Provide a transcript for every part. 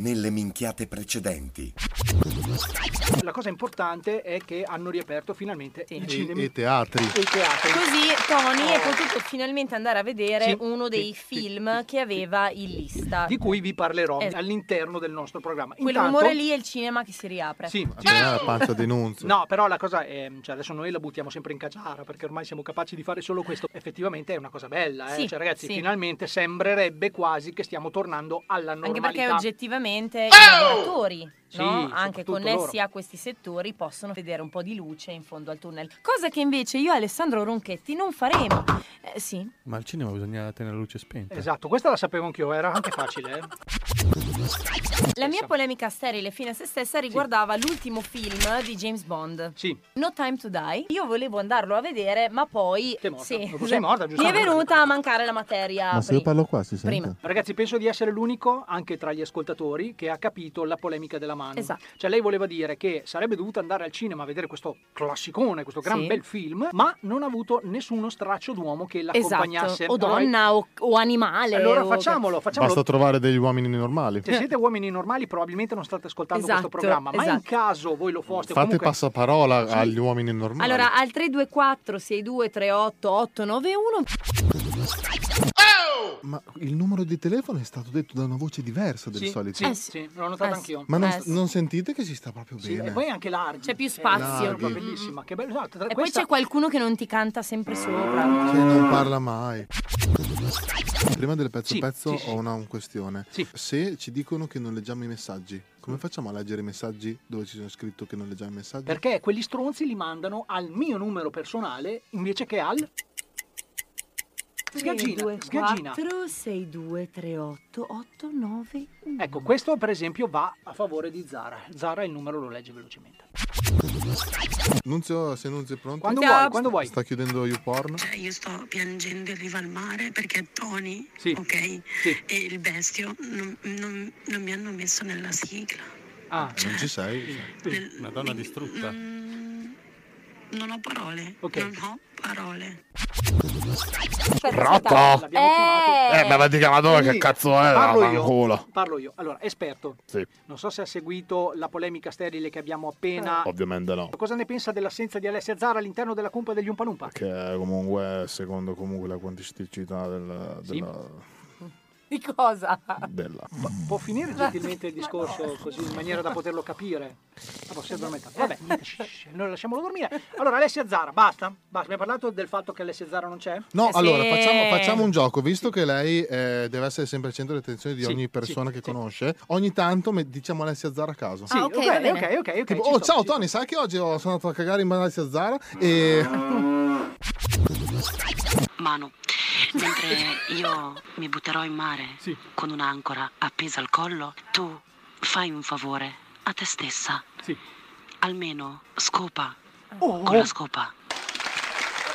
nelle minchiate precedenti. La cosa importante è che hanno riaperto finalmente i cinema e teatri. e i teatri. Così Tony è potuto finalmente andare a vedere Sì, uno dei film che aveva in lista. Di cui vi parlerò Eh. all'interno del nostro programma. Quell'umore lì è il cinema che si riapre. Sì, sì. C'è la pancia di Nunzio. No, però la cosa è, cioè adesso noi la buttiamo sempre in cacciara perché ormai siamo capaci di fare solo questo. Effettivamente è una cosa bella, eh? Sì, cioè ragazzi, sì. finalmente sembrerebbe quasi che stiamo tornando alla Anche normalità. Oh! perché oggettivamente i lavoratori, Sì, no? anche soprattutto connessi loro. a questi settori, possono vedere un po' di luce in fondo al tunnel. Cosa che invece io e Alessandro Ronchetti non faremo. Eh, sì, Ma al cinema bisogna tenere la luce spenta. Esatto, questa la sapevo anch'io, era anche facile. eh. la mia polemica sterile fine a se stessa riguardava l'ultimo film di James Bond. Sì, No Time to Die. Io volevo andarlo a vedere, ma poi Sei morta. sì, Tu sei morta, mi è giustamente. venuta a mancare la materia. Ma se io prima. parlo qua si sente? Prima. Ragazzi, penso di essere l'unico, anche tra gli ascoltatori, che ha capito la polemica della mano. Esatto. Cioè, lei voleva dire che sarebbe dovuta andare al cinema a vedere questo classicone, questo gran Sì. bel film, ma non ha avuto nessuno straccio d'uomo che l'accompagnasse. Esatto, o Allora- donna o, o animale. Allora o- facciamolo, facciamolo. Basta trovare degli uomini normali. Se Diciamo Cioè, siete uomini normali probabilmente non state ascoltando Esatto, questo programma, ma in esatto. caso voi lo foste o Fate comunque passaparola Sì. agli uomini normali. Allora, al 324 6238 891 Ma il numero di telefono è stato detto da una voce diversa del sì, solito. Sì, Eh sì. sì, l'ho notato Eh sì. anch'io. Ma non, Eh, sì. non sentite che si sta proprio Sì, bene? e poi anche larghi. C'è più Eh, spazio. larghi. Larghi. bellissima, che bello. Esatto, tra- E poi questa- c'è qualcuno che non ti canta sempre sopra. Che Cioè, non parla mai. Prima del pezzo Sì, pezzo sì, sì. ho una un questione. Sì. Se ci dicono che non leggiamo i messaggi, come facciamo a leggere i messaggi dove ci sono scritto che non leggiamo i messaggi? Perché quegli stronzi li mandano al mio numero personale invece che al Sgaggina, sgaggina. 6238 891 Ecco, questo per esempio va a favore di Zara. Zara il numero lo legge velocemente. Nunzio, se Nunzio è pronto. Quando Ciao. vuoi, quando vuoi. Sta chiudendo YouPorn. Cioè, io sto piangendo in riva al mare perché Tony Sì. ok, Sì. e il bestio non, non- non mi hanno messo nella sigla. Ah, Non ci sei. Nel- Una donna distrutta. Non, non ho parole. Ok. Non ho parole. Pronto? L'abbiamo chiamato. Eh, ti chiamato Quindi, Parlo io. Parlo io. Allora, esperto. Sì. Non so se ha seguito la polemica sterile che abbiamo appena Ovviamente no. Cosa ne pensa dell'assenza di Alessia Zara all'interno della cumpa degli Umpalumpa? Che comunque, secondo comunque la quantisticità del- Sì. della, Eh, di cosa? della- Può finire gentilmente il discorso così in maniera da poterlo capire? Ah, boh, si è addormentato. Vabbè, niente, shh, shh, noi lasciamolo dormire. Allora, Alessia Zara, basta. basta. Abbiamo parlato del fatto che Alessia Zara non c'è? No, Eh, sì. allora facciamo, facciamo un gioco. Visto che lei eh, deve essere sempre al centro dell'attenzione di Sì, ogni persona sì, che sì. conosce, ogni tanto me- diciamo Alessia Zara a caso. Sì, Ah, ok, ok, va ok, bene. ok, ok, Tipo, ci oh, sto, ciao ci sto. Tony, sai che oggi ho- sono andato a cagare in Alessia Zara? E Mano. Mentre io mi butterò in mare Sì. con un'ancora appesa al collo, tu fai un favore a te stessa. Sì. Almeno scopa Oh, con la scopa.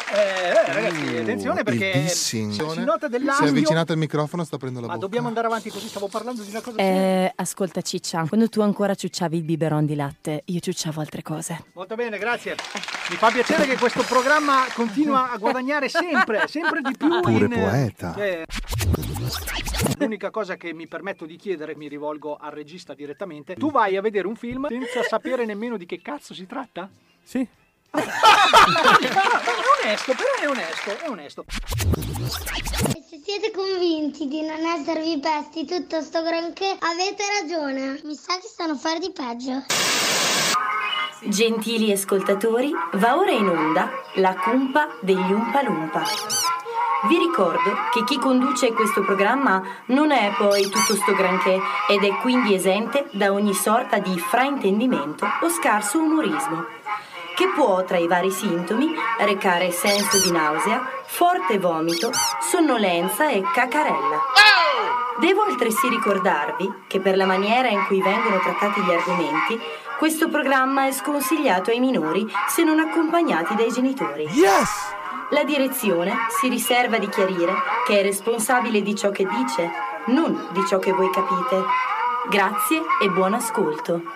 eh, eh, ragazzi, attenzione Uh, il perché dissing. si nota si è dell'astio. avvicinato al microfono, sta prendendo la Ma bocca. dobbiamo andare avanti così, stavo parlando di una cosa Eh, ascolta Ciccia, quando tu ancora ciucciavi il biberon di latte, io ciucciavo altre cose. Molto bene, grazie. Mi fa piacere che questo programma continua a guadagnare sempre, sempre di più. Pure poeta. cioè, L'unica cosa che mi permetto di chiedere, mi rivolgo al regista direttamente, tu vai eh, a vedere un film senza sapere nemmeno di che cazzo si tratta? Sì. Ah, beh, è onesto, però è onesto, è onesto. E se siete convinti di non esservi pesti tutto sto granché, avete ragione. Mi sa che stanno a fare di peggio. Gentili ascoltatori, va ora in onda la cumpa degli Umpalumpa. Vi ricordo che chi conduce questo programma non è poi tutto sto granché ed è quindi esente da ogni sorta di fraintendimento o scarso umorismo, che può tra i vari sintomi recare senso di nausea, forte vomito, sonnolenza e cacarella. Devo altresì ricordarvi che per la maniera in cui vengono trattati gli argomenti, questo programma è sconsigliato ai minori se non accompagnati dai genitori. Yes! La direzione si riserva di chiarire che è responsabile di ciò che dice, non di ciò che voi capite. Grazie e buon ascolto. Andiamo!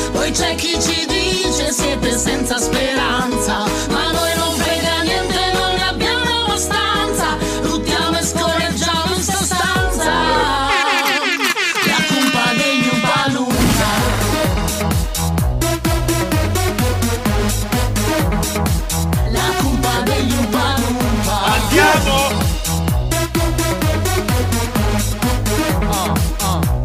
Poi c'è chi ci dice siete senza speranza Ma a noi non frega niente, non ne abbiamo abbastanza Luttiamo e scorreggiamo in sostanza La cumpa degli Umpalumpa La cumpa degli Umpalumpa Andiamo! Ah.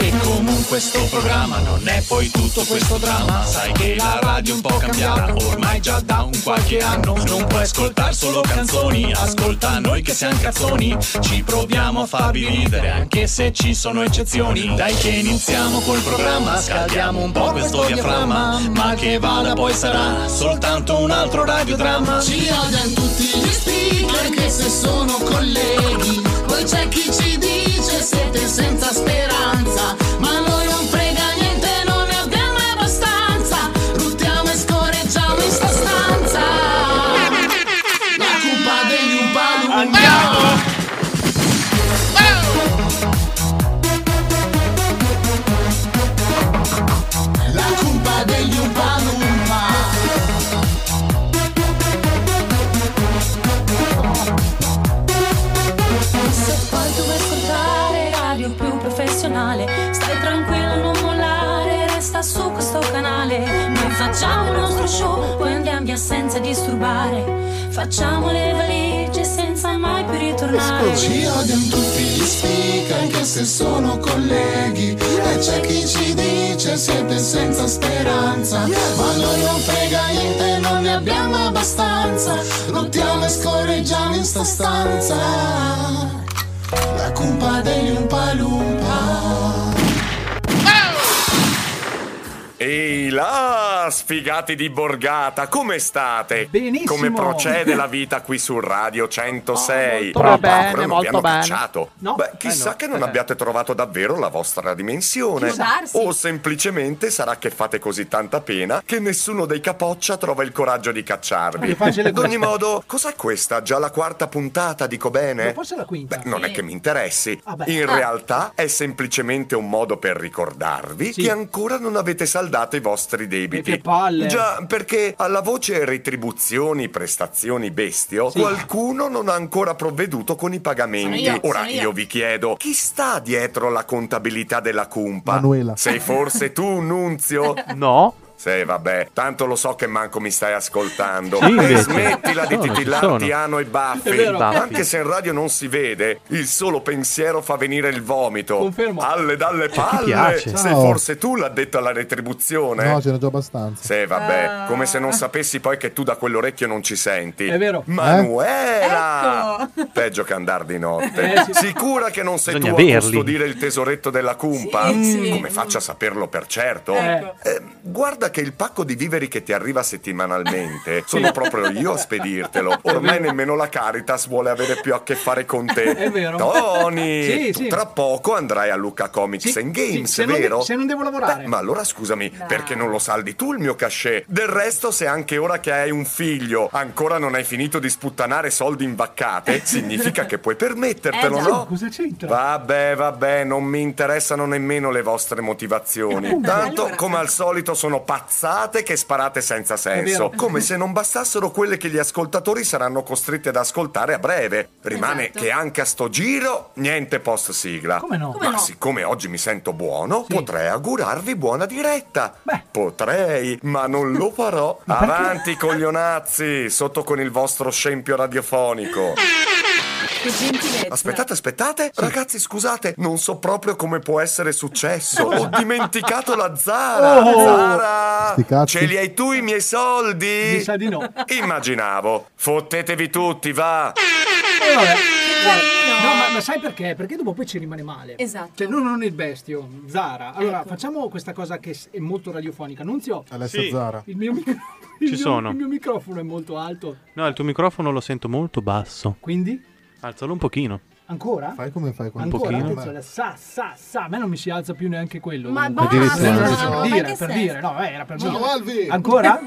E comunque sto programma non è poi tutto questo dramma Sai che la radio è un po' cambiata ormai già da un qualche anno Non puoi ascoltare solo canzoni, ascolta noi che siamo cazzoni Ci proviamo a farvi ridere anche se ci sono eccezioni Dai che iniziamo col programma, scaldiamo un po' questo diaframma Ma che vada poi sarà soltanto un altro radiodramma Ci odiano tutti gli speaker anche se sono colleghi Poi c'è chi ci dice siete senza speranza Ma a noi non frega niente, non ne abbiamo abbastanza Ruttiamo e scorreggiamo in sta stanza La cupa degli Umpalumpa Andiamo! La cupa degli Umpalumpa Se poi tu vuoi ascoltare radio più professionale, stai tranquillo, non mollare, resta su questo canale. Noi facciamo il nostro show, poi andiamo via senza disturbare. Facciamo le valigie senza mai più ritornare. Ci odiano tutti gli speaker anche se sono colleghi E c'è chi ci dice siete senza speranza Ma a noi non frega niente, non ne abbiamo abbastanza Lottiamo e scorreggiamo in sta stanza La cumpa degli Umpalumpa Ehi là, sfigati di borgata, come state? Benissimo. Come procede la vita qui su Radio 106? Oh, molto Ah, bene, però non molto vi hanno bene. cacciato? No. Beh, chissà Eh no, che non eh. abbiate trovato davvero la vostra dimensione. Può darsi. O semplicemente sarà che fate così tanta pena che nessuno dei capoccia trova il coraggio di Che cacciarvi. facile Ad ogni questa. modo, cos'è questa? Già la quarta puntata, dico Ma bene? forse la quinta. Beh, Eh, non è che mi interessi. Ah, beh. In Ah. realtà è semplicemente un modo per ricordarvi che ancora non avete saldato i vostri debiti. E che palle. Già, perché alla voce retribuzioni, prestazioni, bestio, Sì. qualcuno non ha ancora provveduto con i pagamenti. Sono io, Ora sono io. vi chiedo, chi sta dietro la contabilità della cumpa? Manuela. Sei forse tu, Nunzio? No. Sì, vabbè, tanto lo so che manco mi stai ascoltando. Sì, e invece. smettila di Sono, ci titillarti sono. ano e baffi. È vero. Baffi. Anche se in radio non si vede, il solo pensiero fa venire il vomito. Confermo. Alle dalle Cioè, ti palle. piace? Sei Ciao. forse tu l'ha detto alla retribuzione? No, cioè, c'era già abbastanza. Sì, Ah. vabbè, come se non sapessi poi che tu da quell'orecchio non ci senti. È vero. Manuela! Peggio che andar di notte. Eh, sì. Sicura che non sei Ecco. Bisogna tu a averli. custodire il tesoretto della cumpa? Mm, Sì, sì. Come faccio a saperlo per certo? Ecco. Eh, guarda che il pacco di viveri che ti arriva settimanalmente sono proprio io a spedirtelo. Ormai nemmeno la Caritas vuole avere più a che fare con te. È vero. Tony! Sì, tu sì. tra poco andrai a Luca Comics and Games, se, non de- vero? se non devo lavorare. Beh, ma allora scusami, perché non lo saldi tu il mio cachet? Del resto, se anche ora che hai un figlio ancora non hai finito di sputtanare soldi in vaccate, significa che puoi permettertelo, Eh, già. no? Cosa c'entra? Vabbè, vabbè, non mi interessano nemmeno le vostre motivazioni. Appunto. Tanto, Eh, Allora- come al solito, sono pazzate che sparate senza senso. vero. Come se non bastassero quelle che gli ascoltatori saranno costretti ad ascoltare a breve. Rimane Esatto. che anche a sto giro niente post sigla. Come no? Come Ma no? siccome oggi mi sento buono, potrei augurarvi buona diretta. Potrei, ma non lo farò. Avanti, coglionazzi, sotto con il vostro scempio radiofonico. Che gentilezza. Aspettate, aspettate, ragazzi, scusate, non so proprio come può essere successo. Ho dimenticato la Zara. Oh. Ah, Sti Zara, cazzi. ce li hai tu i miei soldi? Mi sa di no. Immaginavo. Fottetevi tutti, va. E Eh, vabbè. carino. No, ma, ma sai perché? Perché dopo poi ci rimane male. Esatto. Cioè, non, non il bestio, Zara. Allora, facciamo questa cosa che s- è molto radiofonica. Nunzio. Alessia Sì. Zara. Il mio, micro- il Ci mio- sono. il mio microfono è molto alto. No, il tuo microfono lo sento molto basso. Quindi? Alzalo un pochino. Ancora? Fai come fai quando- Ancora? Un pochino. Attenzione, sa, sa, sa. A me non mi si alza più neanche quello. Ma comunque. basta, Per ma dire, che per senso? dire. No, eh, era per Ciao, dire. Alvi! Ancora?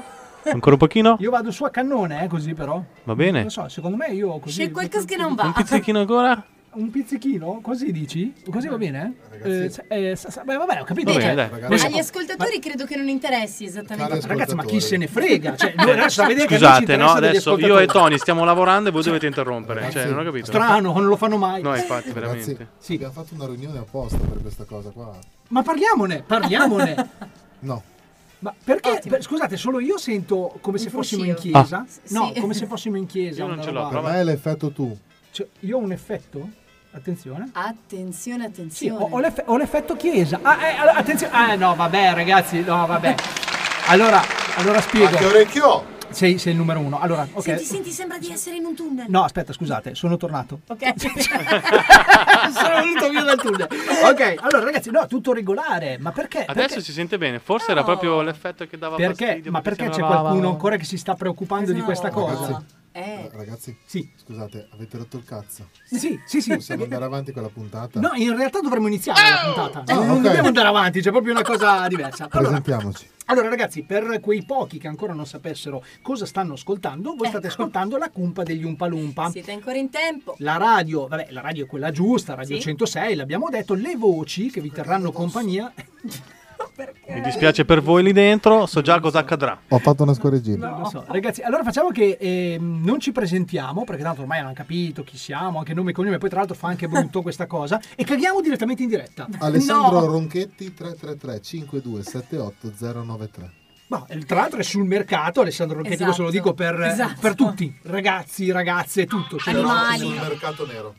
Ancora un Oh. pochino? Io vado su a cannone, eh, così però. Va bene. Non so, secondo me io così... C'è qualcosa che non va. Un pizzichino ancora? Un pizzichino? Così dici? Così va bene? Eh, sa- eh, sa- sa- beh, vabbè, ho capito. Va bene, cioè, dai. nel Ragazzi, senso- Agli ascoltatori credo che non interessi esattamente. Ma Ragazzi, ma chi se ne frega? Cioè, noi adesso la vedete che a noi ci Scusate, no? interessa degli Adesso io ascoltatori. e Tony stiamo lavorando e voi dovete interrompere. Ragazzi, Cioè, non ho capito. Strano, non lo fanno mai. No, infatti, Ragazzi, veramente. abbiamo fatto una riunione apposta per questa cosa qua. Ma parliamone, parliamone. No. Ma perché? per- scusate, solo io sento come se Un fossimo in fruscio. chiesa. Ah. S- No, sì. come se fossimo in chiesa. Io non una ce l'ho, roba- prova. Ma è l'effetto tu. Cioè, io ho un effetto? Attenzione. Attenzione, Sì, ho, attenzione. ho l'eff- ho l'effetto chiesa. Ah, eh, allora, attenzione. Ah, no, vabbè, ragazzi, no, vabbè. Allora, allora spiego. Ma che orecchio ho? Sei, sei il numero uno. Allora, ok. Senti, senti, sembra di essere in un tunnel. No, aspetta, scusate, sono tornato. Ok. Cioè, Sono venuto via dal tunnel. Ok, allora ragazzi, no, tutto regolare, ma perché? Adesso si sente bene. Forse era proprio l'effetto che dava perché, perché fastidio. ma perché c'è sembrava- qualcuno ancora che si sta preoccupando di questa Esatto. cosa? Ragazzi, Eh. ragazzi, sì. scusate, avete rotto il cazzo. Sì, sì, sì. Possiamo andare avanti con la puntata? No, in realtà dovremmo iniziare la puntata. Ah, non ok. dobbiamo andare avanti, c'è proprio una cosa diversa. Allora, Presentiamoci. Allora ragazzi, per quei pochi che ancora non sapessero cosa stanno ascoltando, voi state ascoltando la cumpa degli Umpalumpa. Ecco. Siete ancora in tempo. La radio, vabbè, la radio è quella giusta, Radio Sì. 106, l'abbiamo detto, le voci che vi terranno compagnia. Mi dispiace per voi lì dentro, so già cosa accadrà. Ho fatto una scorreggina. Non lo so. Ragazzi, allora facciamo che ehm, non ci presentiamo, perché tanto ormai hanno capito chi siamo, anche nome e cognome, poi tra l'altro fa anche brutto questa cosa, e caghiamo direttamente in diretta. Alessandro No. Ronchetti 333 5278 093. Ma, eh, tra l'altro è sul mercato, Alessandro Ronchetti, Esatto. questo lo dico per, Esatto. per tutti, ragazzi, ragazze, tutto. cioè, no, Sul sul mercato. mercato nero.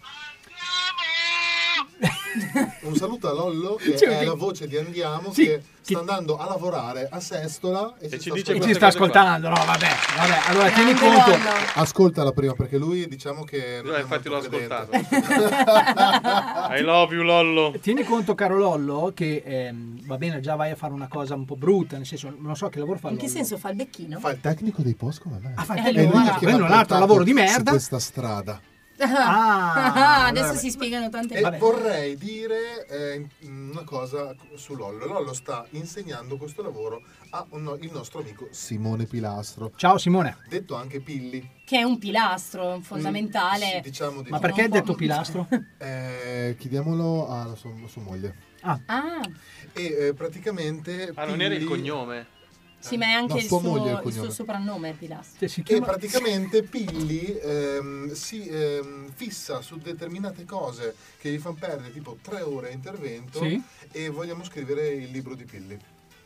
Un saluto a Lollo che Cioè, è che- la voce di Andiamo che sta andando a lavorare a Sestola e, dice ci, queste E ci sta cose qua. ascoltando, no, vabbè, vabbè, allora tieni Grande conto. Lollo. Ascoltala prima perché lui diciamo che non è Eh, infatti l'ho molto ascoltato. credente. I love you, Lollo. Tieni conto, caro Lollo, che ehm, va bene, già vai a fare una cosa un po' brutta, nel senso, non so che lavoro fa In che Lollo. senso fa il becchino? Fa il tecnico dei post come me. Ah, fa il Eh, tecnico, allora. quello è un altro lavoro di merda. Su questa strada. Ah, adesso allora- si spiegano tante Eh, E cose. vorrei dire eh, una cosa su Lollo. Lollo sta insegnando questo lavoro a un- il nostro amico Simone Pilastro. Ciao Simone. Detto anche Pilli. Che è un pilastro fondamentale. Mm, Sì, diciamo di Ma sì. perché hai detto pilastro? Eh, chiediamolo alla sua, sua moglie. Ah, E eh, praticamente... Ah, non era il Pilli- cognome. sì, ma è anche No, il, sua suo, moglie è il il cognome. suo soprannome, pilastro. Cioè, E praticamente Pilli ehm, si ehm, fissa su determinate cose che gli fanno perdere tipo tre ore a intervento Sì. e vogliamo scrivere il libro di Pilli.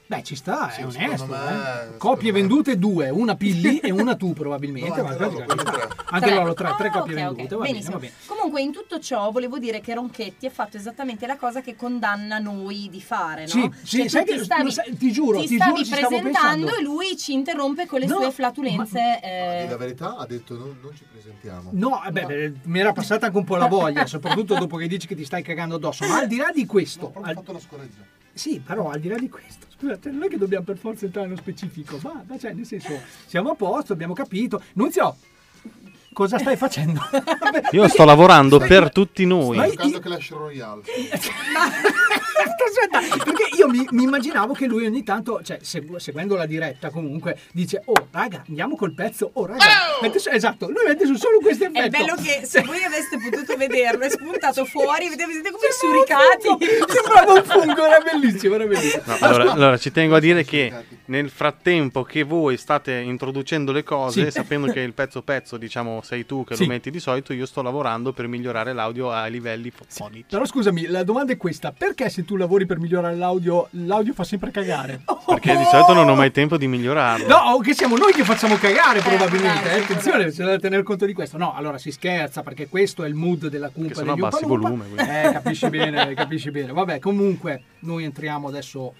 Beh, ci sta, Sì, è secondo onesto. me- eh. Copie vendute due, una Pilli e una tu probabilmente. No, ma anche guarda, loro, guarda, quindi guarda. tre. Anche Tre. loro tre, tre Ah, copie ok, ok, vendute. Va bene, benissimo. va bene. Comunque, in tutto ciò volevo dire che Ronchetti ha fatto esattamente la cosa che condanna noi di fare, no? Sì, sì, Cioè, sai tu che- ti stavi, lo sai- ti giuro, ti stavi giuro, ci stavo presentando pensando. e lui ci interrompe con le No, sue flatulenze. eh, La verità ha detto non, non ci presentiamo. No, eh beh, beh, mi era passata anche un po' la voglia, soprattutto dopo che dici che ti stai cagando addosso. Ma al di là di questo, Ho al- fatto la scorreggia. sì, però al di là di questo, scusate, non è che dobbiamo per forza entrare nello specifico, ma, ma cioè, nel senso, siamo a posto, abbiamo capito. Nunzio, cosa stai facendo? Io sto lavorando Stai- per tutti Sto noi. giocando Clash Royale. Aspetta, perché io mi, mi immaginavo che lui ogni tanto, cioè, segu- seguendo la diretta comunque, dice, oh raga, andiamo col pezzo, oh raga, mette su- esatto, lui mette su solo questo effetto. È bello che se voi aveste potuto vederlo, è spuntato fuori, vedete, vedete come fungo, suricati. Sembrava un fungo, era bellissimo, era bellissimo. No, allora, allora, ci tengo a dire che nel frattempo che voi state introducendo le cose, Sì. sapendo che il pezzo pezzo, diciamo, sei tu che Sì. lo metti di solito, io sto lavorando per migliorare l'audio a livelli fonici. Però scusami, la domanda è questa: perché se tu lavori per migliorare l'audio, l'audio fa sempre cagare? Perché di solito non ho mai tempo di migliorarlo. No, o che siamo noi che facciamo cagare probabilmente. eh, attenzione, bisogna tener conto di questo. No, allora si scherza perché questo è il mood della cumpa Perché sennò degli abbassi il Umpalumpa. volume, quindi. Eh, capisci bene, capisci bene. Vabbè, comunque noi entriamo adesso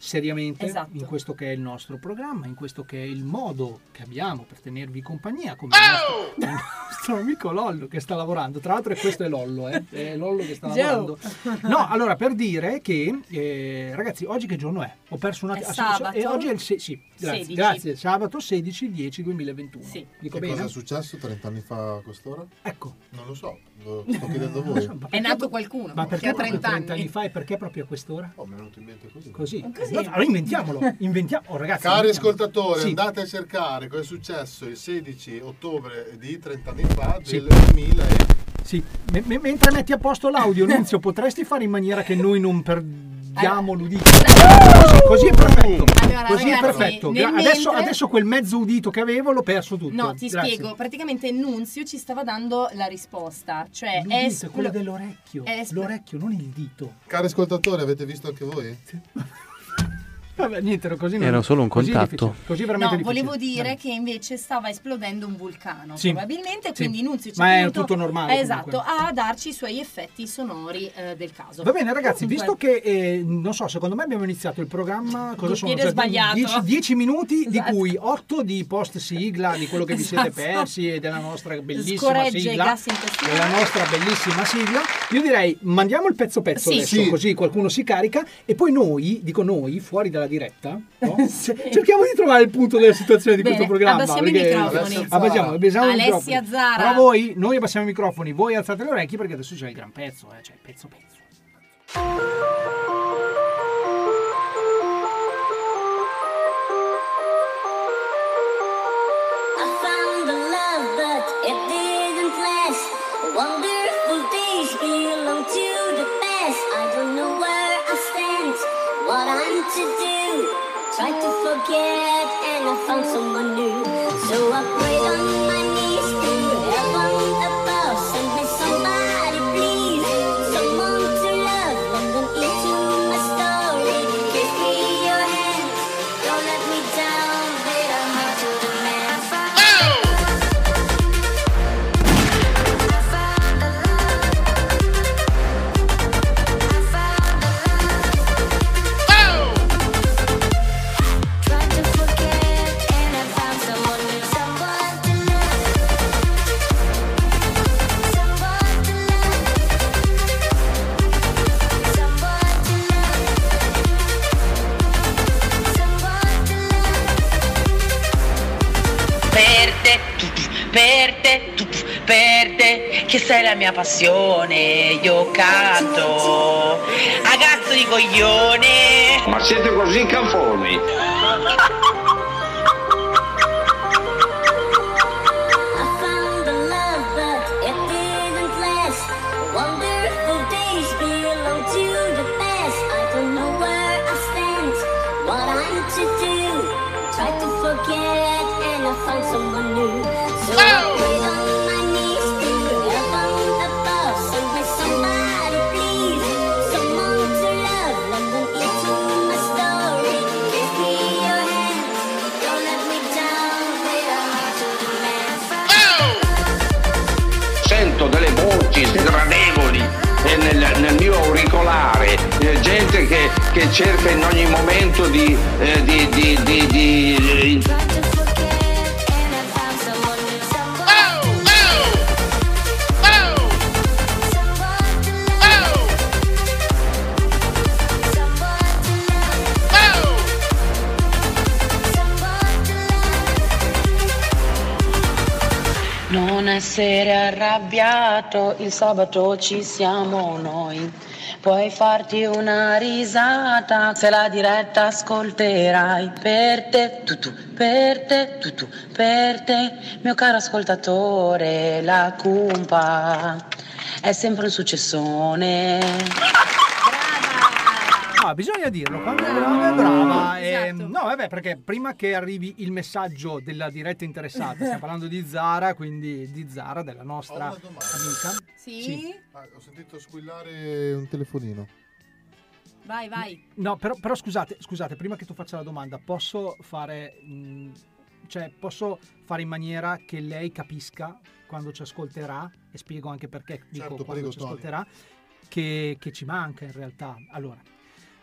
seriamente Esatto. in questo che è il nostro Oh! programma, in questo che è il modo che abbiamo per tenervi compagnia come il nostro- nostro amico Lollo che sta lavorando. Tra l'altro, e questo è Lollo, eh. È Lollo che sta Joe. lavorando. No, allora per dire che, eh, ragazzi, oggi che giorno è? Ho perso una. È ah, so- so- sabato. E oggi è il se- sì, grazie, 16. grazie. Sabato 16 10 2021. Dico che bene? cosa è successo 30 anni fa a quest'ora? Ecco. Non lo so, lo sto chiedendo a voi. È nato qualcuno Ma che perché ha proprio 30 30 anni. anni fa e perché proprio a quest'ora? Oh, mi è venuto in mente così. Così. No, allora inventiamolo, inventiamo. oh, ragazzi, Cari inventiamo. ascoltatori, Sì. andate a cercare cosa è successo il 16 ottobre di 30 anni fa Sì. del 2000 e... Sì, me- me- mentre metti a posto l'audio, Nunzio, potresti fare in maniera che noi non perdiamo l'udito. Così, così è perfetto. Allora, così ragazzi, è perfetto. Gra- nel adesso, mentre- adesso quel mezzo udito che avevo l'ho perso tutto. No, ti Grazie. spiego. Praticamente Nunzio ci stava dando la risposta. Cioè, L'udito è è espl- quello dell'orecchio. è espl- L'orecchio, non il dito. Cari ascoltatori, avete visto anche voi? Vabbè, niente, così non Era solo un così è contatto. difficile, Così è veramente No, difficile. volevo dire che invece stava esplodendo un vulcano, Sì. probabilmente, Sì. quindi Nunzio ci Ma ha è tenuto- tutto normale, eh, Esatto, comunque. a darci i suoi effetti sonori eh, del caso. Va bene ragazzi, Comunque, visto che eh, non so, secondo me abbiamo iniziato il programma, cosa Col sono? Cioè, piede sbagliato. 10, minuti di cui 8 di post sigla di quello che vi siete Esatto. persi e della nostra bellissima scorregge sigla. i gas intestinali. della nostra bellissima sigla. Io direi mandiamo il pezzo pezzo Sì. adesso, Sì. così qualcuno si carica e poi noi, dico noi, fuori dalla diretta, no? Cioè, cerchiamo di trovare il punto della situazione di Bene, questo programma. abbassiamo i perché- microfoni. Abbassiamo, abbassiamo i Alessia microfoni. Zara. Però voi, noi abbassiamo i microfoni, voi alzate le orecchie perché adesso c'è il gran pezzo, eh, cioè il pezzo pezzo. I found the love, but it didn't last. Wonderful days belong to the past. I don't know where I stand, what I'm to do. Try to forget, and I found someone new. So I prayed on my knees to heaven above. Send me somebody, please. Someone to love, let them into my story. Give me your hand, don't let me down. Bid a heart to the man. Per te, per te, per te, che sei la mia passione, io canto. A cazzo di coglione! Ma siete così canfoni? I found the love, but it didn't last. Wonderful days belong to the past. I don't know where I stand, what I'm to do. Try to forget, and I find someone new. So I prayed on my knees to heaven above. Send me somebody, please. Someone to love, let them into my story. Give me your hand, don't let me down. Wait, I'm to the Sento delle voci sgradevoli eh, nel, nel mio auricolare, eh, gente che, che cerca in ogni momento di, eh, di- di- di- di- Non essere arrabbiato, il sabato ci siamo noi. Puoi farti una risata se la diretta ascolterai. Per te, tutto, per te, tutto, per te, mio caro ascoltatore, la cumpa è sempre un successone. Ah, bisogna dirlo, quando è brava è brava. Ehm, no, vabbè, perché prima che arrivi il messaggio della diretta interessata, stiamo parlando di Zara, quindi di Zara, della nostra amica. Sì? Ah, ho sentito squillare un telefonino. Vai, vai. No, però, però scusate, scusate, prima che tu faccia la domanda, posso fare. mh, cioè, posso fare in maniera che lei capisca quando ci ascolterà, e spiego anche perché dico quando Certo, prego, ci Tony. ascolterà, che, che ci manca in realtà. Allora,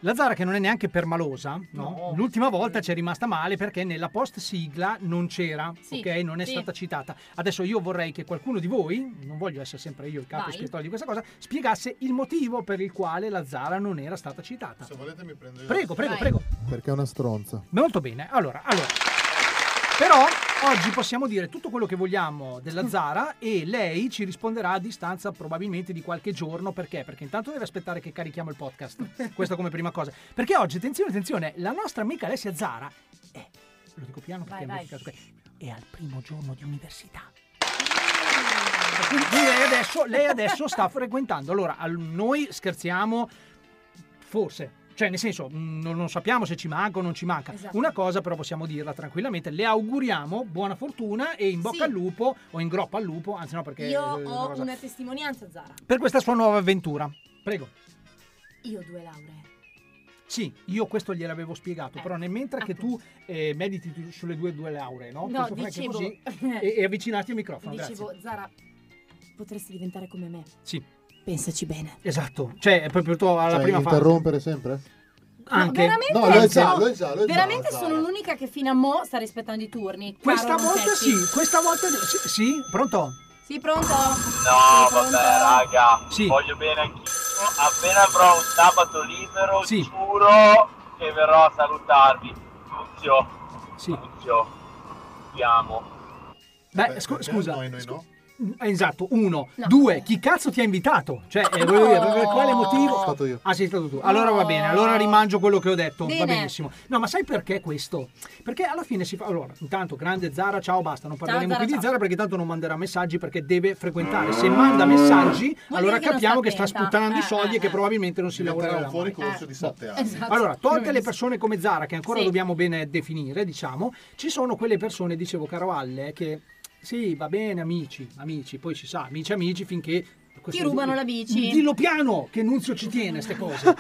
La Zara che non è neanche permalosa, no? No. L'ultima volta ci è rimasta male perché nella post sigla non c'era, Sì, ok? Non è sì. stata citata. Adesso io vorrei che qualcuno di voi, non voglio essere sempre io il capo Vai. scrittore di questa cosa, spiegasse il motivo per il quale la Zara non era stata citata. Se volete mi prendo Prego, prego, prego. Perché è una stronza. Molto bene. Allora, allora. Però oggi possiamo dire tutto quello che vogliamo della Zara e lei ci risponderà a distanza probabilmente di qualche giorno. Perché? Perché intanto deve aspettare che carichiamo il podcast. Questo come prima cosa. Perché oggi, attenzione, attenzione, la nostra amica Alessia Zara è, lo dico piano perché Vai, è vai. molto caso, è al primo giorno di università. Quindi lei adesso, lei adesso sta frequentando. Allora, al- noi scherziamo, forse. Cioè, nel senso, mh, non, non sappiamo se ci manca o non ci manca. Esatto. Una cosa però possiamo dirla tranquillamente. Le auguriamo buona fortuna e in bocca al lupo o in groppa al lupo, anzi no perché... Io eh, ho cosa- una testimonianza, Zara. Per questa sua nuova avventura. Prego. Io ho due lauree. Sì, io questo gliel'avevo spiegato, Eh, però nel mentre che tu eh, mediti tu- sulle due due lauree, no? No, Questo fai anche dicevo- così e, e avvicinarti al microfono, Dicevo, grazie. Zara, potresti diventare come me. Sì. Pensaci bene. Esatto, cioè è proprio tu alla Cioè, prima fase. interrompere sempre? Anche- veramente? No, lo è già, sono- lo è già, lo è già, veramente Zara. sono l'unica che fino a mo sta rispettando i turni. Questa Caro volta Lucetti. sì, questa volta sì, sì, pronto? Sì, pronto? No, Sì, pronto? Ah, vabbè, raga, Sì. voglio bene anch'io. Appena avrò un sabato libero, Sì. giuro che verrò a salutarvi. Tuzio. Sì. Tuzio. Ti amo. Beh, scu- scusa. Noi, noi no. Eh, Esatto, uno. Due, chi cazzo ti ha invitato? Cioè, eh, voglio dire, per quale motivo? Sono stato io. Ah, sei stato tu. Allora va bene, allora rimangio quello che ho detto. Va Bene. benissimo. No, ma sai perché questo? Perché alla fine si fa. Allora, intanto, grande Zara, ciao, basta. Non parleremo Zara, più di ciao. Zara perché tanto non manderà messaggi perché deve frequentare. Se manda messaggi, Vuol allora dire che non capiamo sta che sta attenta. sputtanando i Eh, soldi e che probabilmente non si lavorerà. Diventerà un fuori mai. corso di 7 anni. Esatto. Allora, tolte le persone come Zara, che ancora Sì. dobbiamo bene definire, diciamo, ci sono quelle persone, dicevo caro Alle, che sì, va bene, amici, amici, poi si sa, amici, amici, finché. Ti rubano la bici. Dillo piano che Nunzio ci tiene queste cose.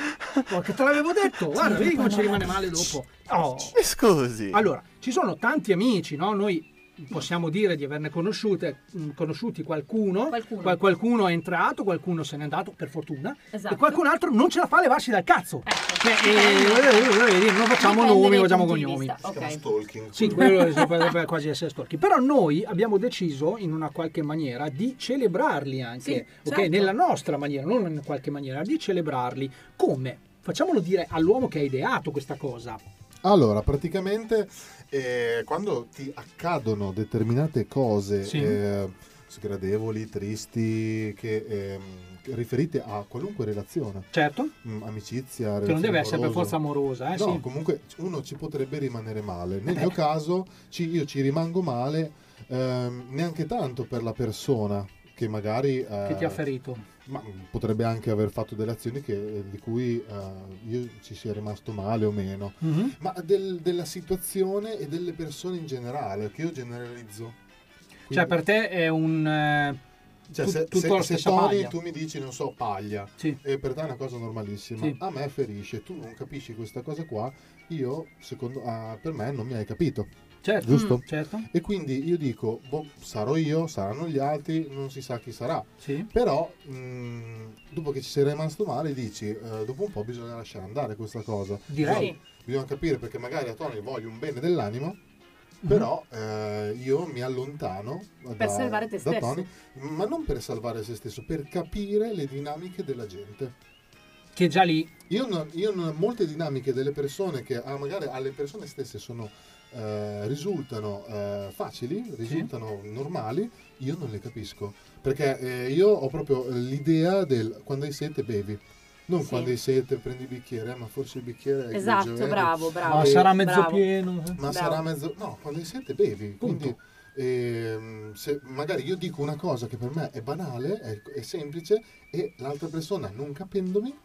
Oh, che te l'avevo detto, guarda, Ti vedi come ci rubano rimane la male bici. dopo. Oh. Scusi. Allora, ci sono tanti amici, no? Noi possiamo dire di averne conosciute, mh, conosciuti qualcuno, Qualcuno. qual- qualcuno è entrato, qualcuno se n'è andato, per fortuna, Esatto. Ecco, e qualcun altro non ce la fa a levarsi dal cazzo. Cioè, eh, voglio dire, non facciamo Dipende nomi, dai facciamo punti di cognomi. vista. Ok. Stalking. Sì, quello è sopra- quasi essere storchi. Però noi abbiamo deciso in una qualche maniera di celebrarli anche, Sì, ok? certo. Nella nostra maniera, non in qualche maniera, di celebrarli. Come? Facciamolo dire all'uomo che ha ideato questa cosa. Allora, praticamente eh, quando ti accadono determinate cose Sì. eh, sgradevoli, tristi, che, ehm, che- riferite a qualunque relazione, Certo. Mm, amicizia, Che non deve relazione essere per forza amorosa, eh? No, sì. comunque uno ci potrebbe rimanere male. Nel Eh mio beh. caso ci- io ci rimango male ehm, neanche tanto per la persona che magari... Che ti ha eh, ferito. ma potrebbe anche aver fatto delle azioni che- di cui eh, io ci sia rimasto male o meno, Mhm. ma del- della situazione e delle persone in generale, che io generalizzo. Cioè, Quindi- per te è un. eh, cioè, tut- se, tutto la se, se stessa Tony paglia. tu mi dici, non so, paglia, Sì. e per te è una cosa normalissima, Sì. a me ferisce, tu non capisci questa cosa qua, io, secondo, ah, per me non mi hai capito. Certo, Giusto? mm, certo. E quindi io dico, boh, sarò io, saranno gli altri, non si sa chi sarà. Sì. Però mh, dopo che ci sei rimasto male dici, eh, dopo un po' bisogna lasciare andare questa cosa. Direi. Bisogna, bisogna capire perché magari a Tony voglio un bene dell'animo, però Mm-hmm. eh, io mi allontano da, salvare te da stesso. Tony, ma non per salvare se stesso, per capire le dinamiche della gente. Che già lì. Io non, io non- molte dinamiche delle persone che ah, magari alle persone stesse sono, eh, risultano eh, facili, risultano normali, io non le capisco. Perché eh, io ho proprio l'idea del quando hai sete bevi. Non Sì. quando hai sete prendi il bicchiere, "Ah, ma forse il bicchiere è Esatto, grigio, eh, bravo, bravo. Ma eh, sarà mezzo bravo. pieno. Ma ma sarà mezzo no quando hai sete bevi quindi ehm, se magari io dico una cosa che per me è banale è, è semplice e l'altra persona non capendomi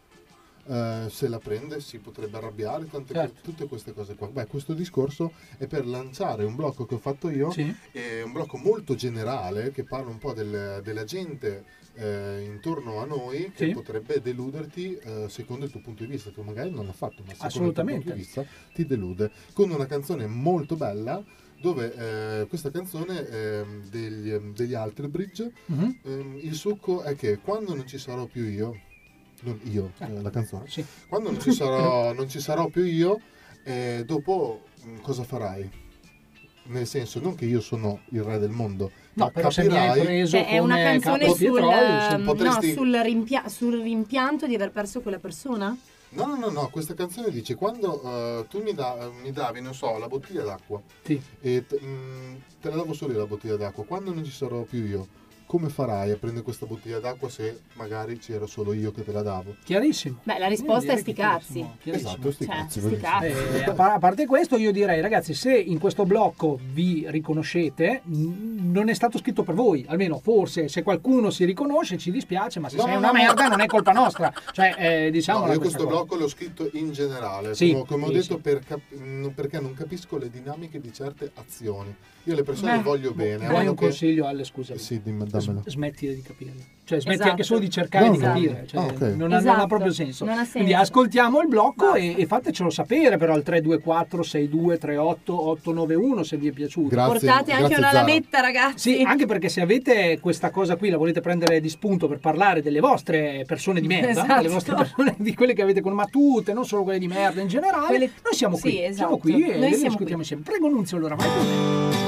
eh, se la prende si potrebbe arrabbiare tante cose- Certo. tutte queste cose qua Beh, questo discorso è per lanciare un blocco che ho fatto io Sì. è un blocco molto generale che parla un po' del- della gente eh, intorno a noi che Sì. potrebbe deluderti eh, secondo il tuo punto di vista che magari non l'ha fatto ma secondo il tuo punto Assolutamente. di vista ti delude con una canzone molto bella dove eh, questa canzone ehm, degli, degli altri bridge Mhm. ehm, il succo è che quando non ci sarò più io non io, eh, la canzone. Quando non ci, sarò, non ci sarò più io, eh, dopo mh, cosa farai? Nel senso, non che io sono il re del mondo, No, ma però se mi hai capirai- preso Cioè, è una eh, canzone Capo sul, ehm, Pietroli, se cioè, no, potresti- sul rimpia- sul rimpianto di aver perso quella persona? No, no, no, no, questa canzone dice quando eh, tu mi, da- mi davi, non so, la bottiglia d'acqua. E t- mm, te la davo solo io la bottiglia d'acqua. Quando non ci sarò più io, come farai a prendere questa bottiglia d'acqua se magari c'ero solo io che te la davo? Chiarissimo. Beh, la risposta è sti cazzi. Esatto, sti Cioè, cazzi, sti bravissimo. cazzi. Eh, a par- a parte questo, io direi, ragazzi, se in questo blocco vi riconoscete, n- non è stato scritto per voi. Almeno, forse, se qualcuno si riconosce, ci dispiace, ma se No, sei no, una no, merda, no. non è colpa nostra. Cioè, eh, diciamola No, io questa questo cosa. blocco l'ho scritto in generale, Sì, come, come ho sì, detto, per cap- mm, non- perché non capisco le dinamiche di certe azioni. Io le persone Beh, voglio bene. vuoi voglio un che- Eh consiglio, Ale, scusa. Sì, dimmi, dammelo. Smetti di capirlo. Cioè, smetti Esatto. anche solo di cercare di No, no. capire. Cioè, Ah, ok. non, ha- non ha Esatto, proprio senso. non ha senso. Quindi ascoltiamo il blocco e, e fatecelo sapere però al 324 6238 891 se vi è piaciuto. Portate anche una lametta, ragazzi. Sì, anche perché se avete questa cosa qui, la volete prendere di spunto per parlare delle vostre persone di merda, Esatto. delle vostre persone di quelle che avete con matute, non solo quelle di merda in generale, Quelle- noi siamo qui, Sì, esatto. siamo qui e Noi le siamo discutiamo insieme. Prego Nunzio allora, vai con me.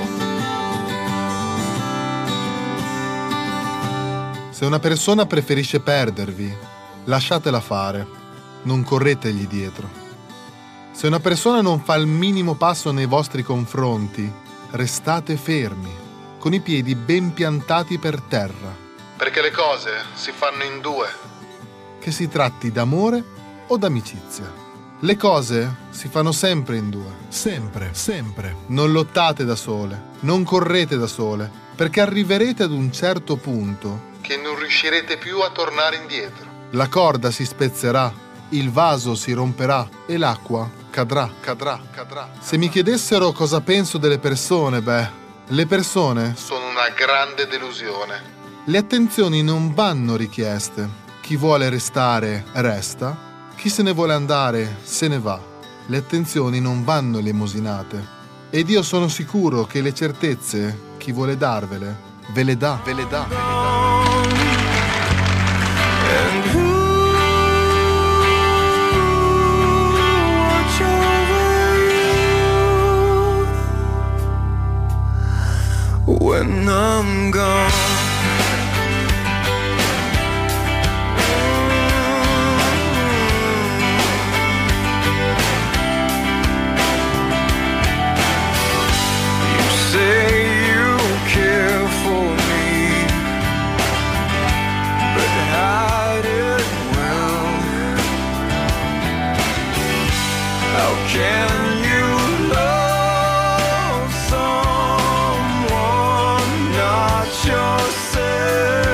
Se una persona preferisce perdervi, lasciatela fare, non corretegli dietro. Se una persona non fa il minimo passo nei vostri confronti, restate fermi, con i piedi ben piantati per terra. Perché le cose si fanno in due. che si tratti d'amore o d'amicizia. Le cose si fanno sempre in due. Sempre, sempre. Non lottate da sole, non correte da sole, perché arriverete ad un certo punto. Che non riuscirete più a tornare indietro. La corda si spezzerà, il vaso si romperà e l'acqua cadrà, cadrà, cadrà. Se mi chiedessero cosa penso delle persone, beh, le persone Sono una grande delusione. le attenzioni non vanno richieste. Chi vuole restare resta, chi se ne vuole andare se ne va. Le attenzioni non vanno elemosinate. Ed io sono sicuro che le certezze, chi vuole darvele, ve le dà, ve le dà. Eh, When I'm gone. You say you care for me, but hide it well. How can you love someone not yourself?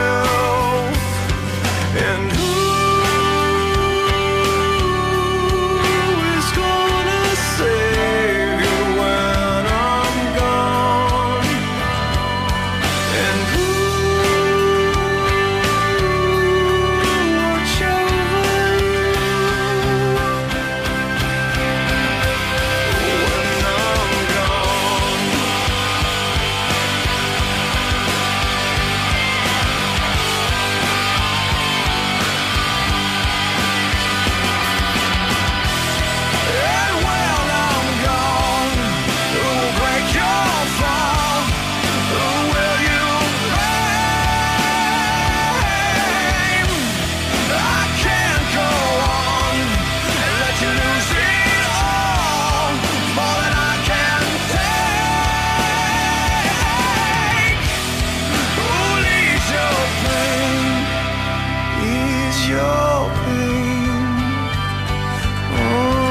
Oh.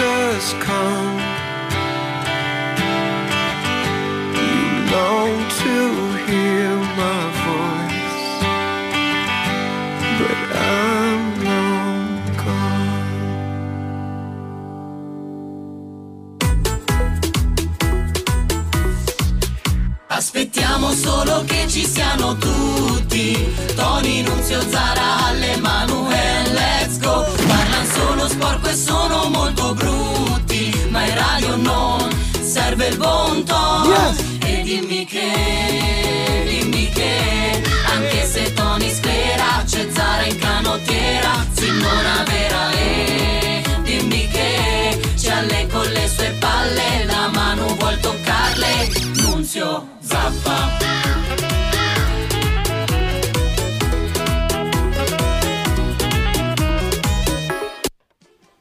has come. You long to hear my voice, but I'm long gone. Aspettiamo solo che ci siano tutti Tony, Nunzio, Zara, Allemanuel, let's go Parlan solo sporco e sono molto brutti Ma in radio non serve il buon ton E dimmi che, dimmi che Anche se Tony spera c'è Zara in canottiera Simona vera e dimmi che C'è alle con le sue palle La mano vuol toccarle Nunzio Zappa.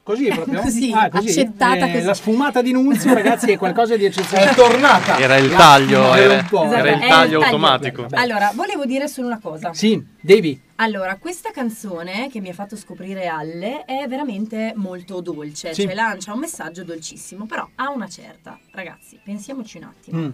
Così proprio? Così, Ah, accettata Eh, così. La sfumata di Nunzio, ragazzi, è qualcosa di eccezionale. È tornata. Era il La taglio, eh. era- sfumata, un po'. era il Esatto, è taglio automatico. Vabbè. Allora, volevo dire solo una cosa. Sì, devi. Allora, questa canzone che mi ha fatto scoprire Alle è veramente molto dolce, Sì. cioè lancia un messaggio dolcissimo, però ha una certa. Ragazzi, pensiamoci un attimo. Mm.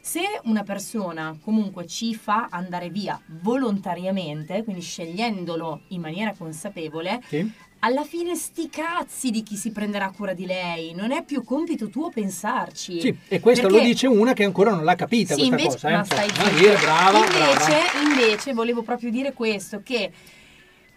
Se una persona comunque ci fa andare via volontariamente, quindi scegliendolo in maniera consapevole, Sì. alla fine sti cazzi di chi si prenderà cura di lei, non è più compito tuo pensarci. Sì, e questo lo Perché- dice una che ancora non l'ha capita sì, questa invece, cosa. ma eh. stai Cioè, zitto. dire, brava, invece, brava. invece volevo proprio dire questo, che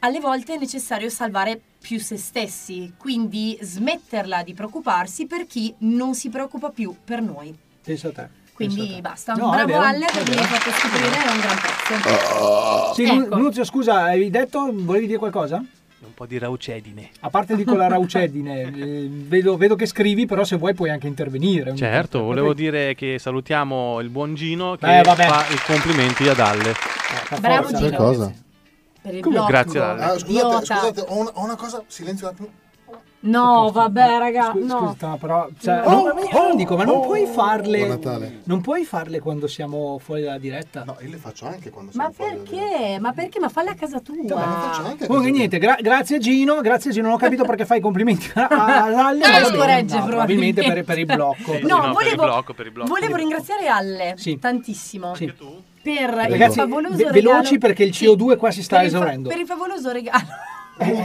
alle volte è necessario salvare più se stessi, quindi smetterla di preoccuparsi per chi non si preoccupa più per noi. Pensa a te. Quindi basta, No, è bravo vero, Alle è perché mi vero. hai fatto scoprire è un gran pezzo. Ah. Sì, Nu- Ecco. Nunzio, scusa, avevi detto, volevi dire qualcosa? Un po' di raucedine. A parte di quella raucedine, eh, vedo, vedo che scrivi, però se vuoi puoi anche intervenire. Cioè, Certo, volevo dire che salutiamo il buon Gino che Eh, vabbè. Eh, fa i complimenti ad Alle. Bravo forza. Gino. Per cosa? Per il Come? blocco. Grazie, Ale. Ah, scusate, Idiota. scusate, ho una, ho una cosa. Silenzio un attimo. No, vabbè, raga, no. Scusa, però, cioè, No. non- io dico, ma non puoi farle. Buon Natale. Non puoi farle quando siamo fuori dalla diretta? No, io le faccio anche quando Ma perché? Ma perché? Ma falla a casa tua. Comunque niente, gra- grazie Gino, grazie Gino, non ho capito perché fai i complimenti a- a a Lalle. Eh, ma lo va bene. corregge No, probabilmente. probabilmente per, per il blocco. No, volevo, volevo ringraziare Alle Sì. tantissimo Sì. per il Ragazzi, favoloso ve- regalo. veloci perché il CO2 qua si sta per il fa- esaurendo. Eh, Per il favoloso regalo.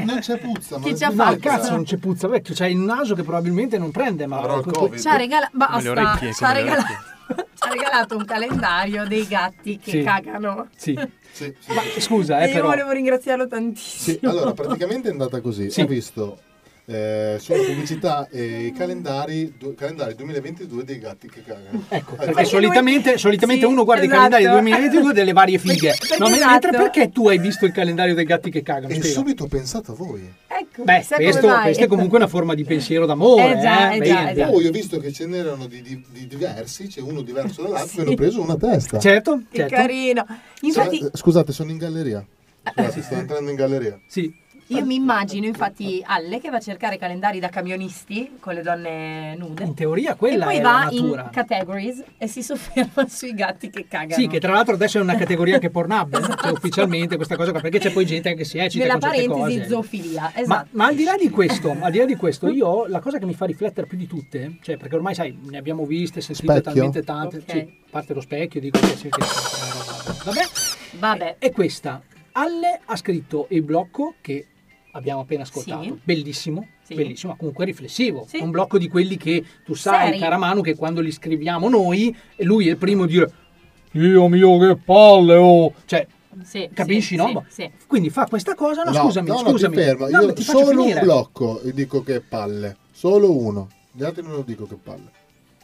non c'è puzza, Che ci ha No, fatto. cazzo, non c'è puzza, vecchio, c'hai il naso che probabilmente non prende, ma Avrò il Covid. Ci ha regalato, Come le orecchie, ci ha come le regalato, ci ha regalato un calendario dei gatti che Sì. cagano. Sì. Eh, Ma scusa, e io volevo ringraziarlo tantissimo. Sì, allora praticamente è andata così. Ho visto eh, solo pubblicità e i calendari, du- calendari 2022 dei gatti che cagano. Ecco, Perché solitamente, solitamente uno guarda esatto. i calendari del 2022 delle varie fighe. esatto. perché No, me- esatto. mentre perché tu hai visto il calendario dei gatti che cagano? E Spiega. subito ho pensato a voi. Ecco, Beh, sai questo, come mai? questa è comunque una forma di pensiero d'amore. Eh già, eh eh? già, Bene, eh bene. già. Poi ho visto che ce n'erano di, di- di diversi, c'è uno diverso dall'altro, me ne ho preso una a testa. Certo, Ah, Che carino. Infatti, Sono- eh, scusate, sono in galleria. Scusate, sto entrando in galleria. Ah, Sì. Io mi immagino infatti Alle che va a cercare calendari da camionisti con le donne nude. In teoria quella e poi è va la natura. in categories e si sofferma sui gatti che cagano. Sì, che tra l'altro adesso è una categoria anche pornab, cioè, ufficialmente questa cosa qua, perché c'è poi gente che si eccita Nella con certe parentesi cose. zoofilia, Ma, esatto. Mm. ma al, di là di questo, al di là di questo, io la cosa che mi fa riflettere più di tutte, cioè perché ormai sai, ne abbiamo viste, sentite Specchio? talmente tante, Ok. sì, a parte lo specchio, dico che sì, che- vabbè, Vabbè. è questa. Alle ha scritto il blocco che abbiamo appena ascoltato, Sì. bellissimo, Sì. bellissimo, ma comunque riflessivo, Sì. un blocco di quelli che tu sai, Seri. Caramano, che quando li scriviamo noi, lui è il primo a dire Dio mio che palle oh! Cioè, Sì, capisci, sì, no? sì, Ma- sì. quindi fa questa cosa, no, scusami, no, no, scusami. ti fermo. No, Io ma ti faccio solo un finire. blocco e dico che palle. Solo uno. Gli altri non lo dico che palle.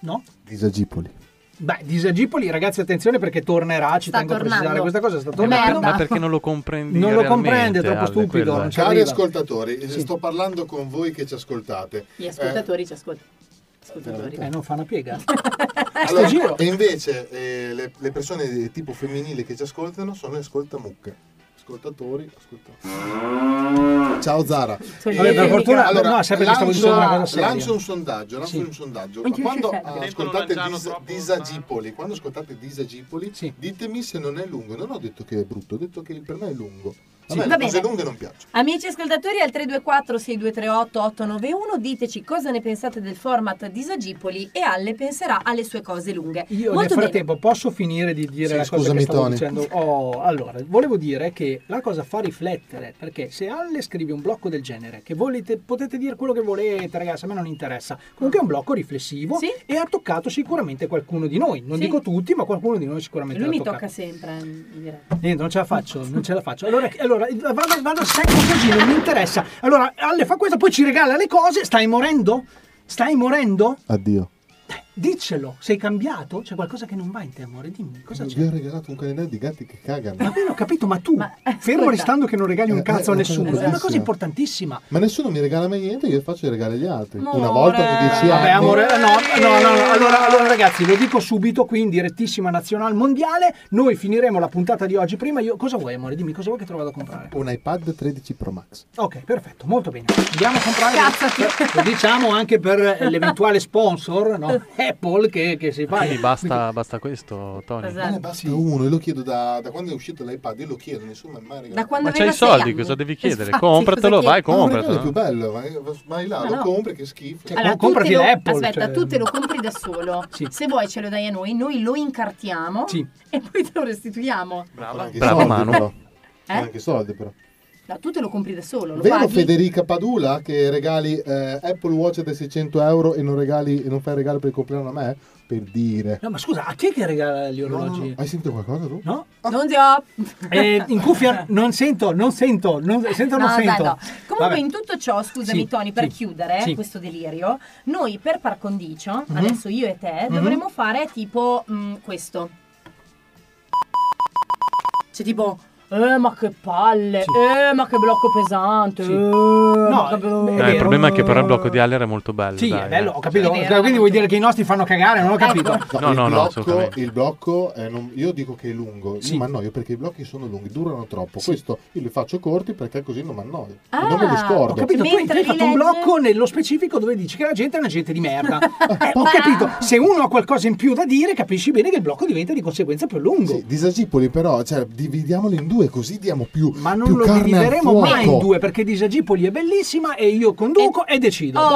No? Disagipoli. Beh, disagipoli, ragazzi, attenzione perché tornerà, ci Sta tengo a precisare tornando. questa cosa, sta Eh, ma tornando. Ma perché non lo comprendi? Non lo realmente, comprende, è troppo Ale, stupido, quello è. non ci Cari arriva. ascoltatori, sto parlando con voi che ci ascoltate. Eh, Gli ascoltatori ci ascoltano. Ascoltatori. Eh, non fa una piega. Eh, Sto giro. e invece eh, le, le persone di tipo femminile che ci ascoltano sono le ascoltamucche. Ascoltatori, ascoltatori. Ciao Zara. Eh, Sì, Vabbè, per fortuna- no, sempre che stavo dicendo una cosa seria. lancio un sondaggio, lancio Sì. un sondaggio. Anche io Quando ci eh, credo. ascoltate dis- Disagipoli, quando ascoltate Disagipoli, ditemi se non è lungo. Non ho detto che è brutto, ho detto che per me è lungo. Va Vabbè, le cose bene. lunghe non piacciono. Amici ascoltatori al 324-6238-891 diteci cosa ne pensate del format di Sagipoli e Alle penserà alle sue cose lunghe. Io Molto nel bene. frattempo posso finire di dire Sì, la cosa scusami, che stavo Tony. dicendo? Oh, allora, volevo dire che la cosa fa riflettere, perché se Alle scrive un blocco del genere, che volete, potete dire quello che volete, ragazzi, a me non interessa, comunque è un blocco riflessivo e ha toccato sicuramente qualcuno di noi, non Sì. dico tutti, ma qualcuno di noi sicuramente Lui l'ha mi toccato. tocca sempre eh, in diretta. Niente, non ce la faccio, non ce la faccio. Allora, allora vado, vado secco così, non mi interessa. Allora, Ale fa questo, poi ci regala le cose, stai morendo? Stai morendo? Addio. Diccelo, sei cambiato? C'è qualcosa che non va in te, amore, dimmi, cosa Vi ho c'è? regalato un calendario di gatti che cagano. Va bene, ho capito, ma tu, fermo ascolta. restando che non regali Eh, un cazzo eh, a una cosa nessuno, è una cosa bellissima. importantissima. Ma nessuno mi regala mai niente, io faccio i regali agli altri. Amore. Una volta ogni dieci anni. Vabbè, amore, no, no, no, no. Allora, allora, ragazzi, lo dico subito qui in direttissima nazionale mondiale. Noi finiremo la puntata di oggi. Prima io. Cosa vuoi, amore? Dimmi cosa vuoi che te lo vado a comprare? Un iPad 13 Pro Max. Ok, perfetto, molto bene. Andiamo a comprare. Lo diciamo anche per eh, l'eventuale sponsor, no? Apple che, che si fa. Quindi basta, basta questo, Tony. Esatto. Ma ne Eh, basta Esatto. uno, io lo chiedo da, da quando è uscito l'iPad, io lo chiedo, nessuno mi ha mai regalato. Da quando Ma c'hai i soldi, cosa devi Esatto, chiedere? Compratelo, vai, Ma un regalo compratelo. è più bello, vai- vai là, Ma lo no. compri che schifo. Cioè, Allora, com- tu te lo- l'Apple, Aspetta, cioè- tu te lo compri da solo. Se vuoi ce lo dai a noi, noi lo incartiamo Sì. e poi te lo restituiamo. Brava, anche Brava, soldi, Manu. però. Eh? Anche soldi però. No, tu te lo compri da solo, lo Vero paghi. Federica Padula che regali eh, Apple Watch da 600 euro e non, regali, e non fai regalo per il compleanno a me? Per dire. No, ma scusa, a chi è che regala gli No, no, orologi? no. Hai sentito qualcosa tu? No? Non ti ho. Eh, in cuffia non sento, non sento, non sento, non No, dai, sento. no. Comunque, Vabbè. in tutto ciò, scusami, Sì, Tony, per sì, chiudere sì. questo delirio, noi per par condicio, Mhm. adesso io e te, Mhm. dovremmo fare tipo mm, questo. Cioè, tipo. Eh, ma che palle! Eh, ma che blocco pesante! Eh, ma che blo- è No, il vero. problema è che però il blocco di Aller è molto bello. Sì, dai, è bello, eh. ho capito. Cioè, Quindi vuol dire che i nostri fanno cagare, Ecco. non ho capito. No, no, il no, blocco- assolutamente. Il blocco, eh, non- io dico che è lungo, io mi annoio perché i blocchi sono lunghi, durano troppo. Questo io li faccio corti perché così non mi annoio. e non me li Ah, Ho scordo. capito, tu hai tu hai fatto un blocco nello specifico dove dici che la gente è una gente di merda. Eh, ho capito, se uno ha qualcosa in più da dire, capisci bene che il blocco diventa di conseguenza più lungo. Disagipoli però, cioè, dividiamolo in due così diamo più Ma non più lo carne al divideremo fuoco. mai in due perché Disagipoli è bellissima e io conduco e, decido. Oh,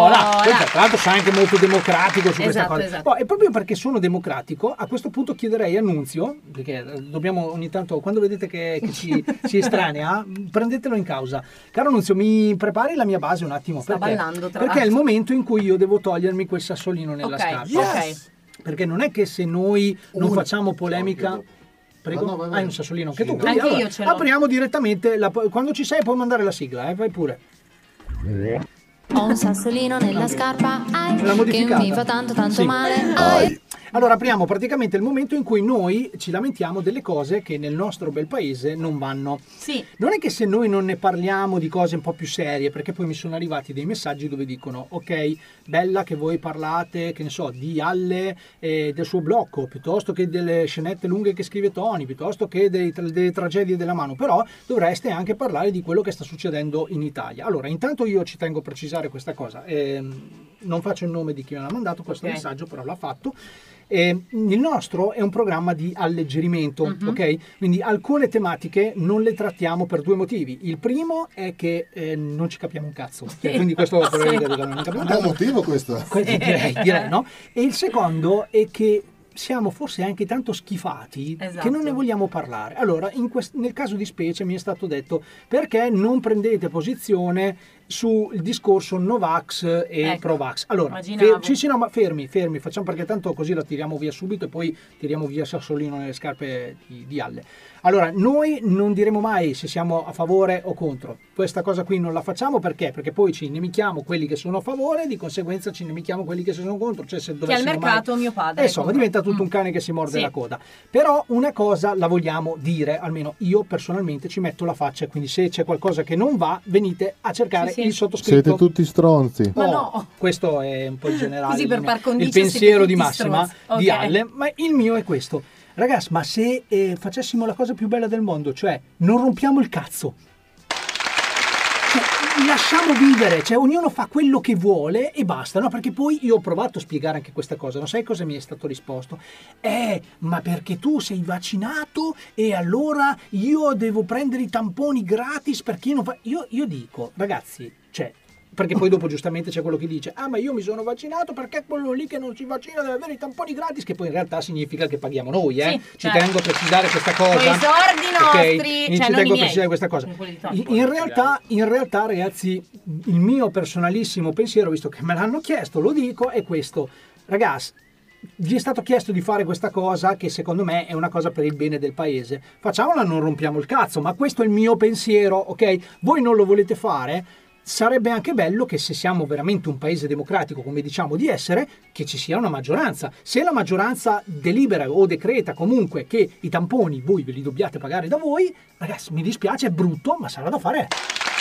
Voilà. là. Poi, Tra l'altro sei anche molto democratico su questa Esatto, cosa. esatto. Oh, e proprio perché sono democratico, a questo punto chiederei a Nunzio, perché eh, dobbiamo ogni tanto, quando vedete che, che ci, ci estranea, prendetelo in causa. Caro Nunzio, mi prepari la mia base un attimo? Sta perché ballando, tra perché è il l'altro. momento in cui io devo togliermi quel sassolino nella Ok, scarpa. ok. Perché non è che se noi non Uno. facciamo polemica... Prego, Ah, No, no, vai, vai. hai un sassolino anche Sì, tu. no. Anche io ce l'ho. Apriamo direttamente, la- quando ci sei puoi mandare la sigla, eh, vai pure. Ho un sassolino nella scarpa, ai, L'ha che modificata. mi fa tanto tanto Sì. male. Allora apriamo praticamente il momento in cui noi ci lamentiamo delle cose che nel nostro bel paese non vanno. Sì. Non è che se noi non ne parliamo di cose un po' più serie, perché poi mi sono arrivati dei messaggi dove dicono ok, bella che voi parlate, che ne so, di Alle e del suo blocco, piuttosto che delle scenette lunghe che scrive Tony, piuttosto che dei tra- delle tragedie della mano, però dovreste anche parlare di quello che sta succedendo in Italia. Allora, intanto io ci tengo a precisare questa cosa. Ehm, non faccio il nome di chi me l'ha mandato questo Ok. messaggio, però l'ha fatto. Eh, il nostro è un programma di alleggerimento, Mhm. ok? Quindi alcune tematiche non le trattiamo per due motivi. Il primo è che eh, non ci capiamo un cazzo. Cioè, quindi questo Sì. probabilmente non capiamo un Un buon cazzo. motivo questo. Que- direi, direi, no? E il secondo è che siamo forse anche tanto schifati che Esatto. non ne vogliamo parlare. Allora, in quest- nel caso di specie mi è stato detto perché non prendete posizione sul discorso Novax e Ecco, Provax. Allora, immaginavo. fer- sì, sì, no, ma fermi, fermi, facciamo perché tanto così la tiriamo via subito e poi tiriamo via Sassolino nelle scarpe di, di Alle. Allora, noi non diremo mai se siamo a favore o contro. Questa cosa qui non la facciamo perché? Perché poi ci nemichiamo quelli che sono a favore e di conseguenza ci nemichiamo quelli che sono contro. Cioè, se Che al dovessimo mai- mercato mio padre. eh, insomma, compra. diventa tutto un cane che si morde Mm. Sì. la coda. Però una cosa la vogliamo dire, almeno io personalmente ci metto la faccia, quindi se c'è qualcosa che non va, venite a cercare Sì, sì. il sottoscritto. Siete tutti stronzi. Oh, Questo è un po' il generale. Così per il- par condicio Il pensiero siete di tutti massima stronzi. di Ok. Alle, ma il mio è questo. Ragazzi, ma se eh, facessimo la cosa più bella del mondo, cioè non rompiamo il cazzo. Cioè, lasciamo vivere, cioè ognuno fa quello che vuole e basta, no? Perché poi io ho provato a spiegare anche questa cosa, non sai cosa mi è stato risposto? Eh, ma perché tu sei vaccinato e allora io devo prendere i tamponi gratis perché non fa... Io, io dico, ragazzi, cioè... Perché poi dopo giustamente c'è quello che dice, ah ma io mi sono vaccinato perché quello lì che non si vaccina deve avere i tamponi gratis, che poi in realtà significa che paghiamo noi, eh? Sì, Ci certo. tengo a precisare questa cosa. Coi sordi ok? nostri, Ci cioè, non i tengo a miei. precisare questa cosa. Quelli di In, Trump. in realtà, in realtà, ragazzi, il mio personalissimo pensiero, visto che me l'hanno chiesto, lo dico, è questo. Ragazzi, vi è stato chiesto di fare questa cosa che secondo me è una cosa per il bene del paese. Facciamola, non rompiamo il cazzo, ma questo è il mio pensiero, ok? Voi non lo volete fare? Sarebbe anche bello che se siamo veramente un paese democratico, come diciamo di essere, che ci sia una maggioranza. Se la maggioranza delibera o decreta comunque che i tamponi voi ve li dobbiate pagare da voi, ragazzi, mi dispiace, è brutto, ma sarà da fare.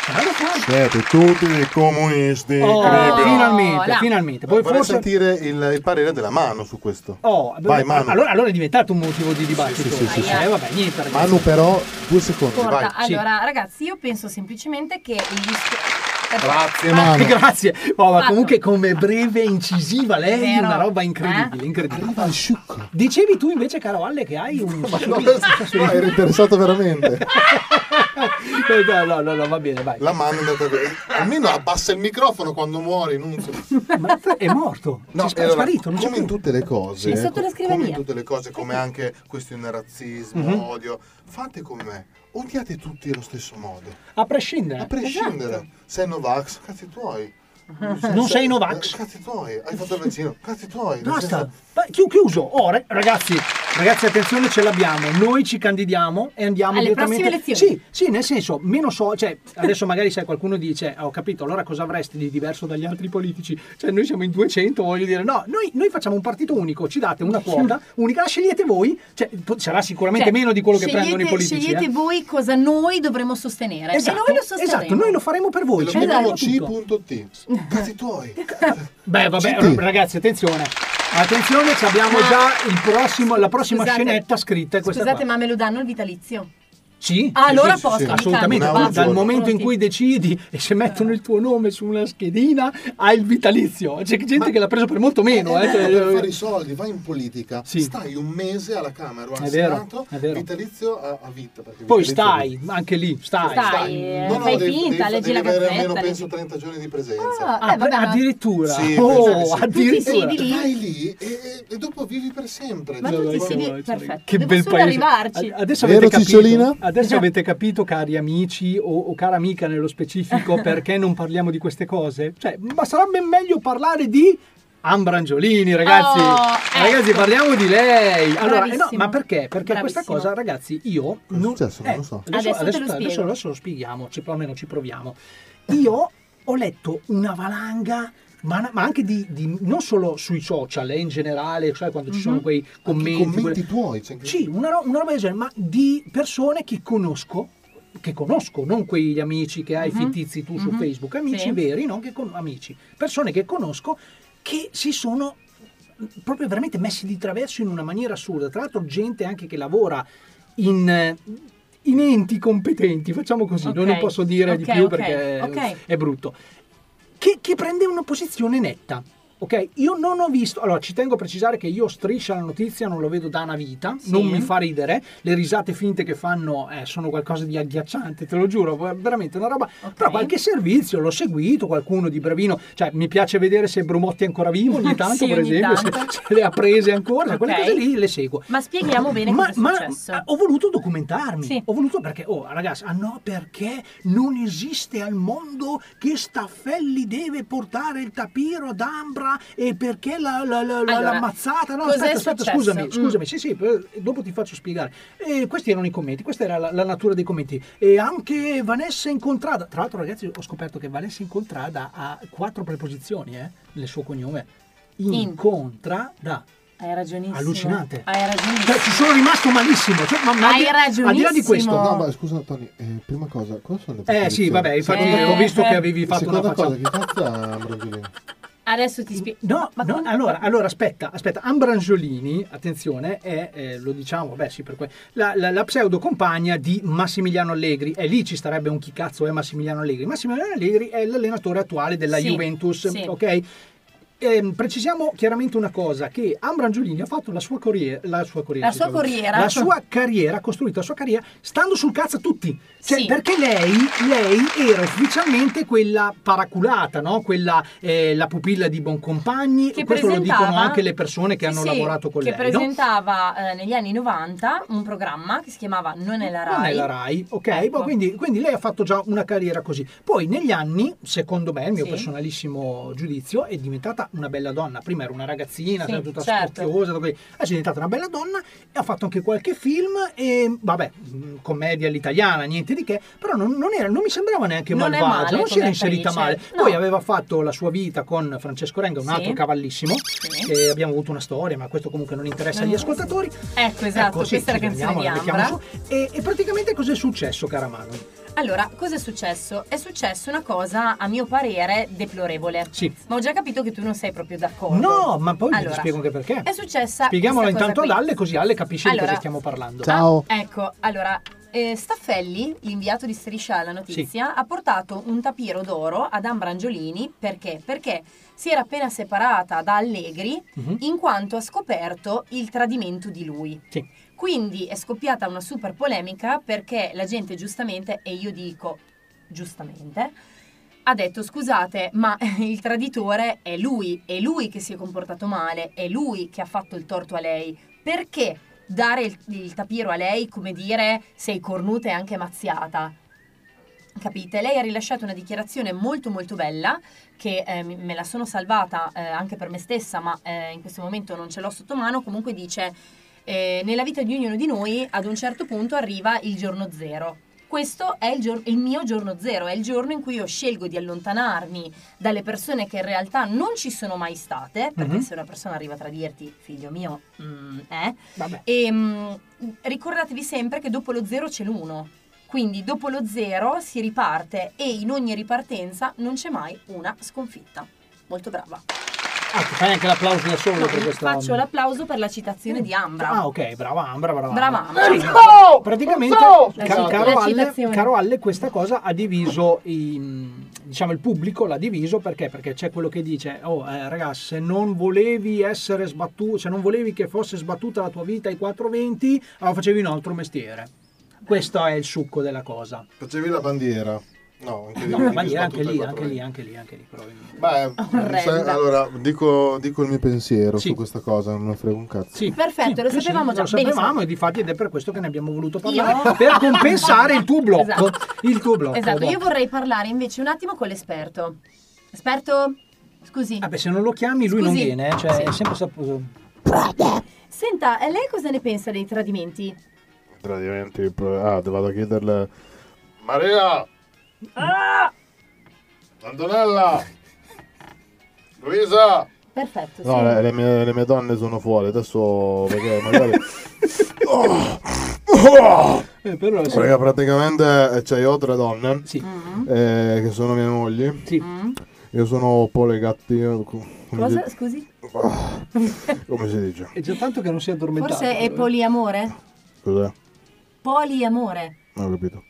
Sarà da fare. Siete tutti dei comunisti. Oh, incredibile. finalmente, No. finalmente. Poi Vorrei forse- sentire il, il parere della mano su questo. Oh, Vai, Manu. allora, allora è diventato un motivo di dibattito. sì, sì, sì. Eh, vabbè, niente, ragazzi. Manu però, due secondi, Porta, vai. allora, ragazzi, io penso semplicemente che il discor- Grazie, Ah, Manu. Grazie. Oh, ma Fatto. comunque come breve e incisiva lei è Vero. Eh? una roba incredibile, incredibile. Dicevi tu invece, caro Alle, che hai un No, ero interessato veramente. no, no, no, no, va bene, vai. La mano è andata via. Almeno abbassa il microfono quando muori, Nunzio. Ma è morto. No, È sparito, non c'è come in tutte le Sì, cose, è co- sotto come la in scrivania. tutte le cose, come anche questione razzismo, Mhm. odio, fate come me, odiate tutti allo stesso modo. A prescindere. A prescindere. Esatto. Sei Novax, cazzi tuoi. Non sei Novax. eh, Cazzi tuoi, hai fatto il vaccino, cazzi tuoi. nel Basta, senso- Beh, chi- chiuso. Oh, re- ragazzi, ragazzi, attenzione, ce l'abbiamo. Noi ci candidiamo e andiamo Alle direttamente. prossime Sì, sì, nel senso, meno so, cioè, adesso magari sai qualcuno dice, "Ah, ho capito, allora cosa avresti di diverso dagli altri politici? Cioè, noi siamo in 200, voglio dire, no, noi, noi facciamo un partito unico, ci date una quota unica, la scegliete voi, cioè, po- sarà sicuramente Cioè, meno di quello che scegliete- prendono i politici. Scegliete eh. voi cosa noi dovremmo sostenere. e noi lo sosterremo. esatto, noi lo faremo per voi. Lo ci mettiamo Cioè, tutto. C.T. Cazzi tuoi. Cioè, Beh, vabbè, r- ragazzi, attenzione. Attenzione, ci abbiamo Ma- già il prossimo- la prossima Scusate. scenetta scritta. è Questa Scusate, qua. ma me lo danno il vitalizio? Sì, Ah, sì, allora sì, sì, posso, sì, mi assolutamente. cambio, Dal vado. momento in cui decidi e se mettono il tuo nome su una schedina, hai il vitalizio. C'è gente che l'ha preso per molto meno. Eh, eh, cioè- per fare i soldi, vai in politica, Sì. stai un mese alla Camera, o al È vero, Senato, è vero. vitalizio a, a vita. perché Poi vitalizio- stai, anche lì, stai. Stai, eh, No, no, fai devi- finta, devi- leggi la devi avere gazzetta. almeno leggi- penso 30 giorni di presenza. Ah, eh, vabbè, ma- addirittura. Sì, Oh, penso che sì. addirittura. siedi lì? Vai lì e, e- e dopo vivi per sempre. Ma Cioè, tutti vai- siedi- perfetto. Che Devo bel solo paese. arrivarci. A- Adesso Vero, avete, capito, Cicciolina? adesso avete capito, cari amici o, o cara amica nello specifico, perché non parliamo di queste cose? Cioè, ma sarebbe meglio parlare di Ambrangiolini, ragazzi. Oh, ragazzi, ecco. parliamo di lei. Allora, eh no, Bravissimo. ma perché? Perché questa Bravissimo. cosa, ragazzi, io non, eh, Non lo so. Adesso Adesso, te adesso, lo adesso- spiego. adesso lo spieghiamo, ci, almeno ci proviamo. Io ho letto una valanga, ma, ma anche di, di- non solo sui social, eh, in generale, sai quando ci sono Mhm. quei commenti. commenti tuoi. Sì, una, ro- una roba del genere, ma di persone che conosco, che conosco, non quegli amici che hai Mhm. fittizi tu su Mhm. Facebook, amici Sì. veri, non che con- amici, persone che conosco che si sono proprio veramente messi di traverso in una maniera assurda. Tra l'altro gente anche che lavora in, eh, in enti competenti, facciamo così, Ok. non ne posso dire di Ok, più ok, perché eh, ok. è brutto, che, che prende una posizione netta. Ok, io non ho visto, allora ci tengo a precisare che io striscia la notizia non lo vedo da una vita, Sì. non mi fa ridere, le risate finte che fanno eh, sono qualcosa di agghiacciante, te lo giuro, veramente una roba, però qualche servizio l'ho seguito, qualcuno di bravino, cioè mi piace vedere se Brumotti è ancora vivo ogni tanto Sì, per ogni esempio, se- tanto. se, le ha prese ancora, cioè, quelle Ok. cose lì le seguo. Ma spieghiamo bene Ma- cosa è ma- successo. ah, ho voluto documentarmi. Ho voluto perché, oh ragazzi, ah no, perché non esiste al mondo che Staffelli deve portare il tapiro ad Ambra e perché la, la, la, la- Allora, l'ammazzata. No, cos'è aspetta, aspetta, successo? scusami, Mm. scusami, sì, sì, eh, dopo ti faccio spiegare. Eh, questi erano i commenti, questa era la, la natura dei commenti. E anche Vanessa Incontrada, tra l'altro ragazzi ho scoperto che Vanessa Incontrada ha quattro preposizioni, eh, nel suo cognome. Incontrada. Hai ragionissimo. Allucinante. Hai ragionissimo. Cioè, ci sono rimasto malissimo. Cioè, ma, ma Hai al di- Al di là di questo, No, ma scusa, Tony, eh, prima cosa, cosa sono le Eh, sì, vabbè, infatti Seconda- ho visto che avevi fatto Seconda una faccia- cosa, che cazzo ha Ambrogini? Adesso ti spiego. No, no, allora, allora, aspetta, aspetta. Ambrangiolini, attenzione, è, eh, lo diciamo, beh sì, per que- la, la, la pseudo compagna di Massimiliano Allegri. E lì ci starebbe un chi cazzo è Massimiliano Allegri. Massimiliano Allegri è l'allenatore attuale della Sì, Juventus, sì. ok? Ehm, precisiamo chiaramente una cosa, che Ambrangiolini ha fatto la sua corriera, la sua, corriera, La si sua chiama- corriera. la sua carriera, ha costruito la sua carriera stando sul cazzo a tutti. Cioè, Sì. perché lei, lei era ufficialmente quella paraculata, no? quella eh, la pupilla di Boncompagni, Che questo lo dicono presentava- anche le persone che Sì, hanno sì, lavorato con che lei. no? presentava eh, negli anni 90 un programma che si chiamava Non è la Rai. Ecco. Non è la Rai, ok? Boh, quindi, quindi lei ha fatto già una carriera così. Poi negli anni, secondo me, il mio Sì. personalissimo giudizio, è diventata una bella donna. Prima era una ragazzina, Sì, era tutta certo. spocchiosa, tutto così. adesso è diventata una bella donna e ha fatto anche qualche film e vabbè, mh, commedia all'italiana, niente di che, però non, non era- non mi sembrava neanche Non è malvagia, male non si era come inserita male. attrice, no. Poi aveva fatto la sua vita con Francesco Renga, un Sì. altro cavallissimo, e abbiamo avuto una storia, ma questo comunque non interessa agli Non- ascoltatori. Ecco, esatto, Ecco, sì, questa è la ci canzone di torniamo, la Ambra. mettiamo su. E, e praticamente cosa è successo, cara Manu? Allora, cosa è successo? È successo una cosa, a mio parere, deplorevole. Sì. Ma ho già capito che tu non sei proprio d'accordo. No, ma poi vi Allora, spiego anche perché. È successa. Spiegamolo questa cosa intanto ad qui. Alle così Alle capisce di Allora- cosa stiamo parlando. Ah, ecco, allora, eh, Staffelli, l'inviato di Striscia alla Notizia, ha portato un tapiro d'oro ad Ambrangiolini perché? Perché si era appena separata da Allegri Mhm. in quanto ha scoperto il tradimento di lui. Quindi è scoppiata una super polemica perché la gente giustamente, e io dico giustamente, ha detto scusate ma il traditore è lui, è lui che si è comportato male, è lui che ha fatto il torto a lei. Perché dare il, il tapiro a lei come dire sei cornuta e anche mazziata? Capite? Lei ha rilasciato una dichiarazione molto molto bella che eh, mi- me la sono salvata eh, anche per me stessa ma eh, in questo momento non ce l'ho sotto mano, comunque dice eh, nella vita di ognuno di noi ad un certo punto arriva il giorno zero. Questo è il, gior- il mio giorno zero, è il giorno in cui io scelgo di allontanarmi dalle persone che in realtà non ci sono mai state, perché Mhm. se una persona arriva a tradirti, figlio mio, mm, eh? E, mm, ricordatevi sempre che dopo lo zero c'è l'uno, quindi dopo lo zero si riparte e in ogni ripartenza non c'è mai una sconfitta. Molto brava. Ah, ti fai anche l'applauso da solo No, per questa Faccio l'applauso per la citazione di Ambra. Ah, ok, brava Ambra, brava. Brava Ambra. Ambra. Praticamente, Bravo! La ca- citazione. caro, La Alle, citazione. caro Alle, questa cosa ha diviso i- diciamo il pubblico l'ha diviso perché? Perché c'è quello che dice: Oh, eh, ragazzi, se non volevi essere sbattuto, se non volevi che fosse sbattuta la tua vita ai 420, allora facevi un altro mestiere. Questo è il succo della cosa. Facevi la bandiera. No, anche, No, la bandiera anche lì, anche lì, anche lì, anche lì. però- Beh, sai, allora, dico, dico il mio pensiero Sì. su questa cosa, non me frega un cazzo. Sì. Perfetto, lo Sì, sì, sapevamo già. Lo sapevamo Benissimo. e difatti ed è per questo che ne abbiamo voluto Io- parlare. Per compensare il tuo blocco. Esatto. Il tuo blocco. Esatto, dopo. io vorrei parlare invece un attimo con l'esperto. Esperto, scusi. Vabbè, se non lo chiami lui non Scusi. viene, eh, cioè Sì. è sempre saputo. Senta, eh, lei cosa ne pensa dei tradimenti? Praticamente, il pro- ah, te vado a chiederle. Maria! Antonella! Luisa! Perfetto, sì. No, le, le mie, le mie donne sono fuori, adesso perché magari... Eh, però sì. Raga, praticamente eh, cioè, io ho tre donne eh, che sono mie mogli. Io sono eh, poligattino. co- Come, Cosa? si- Scusi? Oh, come si dice? È già tanto che non si è addormentato. Forse è poliamore? Cos'è? Poliamore. Non ho capito.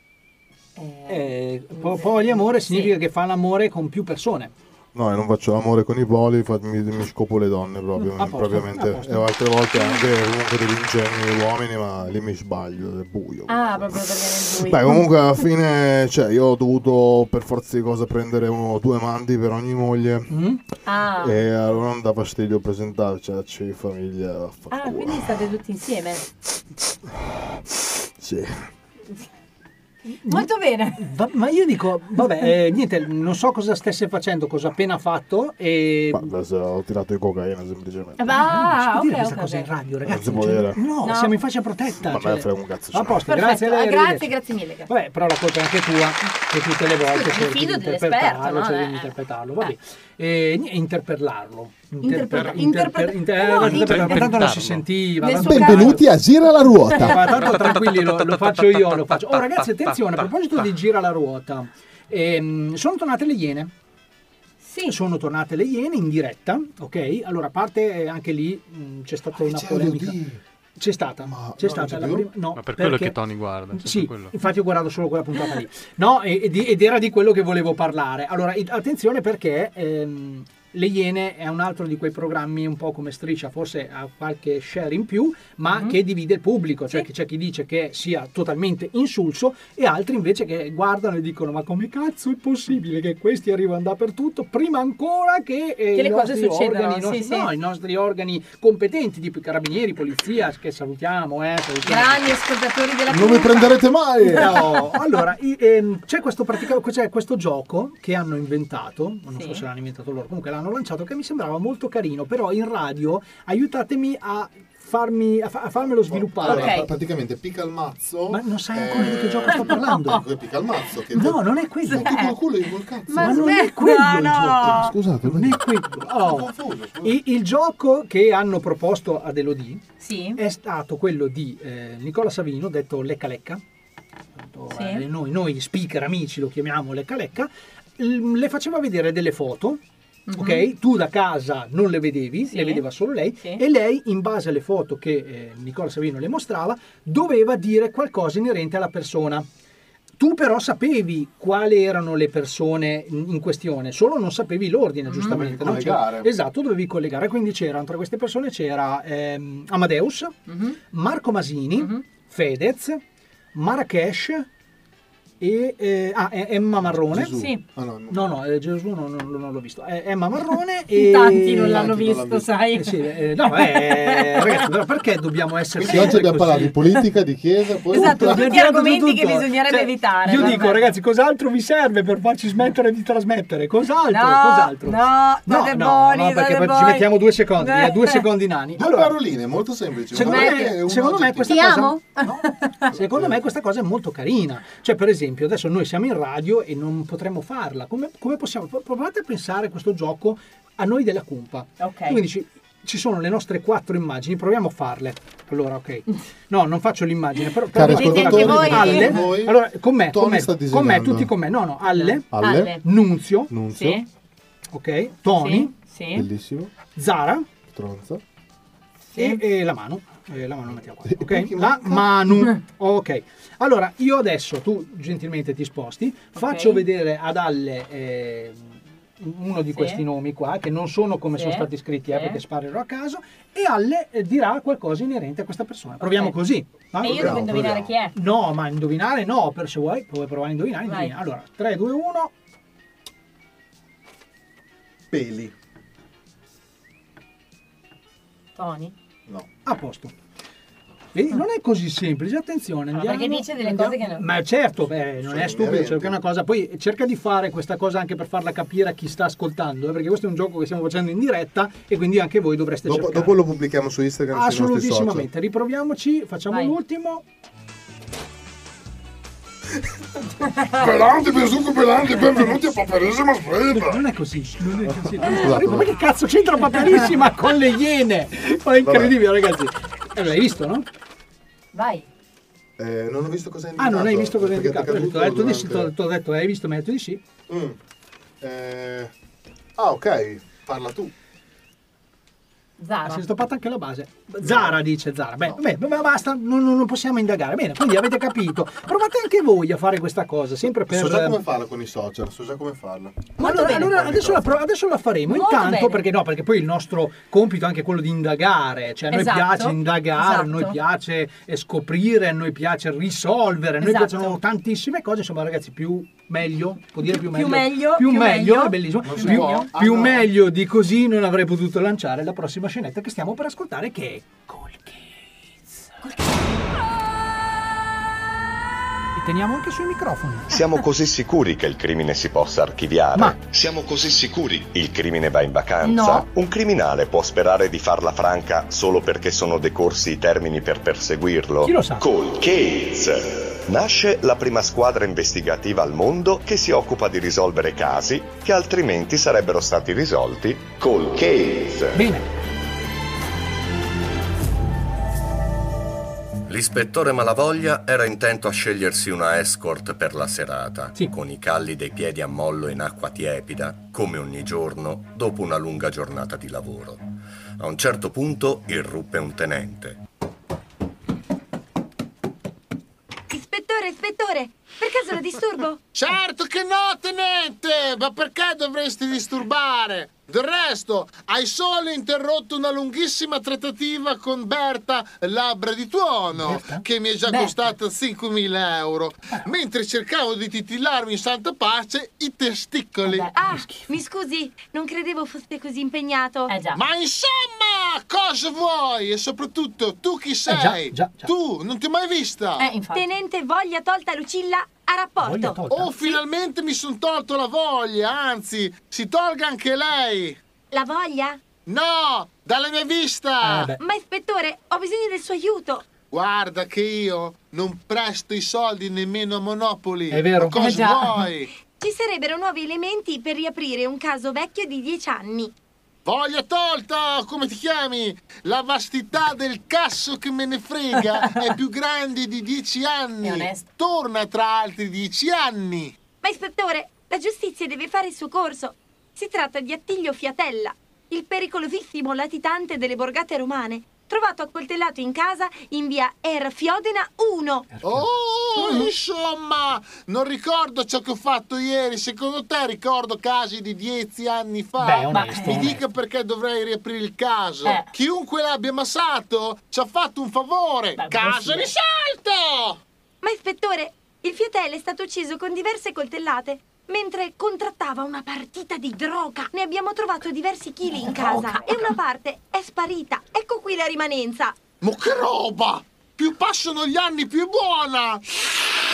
Eh, po- poliamore significa che fa l'amore con più persone. No, io non faccio l'amore con i poli, fa- mi, mi scopo le donne proprio, Mm, A posto, propriamente. a posto. E altre volte anche comunque degli ingenui gli uomini, ma lì mi sbaglio, è buio. Ah, proprio perché nel buio. Beh, comunque alla fine, cioè, io ho dovuto per forza di cosa prendere uno o due mandi per ogni moglie. Mm? Ah. Eh, E allora non dà fastidio presentarci, cioè, c'è famiglia, vaffa- Ah, quindi state tutti insieme. sì. Molto bene. Va- ma io dico, vabbè, eh, niente, non so cosa stesse facendo, cosa ha appena fatto e... Guarda, se ho tirato di cocaina semplicemente. Ah, Ah, non si può ok, dire questa ok, cosa ok. in radio, Non ragazzi. si può cioè, dire. No, No. siamo in faccia protetta. Ma a me cioè. frega un cazzo, A cioè. posto, Perfetto. grazie. Ah, lei, grazie, arrivederci. grazie mille. grazie. Vabbè, però la colpa è anche tua, che tutte le volte Scusa, mi cerchi di fido dell'esperto, interpretarlo, no? cerchi Eh. di interpretarlo, vabbè. E ni- interpellarlo. Interpreta- Interper- interper- interpreta- no, inter- eh, interpellarlo, interpretarlo. tanto non si sentiva. Nel tanto- suo Benvenuti a Gira la Ma Ruota. tanto tranquilli, lo, lo faccio io, lo faccio. Oh ragazzi, attenzione, a proposito di gira la ruota, ehm, sono tornate le iene. sono tornate le Iene in diretta, ok? Allora, a parte eh, anche lì mh, c'è stata una c'è polemica. LOD? C'è stata, c'è non stata c'è la più? prima, no, Ma per quello perché- che Tony guarda, sempre Sì, cioè, quello. infatti ho guardato solo quella puntata lì. No, e- e di- ed era di quello che volevo parlare. Allora, i- attenzione perché ehm, Le Iene è un altro di quei programmi un po' come Striscia, forse ha qualche share in più, ma che divide il pubblico, cioè che c'è chi dice che sia totalmente insulso e altri invece che guardano e dicono "Ma come cazzo è possibile che questi arrivano dappertutto prima ancora che, eh, Che le i cose nostri succedano, organi, i sì, nostri- sì. no, i nostri organi competenti, tipo i carabinieri, polizia, che salutiamo, eh, salutiamo. Grandi ascoltatori della Non mi comunità. prenderete mai! No, allora, i- ehm, c'è, questo pratica- c'è questo gioco che hanno inventato, non so Sì. se l'hanno inventato loro, comunque l'hanno lanciato, che mi sembrava molto carino, però in radio aiutatemi a, farmi, a, fa- a farmelo sviluppare. Allora, pra- praticamente picca il mazzo. eh, Ma non sai ancora di che gioco sto No, parlando? picca il mazzo. Che No, non è quello. Esatto. Ma, non è aspetta, quello il no! gioco. Ah, Scusate, non è quello. Oh. I- Il, gioco che hanno proposto ad Elodie è stato quello di eh, Nicola Savino, detto Lecca Lecca. Detto, Sì. eh, noi, noi speaker amici lo chiamiamo Lecca Lecca. L- le faceva vedere delle foto. Mm-hmm. Mhm. Ok, tu da casa non le vedevi, le vedeva solo lei e lei in base alle foto che eh, Nicola Savino le mostrava doveva dire qualcosa inerente alla persona. Tu però sapevi quali erano le persone in in questione, solo non sapevi Mm. l'ordine, giustamente. Dovevi no? C'era- collegare. esatto, dovevi collegare. Quindi c'erano tra queste persone c'era ehm, Amadeus, Mhm. Marco Masini, Fedez, Marrakesh e eh, ah, e- Emma Marrone. Gesù. Sì. Ah, no, no, no, eh, Gesù non, non- non l'ho visto. Eh, Emma Marrone In tanti non e... l'hanno Tanti non l'hanno visto, visto. sai. Eh, sì, eh, no, eh, ragazzi, allora perché dobbiamo essere Quindi oggi sempre abbiamo parlato così? di politica, di chiesa, poi Esatto, Abbiamo tutti tirato su argomenti che tutto. bisognerebbe Cioè, evitare. Io vabbè. dico, ragazzi, cos'altro vi serve per farci smettere di trasmettere? Cos'altro? No, cos'altro? no, state buoni, no, perché state poi ci buoni. mettiamo due secondi, Eh. eh, due secondi nani. Due paroline, molto semplici. Secondo Una me, parola e un secondo me questa aggettivo. cosa, Ti amo? no, secondo me questa cosa è molto carina. Cioè, per esempio, adesso noi siamo in radio e non potremmo farla. Come, come possiamo? Pro- Provate a pensare questo gioco a noi della cumpa. Ok. Tu mi dici, ci sono le nostre quattro immagini, proviamo a farle. Allora, ok. No, non faccio l'immagine, però Cari provate a ascoltatori, guardare. Alle, vedete anche voi? allora, con me, Tony con me, sta con me, disegnando. tutti con me. No, no, Alle, Alle. Alle. Nunzio, Nunzio. Sì. ok, Tony, Sì. Bellissimo. Zara Tronza. e, e la mano. Eh, la mano la mettiamo qua, ok? La mano. Ok. Allora, io adesso tu gentilmente ti sposti, faccio vedere ad Alle eh, uno di Sì. questi nomi qua, che non sono come Sì. sono stati scritti, eh, Sì. perché sparerò a caso, e Alle eh, dirà qualcosa inerente a questa persona. Proviamo così. va? E io devo indovinare chi è. No, ma indovinare no, per se vuoi, puoi provare a indovinare. Vai. indovina. Allora, 3, 2, 1. Peli. Tony. No. A posto. Vedi, non è così semplice, attenzione. Ah, perché andiamo- dice delle andiamo- cose che non- Ma certo, beh, non Sono è stupido, inerenti. cerca una cosa. Poi cerca di fare questa cosa anche per farla capire a chi sta ascoltando, eh, perché questo è un gioco che stiamo facendo in diretta e quindi anche voi dovreste Dopo, cercare. dopo lo pubblichiamo su Instagram. sui nostri social. Ah, Assolutissimamente, riproviamoci, facciamo l'ultimo. Pelante, Besugo Pelante, benvenuti a Paperissima Spreta. Non è così, non è così. Scusate, Ma che cazzo c'entra Paperissima con le iene? Ma è incredibile, ragazzi. Eh, l'hai visto, no? Vai. Eh, non ho visto cosa è Ah, Esatto, non hai visto cosa è perché indicato. Ti ho detto, è ti ho caduto detto, ti ho detto, hai visto, mi hai detto di sì. durante- Mm. Eh, ah, ok. Parla tu. Ah, si è stoppata anche la base. Zara dice Zara. Beh, beh, ma basta, non, non- non possiamo indagare. Bene, quindi avete capito. Provate anche voi a fare questa cosa, sempre per... So già come farla con i social, so già come farla. Allora, allora adesso, la, pro- adesso la faremo. Molto Intanto, bene. perché no? Perché poi il nostro compito è anche quello di indagare. Cioè, a noi Esatto, piace indagare, a noi esatto. piace eh, scoprire, a noi piace risolvere, a noi Esatto. piacciono tantissime cose. Insomma, ragazzi, più meglio, può dire più, Più meglio. meglio, più, più meglio, meglio. è bellissimo. Non si più può? Ah, più no. meglio di così non avrei potuto lanciare la prossima scenetta che stiamo per ascoltare, che è E teniamo anche sui microfoni. Siamo così sicuri che il crimine si possa archiviare. Ma- siamo così sicuri? Il crimine va in vacanza. No. Un criminale può sperare di farla franca solo perché sono decorsi i termini per perseguirlo. Chi lo sa? Col Case. Nasce la prima squadra investigativa al mondo che si occupa di risolvere casi che altrimenti sarebbero stati risolti col Case. Bene. L'ispettore Malavoglia era intento a scegliersi una escort per la serata, con i calli dei piedi a mollo in acqua tiepida, come ogni giorno, dopo una lunga giornata di lavoro. A un certo punto irruppe un tenente. Ispettore, ispettore, per caso lo disturbo? Certo che no, tenente! Ma perché dovresti disturbare? Del resto, hai solo interrotto una lunghissima trattativa con Berta Labbra di Tuono, che mi è già Berta. Ah. costata 5.000 euro, mentre cercavo di titillarmi in santa pace i testicoli. Ah, mi scusi, non credevo fosse così impegnato. Eh già. Ma insomma, cosa vuoi? E soprattutto, tu Eh, chi sei? Tu, non ti ho mai vista! Eh, Tenente voglia tolta Lucilla a rapporto. Oh, finalmente mi sono tolto la voglia, anzi, si tolga anche lei. La voglia? No, dalla mia vista. Ma ispettore, ho bisogno del suo aiuto. Guarda che io non presto i soldi nemmeno a Monopoli. È vero. Ma cosa Eh già. vuoi? Ci sarebbero nuovi elementi per riaprire un caso vecchio di dieci anni. Voglia tolta, come ti chiami? La vastità del casso che me ne frega è più grande di dieci anni. Torna tra altri dieci anni. Ma ispettore, la giustizia deve fare il suo corso. Si tratta di Attilio Fiatella, il pericolosissimo latitante delle borgate romane, trovato accoltellato in casa in via Er Fiodena 1. Oh, insomma, non ricordo ciò che ho fatto ieri. Secondo te ricordo casi di dieci anni fa? Beh, onesto, Mi onesto. dica perché dovrei riaprire il caso. Eh. Chiunque l'abbia massato ci ha fatto un favore. caso sì. risolto! Ma ispettore, il Fiatella è stato ucciso con diverse coltellate mentre contrattava una partita di droga. Ne abbiamo trovato diversi chili in casa e una parte è sparita. Ecco qui la rimanenza. Ma che roba! Più passano gli anni, più è buona!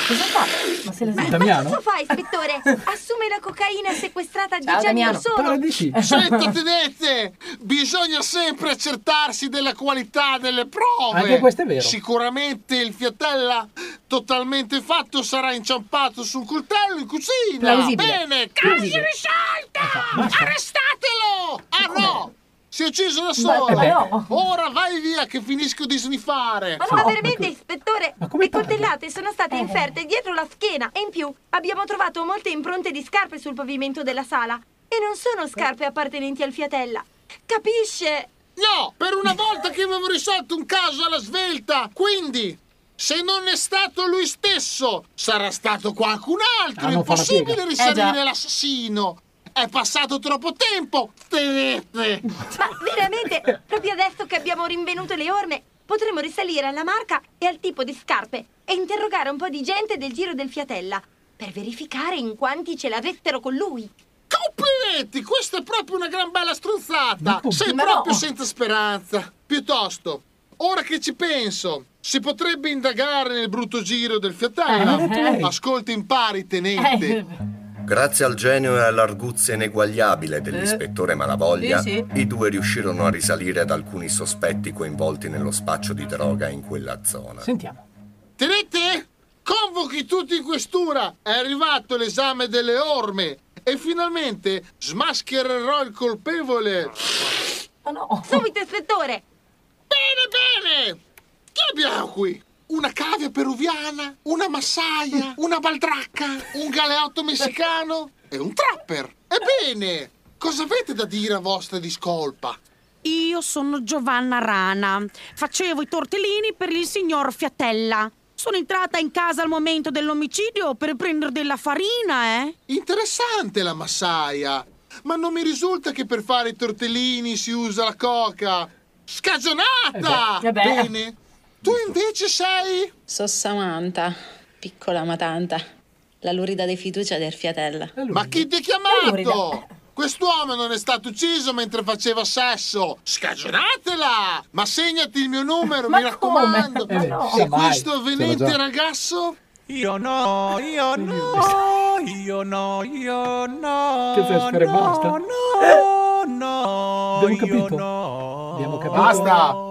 Cosa fa? Ma se la Ma cosa fa, ispettore? Assume la cocaina sequestrata a dieci anni or sono. Senta, tenete! Ecco. Bisogna sempre accertarsi della qualità delle prove! Anche questo è vero. Sicuramente il fiatella totalmente fatto sarà inciampato su un coltello in cucina! Plausibile. Bene, caso Plausibile. Ecco, risolta! Arrestatelo! Ah no! Si è ucciso eh da Ma- solo! ma no. Ora vai via che finisco di Ecco. sniffare! Ma, ma veramente, ispettore, le coltellate sono state inferte dietro la schiena e in più abbiamo trovato molte impronte di scarpe sul pavimento della sala. E non sono scarpe appartenenti al fiatella. Capisce? No, per una volta che avevo risolto un caso alla svelta. Quindi, se non è stato lui stesso, sarà stato qualcun altro. Ah, è non fa una impossibile piega. risalire Eh, già. l'assassino. È passato troppo tempo. Tenete. Ma veramente, proprio adesso che abbiamo rinvenuto le orme, potremo risalire alla marca e al tipo di scarpe e interrogare un po' di gente del giro del fiatella per verificare in quanti ce l'avessero con lui. Complimenti, questa è proprio una gran bella stronzata. Sei proprio senza speranza. Piuttosto, ora che ci penso, si potrebbe indagare nel brutto giro del Eh, l'ha detto fiatella. lei. Ascolta impari, tenente. Eh. Grazie al genio e all'arguzia ineguagliabile dell'ispettore Malavoglia, Eh? Sì, i due riuscirono a risalire ad alcuni sospetti coinvolti nello spaccio di droga in quella zona. Sentiamo. Tenete, convochi tutti in questura. È arrivato l'esame delle orme e finalmente smaschererò il colpevole. Subito, ispettore! Bene, bene! Che abbiamo qui? Una cavia peruviana, una massaia, una baldracca, un galeotto messicano e un trapper. Ebbene, cosa avete da dire a vostra discolpa? Io sono Giovanna Rana. Facevo i tortellini per il signor Fiatella. Sono entrata in casa al momento dell'omicidio per prendere della farina, eh? Interessante la massaia, ma non mi risulta che per fare i tortellini si usa la coca. Scagionata! Eh beh, eh beh. Bene. Tu invece sei... So Samantha, piccola ma tanta, la lurida di fiducia del Fiatella. Ma chi ti ha chiamato? Certo! Quest'uomo non è stato ucciso mentre faceva sesso. Scagionatela! Ma segnati il mio numero, mi raccomando. Eh, no. Se Sì, vai. questo C'era avvenente già. ragazzo... Io no, io Oh! no, io no, io no. Che fai, fare no, basta? No, no, Abbiamo Eh, capito. Basta!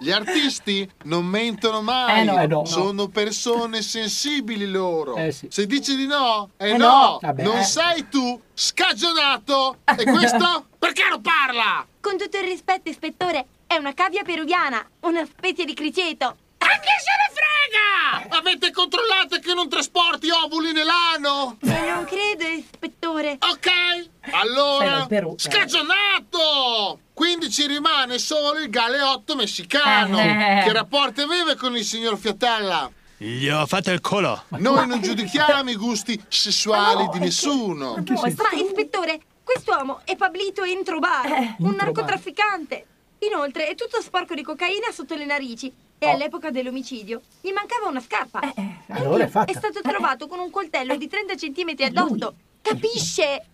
Gli artisti non mentono mai, Eh no, eh no. sono persone sensibili loro. Eh sì. Se dici di no, eh, Eh no, no. Vabbè, non eh. sei tu scagionato. E questo perché non parla? Con tutto il rispetto, ispettore, è una cavia peruviana, una specie di criceto. È chi se ne frega? Avete controllato che non trasporti ovuli nell'ano? Non credo, ispettore. Ok. Sei Allora, dal Perù, eh. scagionato! Quindi ci rimane solo il galeotto messicano Eh. che rapporti aveva con il signor Fiatella. Gli ho fatto il colo. Noi non giudichiamo i gusti sessuali di nessuno. Ma ispettore, quest'uomo è Pablito Eh, Introbaro, un narcotrafficante. Inoltre è tutto sporco di cocaina sotto le narici e Oh. all'epoca dell'omicidio gli mancava una scarpa. Eh, Allora è È fatta. stato trovato con un coltello di 30 cm addosso. Capisce?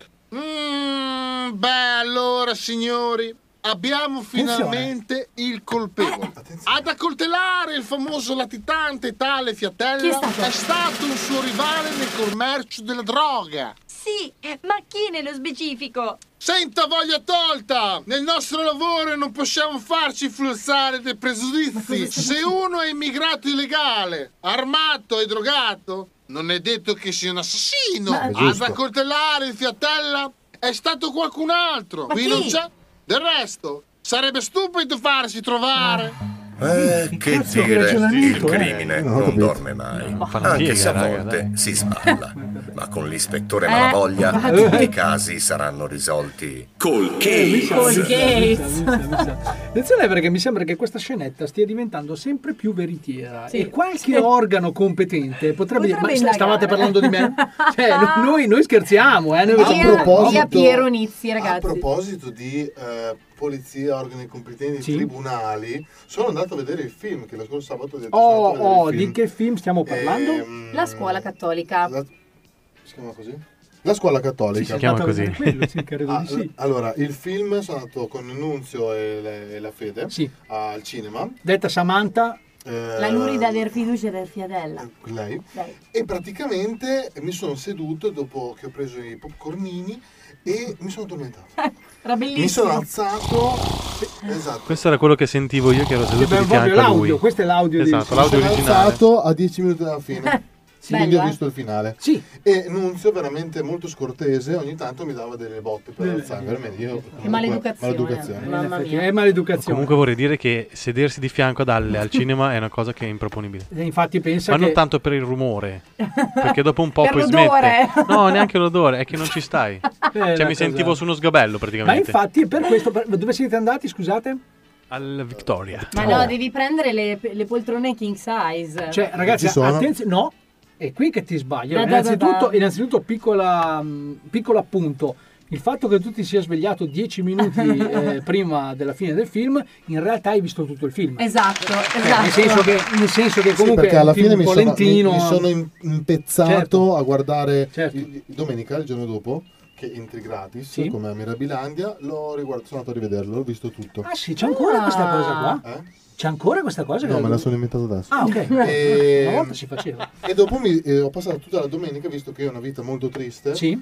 Mm, beh, allora, signori, abbiamo finalmente il colpevole. Ad accoltellare il famoso latitante tale Fiatella Chi è stato? è stato un suo rivale nel commercio della droga. Sì, ma chi nello specifico? Senta voglia tolta! Nel nostro lavoro non possiamo farci influenzare dai pregiudizi. Se uno è immigrato illegale, armato e drogato, non è detto che sia un assassino. Ma- È Ad giusto. accoltellare il fiatella è stato qualcun altro. Ma Qui chi? non c'è. Del resto, sarebbe stupido farsi trovare. Eh, che Cazzo, dire, il ragionamento, eh. crimine Non ho non capito. dorme mai. fa una Anche piega, se a raga, volte si sballa. Ma con l'ispettore Eh, Malavoglia infatti. tutti i casi saranno risolti col Eh, Col case. Gates. Attenzione eh, perché mi sembra che questa scenetta stia diventando sempre più veritiera Sì. e qualche Sì. organo competente potrebbe, dire, ma Potrebbe st- stavate indagare." parlando di me? Cioè, no- noi, noi scherziamo, eh? noi facciamo- Ah, Via, via Piero Nizzi, A ragazzi. proposito di eh, polizia, organi competenti, tribunali, sono andato a vedere il film che lo scorso sabato ho detto, sono Oh, andato a vedere oh, il di film. che film stiamo parlando? Ehm, La scuola cattolica. si chiama così? La scuola cattolica. Sì, si chiama così. Ah, l- Allora, il film sono andato con Nunzio e, le- e la Fede al cinema. Detta Samantha, Eh, La lurida del fiducia del fiatella. lei. Lei. E praticamente mi sono seduto dopo che ho preso i popcornini e mi sono addormentato. Era Mi sono bellissimo. alzato. Esatto. Questo era quello che sentivo io che ero seduto di di fianco fianco a lui. questo è l'audio Esatto, Mi l'audio sono originale. alzato a 10 minuti dalla fine. Sì. Quindi Bello, ho eh? visto il finale. E Nunzio, veramente molto scortese, ogni tanto mi dava delle botte per eh. alzare. Veramente io. comunque, maleducazione. maleducazione. Mamma mia. è maleducazione. Comunque vorrei dire che sedersi di fianco ad Alle al cinema è una cosa che è improponibile. eh, infatti pensa Ma che... non tanto per il rumore, perché dopo un po' Per poi l'odore. smette. No, neanche l'odore, è che non ci stai. una cioè, cosa- mi sentivo su uno sgabello Ma praticamente. infatti per questo... per- Dove siete andati, scusate? Al Victoria. Ma no, devi prendere le, le poltrone king size. Cioè, ragazzi, Ci sono? attenzione, no, è qui che ti sbagli. Da, da, da, innanzitutto, da. innanzitutto piccola, mh, piccolo appunto. Il fatto che tu ti sia svegliato dieci minuti eh, prima della fine del film, in realtà hai visto tutto il film. Esatto, Cioè, esatto. nel, senso che, nel senso che comunque sì, perché alla è un film fine mi un po' sono, mi- lentino. mi sono im- impezzato Certo. a guardare il- domenica, il giorno dopo, che entri gratis come a Mirabilandia. L'ho riguardato, sono andato a rivederlo, ho visto tutto. Eh? Ah sì, c'è ancora questa cosa qua? C'è ancora questa cosa? No, che- me la sono inventato adesso. Ah, ok. E, Una volta si faceva. e dopo mi, eh, ho passato tutta la domenica, visto che ho una vita molto triste. ehm, Sì.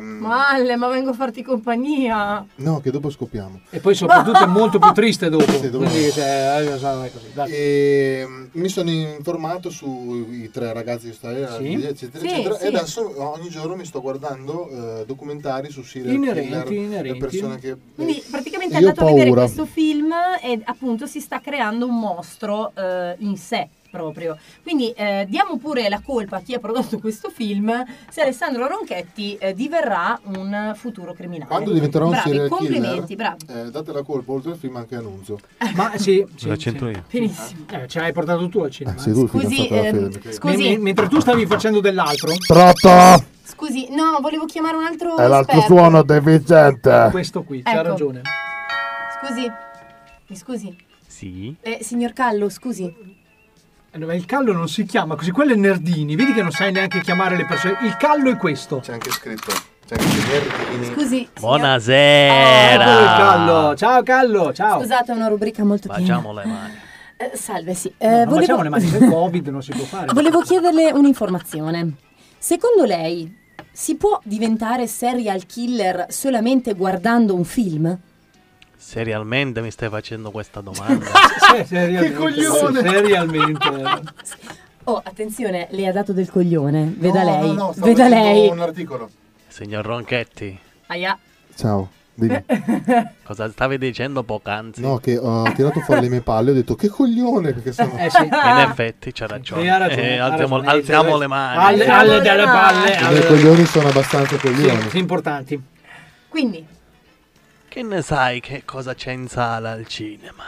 Malle, ma vengo a farti compagnia. No, che dopo scoppiamo. E poi soprattutto è molto più triste dopo. Sì, dopo. Quindi, cioè, eh, non è così. Dai. E, mm, mi sono informato sui tre ragazzi di Australia, Sì. eccetera, Sì, eccetera, sì. e adesso oh, ogni giorno mi sto guardando eh, documentari su serial Inerenti, killer, inerenti. le persone che... Quindi praticamente è Eh, Io ho andato a vedere paura. questo film e appunto si sta creando un mostro eh, in sé proprio. Quindi eh, diamo pure la colpa a chi ha prodotto questo film se Alessandro Ronchetti eh, diverrà un futuro criminale. Quando diventerò un bravi, serial complimenti, killer, bravi. eh, date la colpa oltre al film anche a Nunzio. Ma sì, La c'entro io. Benissimo. Eh, ce l'hai portato tu al cinema. sei tu il Scusi, fidanzato della ehm, Fede. scusi. M- m- mentre tu stavi facendo dell'altro. Pronto? Scusi, no, volevo chiamare un altro È l'altro esperto. suono deficiente. Questo qui, Ecco. Scusi, mi scusi. Sì. Eh, signor Callo, scusi. Eh, no, Ma il callo non si chiama così, quello è Nerdini. Vedi che non sai neanche chiamare le persone. Il callo è questo. C'è anche scritto. C'è anche Nerdini. Scusi. Oh, Buonasera. callo. Oh, Ciao callo, ciao. Scusate, è una rubrica molto piena. Facciamo le mani. Eh, salve, sì. No, Eh, non facciamo le mani del Covid, non si può fare. Ah, Volevo chiederle un'informazione. Secondo lei si può diventare serial killer solamente guardando un film? Serialmente mi stai facendo questa domanda. Sì, serialmente. Che coglione. Sì, serialmente. Oh, attenzione, le ha dato del coglione. Veda No, lei. no, no, stavo Veda leggendo lei. un articolo. Signor Ronchetti, Aia. Ciao. Dimmi. Cosa stavi dicendo poc'anzi? No, che ho tirato fuori le mie palle e ho detto che coglione perché sono... Eh sì. In effetti c'ha ragione. Sì, ha ragione, Eh, ha alziamo, ragione. alziamo Dove- le mani. Alle, Eh, alle delle palle. I miei coglioni sono abbastanza coglioni. Sì, sì, importanti. Quindi, Che ne sai che cosa c'è in sala al cinema?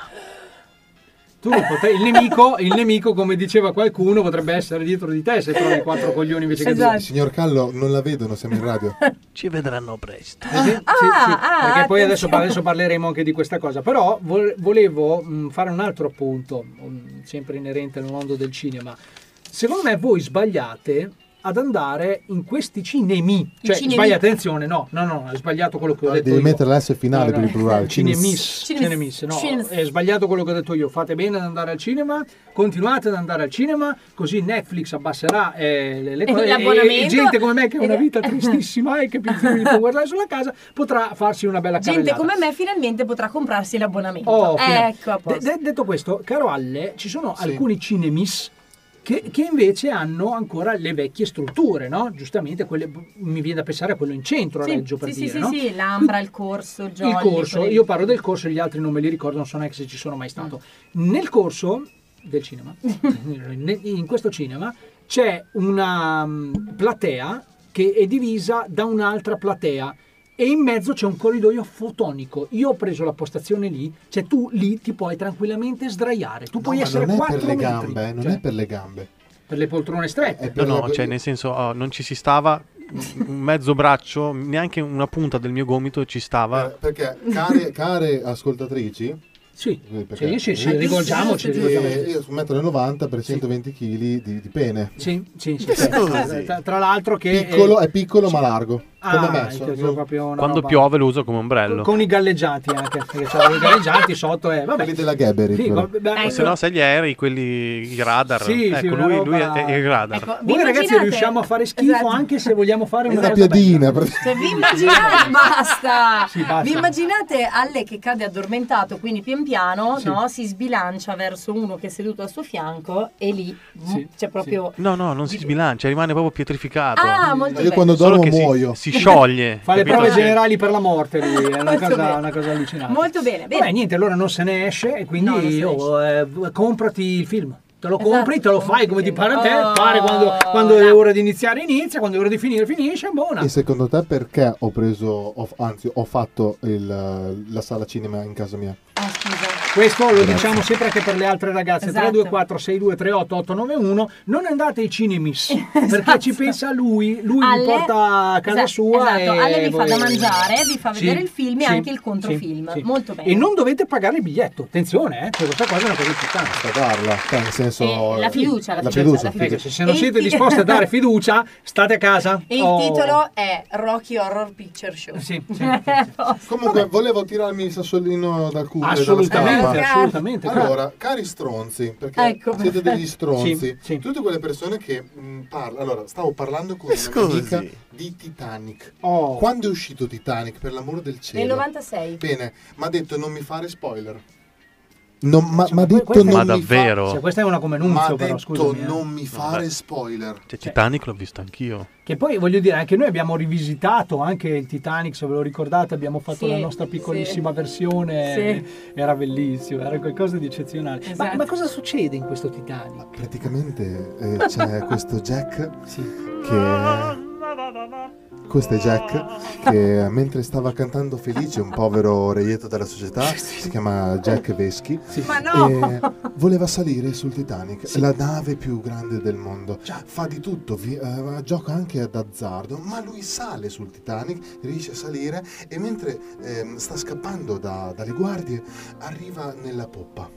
Tu potre- il, nemico, il nemico, come diceva qualcuno, potrebbe essere dietro di te se trovi quattro coglioni invece che Esatto. due. Signor Callo, non la vedono, siamo in radio. Ci vedranno presto. Sì, sì, ah, perché poi adesso, attenzione. adesso parleremo anche di questa cosa. Però vol- volevo mh, fare un altro appunto, mh, sempre inerente al mondo del cinema. Secondo me voi sbagliate ad andare in questi cinemi. Cioè, cinemi. sbagliate, attenzione, no, no, no, è sbagliato quello che ho detto Ah, Devi io. mettere la S finale No, per no. il plurale. Cinemis. Cinemis. Cinemis, no, Cinemis. è sbagliato quello che ho detto io. Fate bene ad andare al cinema, continuate ad andare al cinema, così Netflix abbasserà eh, le, le E cose. l'abbonamento. e gente come me che ha una Ed- vita tristissima e che più film può guardare sulla casa potrà farsi una bella gente carrellata. come me finalmente potrà comprarsi l'abbonamento. Oh, fine. ecco, a De- posto. de- detto questo, caro Alle, ci sono alcuni cinemis che, che invece hanno ancora le vecchie strutture, no? Giustamente, quelle, mi viene da pensare a quello in centro a Sì, Reggio, per sì, sì, dire, sì, no? sì, l'Ambra, il corso, il Jolly, il corso, quelli- io parlo del corso, gli altri non me li ricordo, non so neanche se ci sono mai stato. Nel corso del cinema, ne- in questo cinema, c'è una mm, platea che è divisa da un'altra platea e in mezzo c'è un corridoio fotonico. Io ho preso la postazione lì, cioè tu lì ti puoi tranquillamente sdraiare, tu puoi ma essere non è 4 per le metri. gambe, eh, non Cioè, è per le gambe. per le poltrone strette. per No, la- no, cioè nel senso oh, non ci si stava un- un mezzo braccio, neanche una punta del mio gomito ci Eh, stava. Perché, care, care ascoltatrici, eh, sì, perché, sì, sì, sì, rivolgiamoci, Eh, rivolgiamoci. Io sono 1,90 per 120 kg di, di pene. Sì, sì, sì. Scusi. Tra, tra l'altro che... Piccolo, è piccolo ma largo. Ah, Come me. è sono- proprio una Quando roba- piove lo uso come ombrello. Con i galleggianti anche, perché c'erano i galleggianti sotto e vabbè. Quelli della Geberit, Sì, però. vabbè, beh, ecco. O se no, se gli aerei, quelli i radar. Sì, sì, ecco, una lui, lui roba- è, è il radar. Ecco, vi Voi ragazzi immaginate- riusciamo a fare schifo Esatto. anche se vogliamo fare È una una cosa bella. piadina. praticamente. Cioè, vi immaginate, basta. Sì, basta. Vi immaginate Alle che cade addormentato, quindi pian piano Sì. no, si sbilancia verso uno che è seduto al suo fianco e lì mm, c'è proprio... No, no, non si sbilancia, rimane proprio pietrificato. Esatto. Ah, molto Io quando Solo dormo che si- muoio. Si, scioglie. Fa le capito? prove Cioè, generali per la morte lì, è una Molto cosa, bene. una cosa allucinante. Molto bene, bene. Vabbè, niente, allora non se ne esce e quindi No, non se ne oh, eh, comprati il film. Te lo Esatto, compri, te lo fai come ti pare a te, Oh, pare quando, quando è no. ora di iniziare inizia, quando è ora di finire finisce, buona. E secondo te perché ho preso, ho- anzi ho fatto il- la sala cinema in casa mia? Questo lo Grazie. diciamo sempre anche per le altre ragazze. Esatto. 324 6238 891 Non andate ai cinemis perché ci pensa lui. Lui Esatto. Alle- vi porta a casa esatto, sua. esatto, e Alle vi fa Eh, voi- da mangiare, vi fa Sì, vedere il film e sì, anche il controfilm. sì, sì. Molto bene. E non dovete pagare il biglietto. Attenzione, eh, cioè questa cosa è una cosa importante. Pagarla, cioè, nel senso... Eh, la fiducia, la fiducia, la fiducia. la fiducia. Ragazzi, se non E il siete ti- disposti a dare fiducia, state a casa. E il Oh. titolo è Rocky Horror Picture Show. Sì, sì. Comunque, volevo tirarmi il sassolino dal culo. e dalla Assolutamente, scarpa. assolutamente. Allora, cari stronzi, perché Ecco, siete perfetto. degli stronzi, Sì, tutte quelle persone che mh, parlano. Allora, stavo parlando con una mia scusi. amica di Titanic. Oh. Quando è uscito Titanic, per l'amor del Nel cielo? 96. Bene, mi ha detto non mi fare spoiler. Non, ma, ma ha detto questa- non Ma mi fa- davvero? Cioè, questa è una come Ma nunzio, ha però detto scusami. eh. non mi fare spoiler. Cioè, Titanic l'ho visto anch'io. Che poi voglio dire, anche noi abbiamo rivisitato anche il Titanic, se ve lo ricordate, abbiamo fatto Sì, la nostra piccolissima versione, era bellissimo, era qualcosa di eccezionale. Ma- Ma, Esatto. cosa succede in questo Titanic? Praticamente eh, c'è questo Jack che... Questo è Jack che mentre stava cantando felice un povero reietto della società, si chiama Jack Veschi, Ma e voleva salire sul Titanic, la nave più grande del mondo. Fa di tutto, vi- eh, gioca anche ad azzardo, ma lui sale sul Titanic, riesce a salire e mentre ehm, sta scappando da- dalle guardie arriva nella poppa,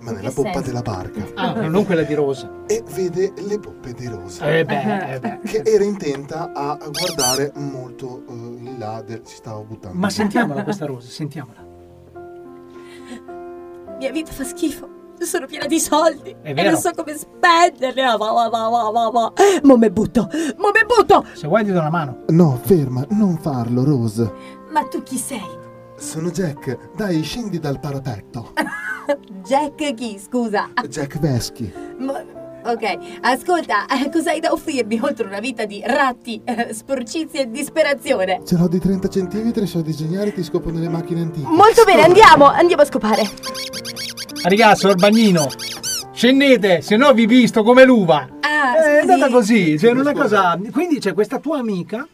ma nella poppa senso? della barca. Ah, non quella di Rosa. E vede le poppe di Rosa. Eh beh, eh beh. Che era intenta a guardare molto eh, in là, del- si stava buttando. Ma sentiamola questa Rosa, sentiamola. Mia vita fa schifo. Sono piena di soldi È e vero. non so come spenderli. Ah, va, va, va, va, va, va. Mo me butto, mo me butto. Se vuoi ti do una mano. No, ferma, non farlo, Rose. Ma tu chi sei? Sono Jack, dai, scendi dal parapetto. Jack chi, scusa? Jack Veschi. Ma, Ok, ascolta, eh, cos'hai da offrirmi oltre una vita di ratti, eh, sporcizie e disperazione? Ce l'ho di 30 centimetri, so disegnare e ti scopo nelle macchine antiche. Molto bene, andiamo, andiamo a scopare. Ragazzo, Ah, Orbagnino, scendete, se no vi visto come l'uva. Ah, Eh, È scusi. andata così, cioè non è Scusa. cosa... Quindi c'è questa tua amica...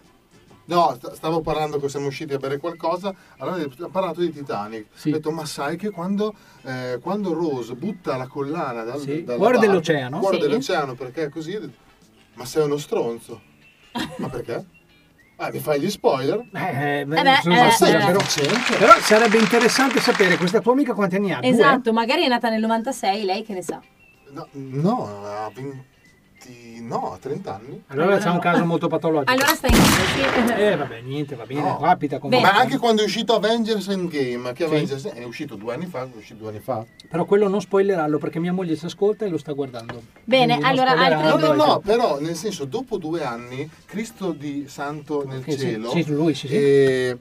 No, st- stavo parlando che siamo usciti a bere qualcosa, allora ho parlato di Titanic. Ho detto, ma sai che quando, eh, quando Rose butta la collana dal dalla Cuore barca- dell'oceano. Cuore Sì. dell'oceano, perché è così... ho detto, Ma sei uno stronzo. ma perché? Ah, mi fai gli spoiler? Eh, beh, eh, ma sei eh. davvero Però sarebbe interessante sapere questa tua amica quanti anni ha. Ah, Due? Esatto, magari è nata nel 96, lei che ne sa. No, a 20... no, a 30 anni. Allora c'è un caso molto patologico. Allora stai in casa, sì. Eh vabbè, niente, va bene, capita come... Ma anche quando è uscito Avengers Endgame, che Avengers è uscito due anni fa, è uscito due anni fa. Però quello non spoilerarlo perché mia moglie si ascolta e lo sta guardando. Bene, Quindi non allora, spoilerarlo. No, no, no, però nel senso, dopo due anni, Cristo di Santo nel Sì, sì, cielo. sì, su lui, sì, sì. eh,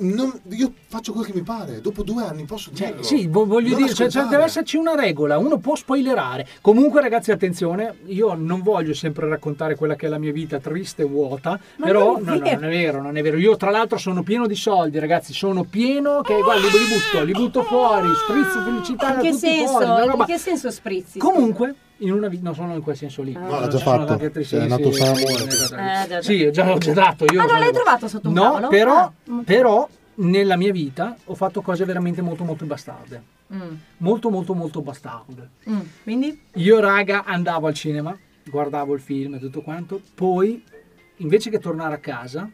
non- io faccio quel che mi pare, dopo due anni posso Cioè, dirlo. Sì, vo- voglio Certo. Non dire, cioè, cioè, ascoltare. deve esserci una regola, uno può spoilerare. Comunque, ragazzi, attenzione, io non voglio sempre raccontare quella che è la mia vita triste e vuota, Ma però non è vero. no, no, non è vero, non è vero. Io tra l'altro sono pieno di soldi, ragazzi, sono pieno che guarda, li, li butto, li butto fuori, sprizzo felicità In da che tutti senso? fuori, una In roba- che senso sprizzi? Comunque, in una vita, no, sono in quel senso lì. No, l'ha Ci già sono fatto. tante attrici, È sì, nato sì, Samuel. sì, sì, sì. Eh, già, Sì, già l'ho già dato. Io Ah, non l'hai volevo- trovato sotto un No, tavolo? però, Ah, ok. però nella mia vita ho fatto cose veramente molto molto bastarde. Mm, Molto molto molto bastarde. mm, Quindi? Io raga andavo al cinema, guardavo il film e tutto quanto, poi invece che tornare a casa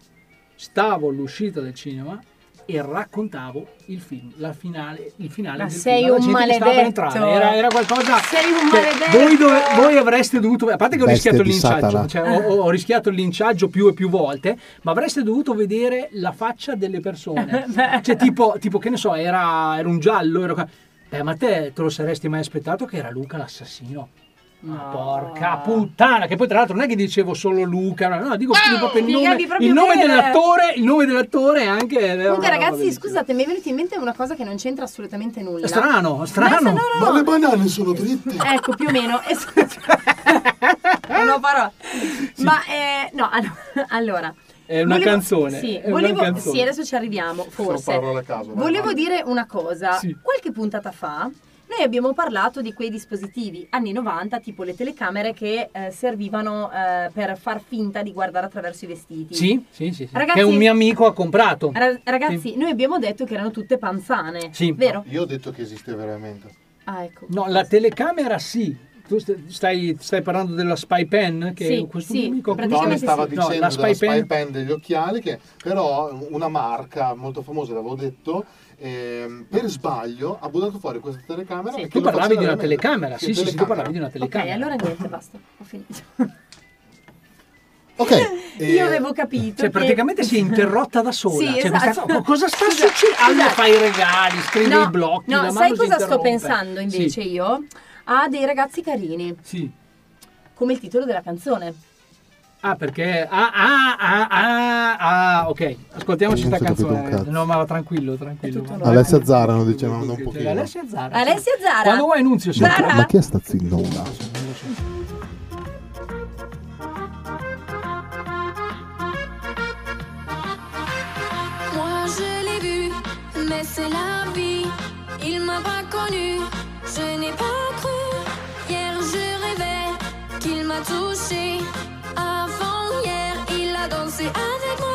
stavo all'uscita del cinema e raccontavo il film, la finale, il Ma finale del sei film alla un gente che stava per maledetto. entrare. Era, era qualcosa Sei un cioè, maledetto. voi, dove- voi avreste dovuto a parte che ho Bestia rischiato il di linciaggio Satana. cioè, ho, ho rischiato il linciaggio più e più volte ma avreste dovuto vedere la faccia delle persone cioè tipo, tipo, che ne so era, era un giallo era... qua- Beh, ma te te lo saresti mai aspettato che era Luca l'assassino Ma porca puttana, che poi tra l'altro non è che dicevo solo Luca, no, no, dico proprio il spiegavi nome, proprio il nome bene. dell'attore, il nome dell'attore è anche... era una Comunque roba ragazzi, bellissima. scusate, mi è venuta in mente una cosa che non c'entra assolutamente nulla. Strano, strano. Ma le banane sono dritte. Ecco, più o meno. Eh, scusa. non ho parole. Ma eh, no, allo- allora. È una volevo- canzone, Sì, è una volevo, canzone. sì, adesso ci arriviamo, forse. Sono parole a caso, vai, volevo vai. dire una cosa. Sì. Qualche puntata fa noi abbiamo parlato di quei dispositivi anni 90, tipo le telecamere che eh, servivano eh, per far finta di guardare attraverso i vestiti. Sì, sì, sì, sì. Ragazzi- che un mio amico ha comprato. Ra- ragazzi, Sì. noi abbiamo detto che erano tutte panzane, Sì. vero? Io ho detto che esiste veramente. Ah, ecco. No, la telecamera sì. Tu st- stai, stai parlando della spy pen? Che Sì, questo sì, mio amico No, mi stava No, dicendo la della spy pen. pen degli occhiali, che però una marca molto famosa, l'avevo detto, ehm, per sbaglio ha buttato fuori questa telecamera. perché Tu lo parlavi faceva di una veramente. telecamera, sì, sì, sì, tu parlavi di una Ok, telecamera. allora niente, basta, ho finito. Ok. eh, Io avevo capito. che- Cioè, praticamente si è interrotta da sola. Sì, Cioè, esatto. questa cosa- cosa sta Scusa, succedendo? Ah, scusate. fai i regali, scrivi i blocchi. No, la mano sai si cosa sto interrompe. pensando invece Sì. io? A dei ragazzi carini. Sì. Come il titolo della canzone. Ah, perché. Ah, ah, ah, ah, ah, ok. Ascoltiamoci Io non sta so capire un canzone. cazzo. No, ma va tranquillo, tranquillo. va. Alessia Zara non diceva da un pochino. Alessia Zara. Alessia Zara. Quando vuoi Nunzio si Ma, ma chi è sta zindona? Moi je l'ai vu, mais c'est la vie. Il m'a pas connu, je n'ai pas cru. Hier je rêvais qu'il m'a touché. Avant hier, il a dansé avec moi.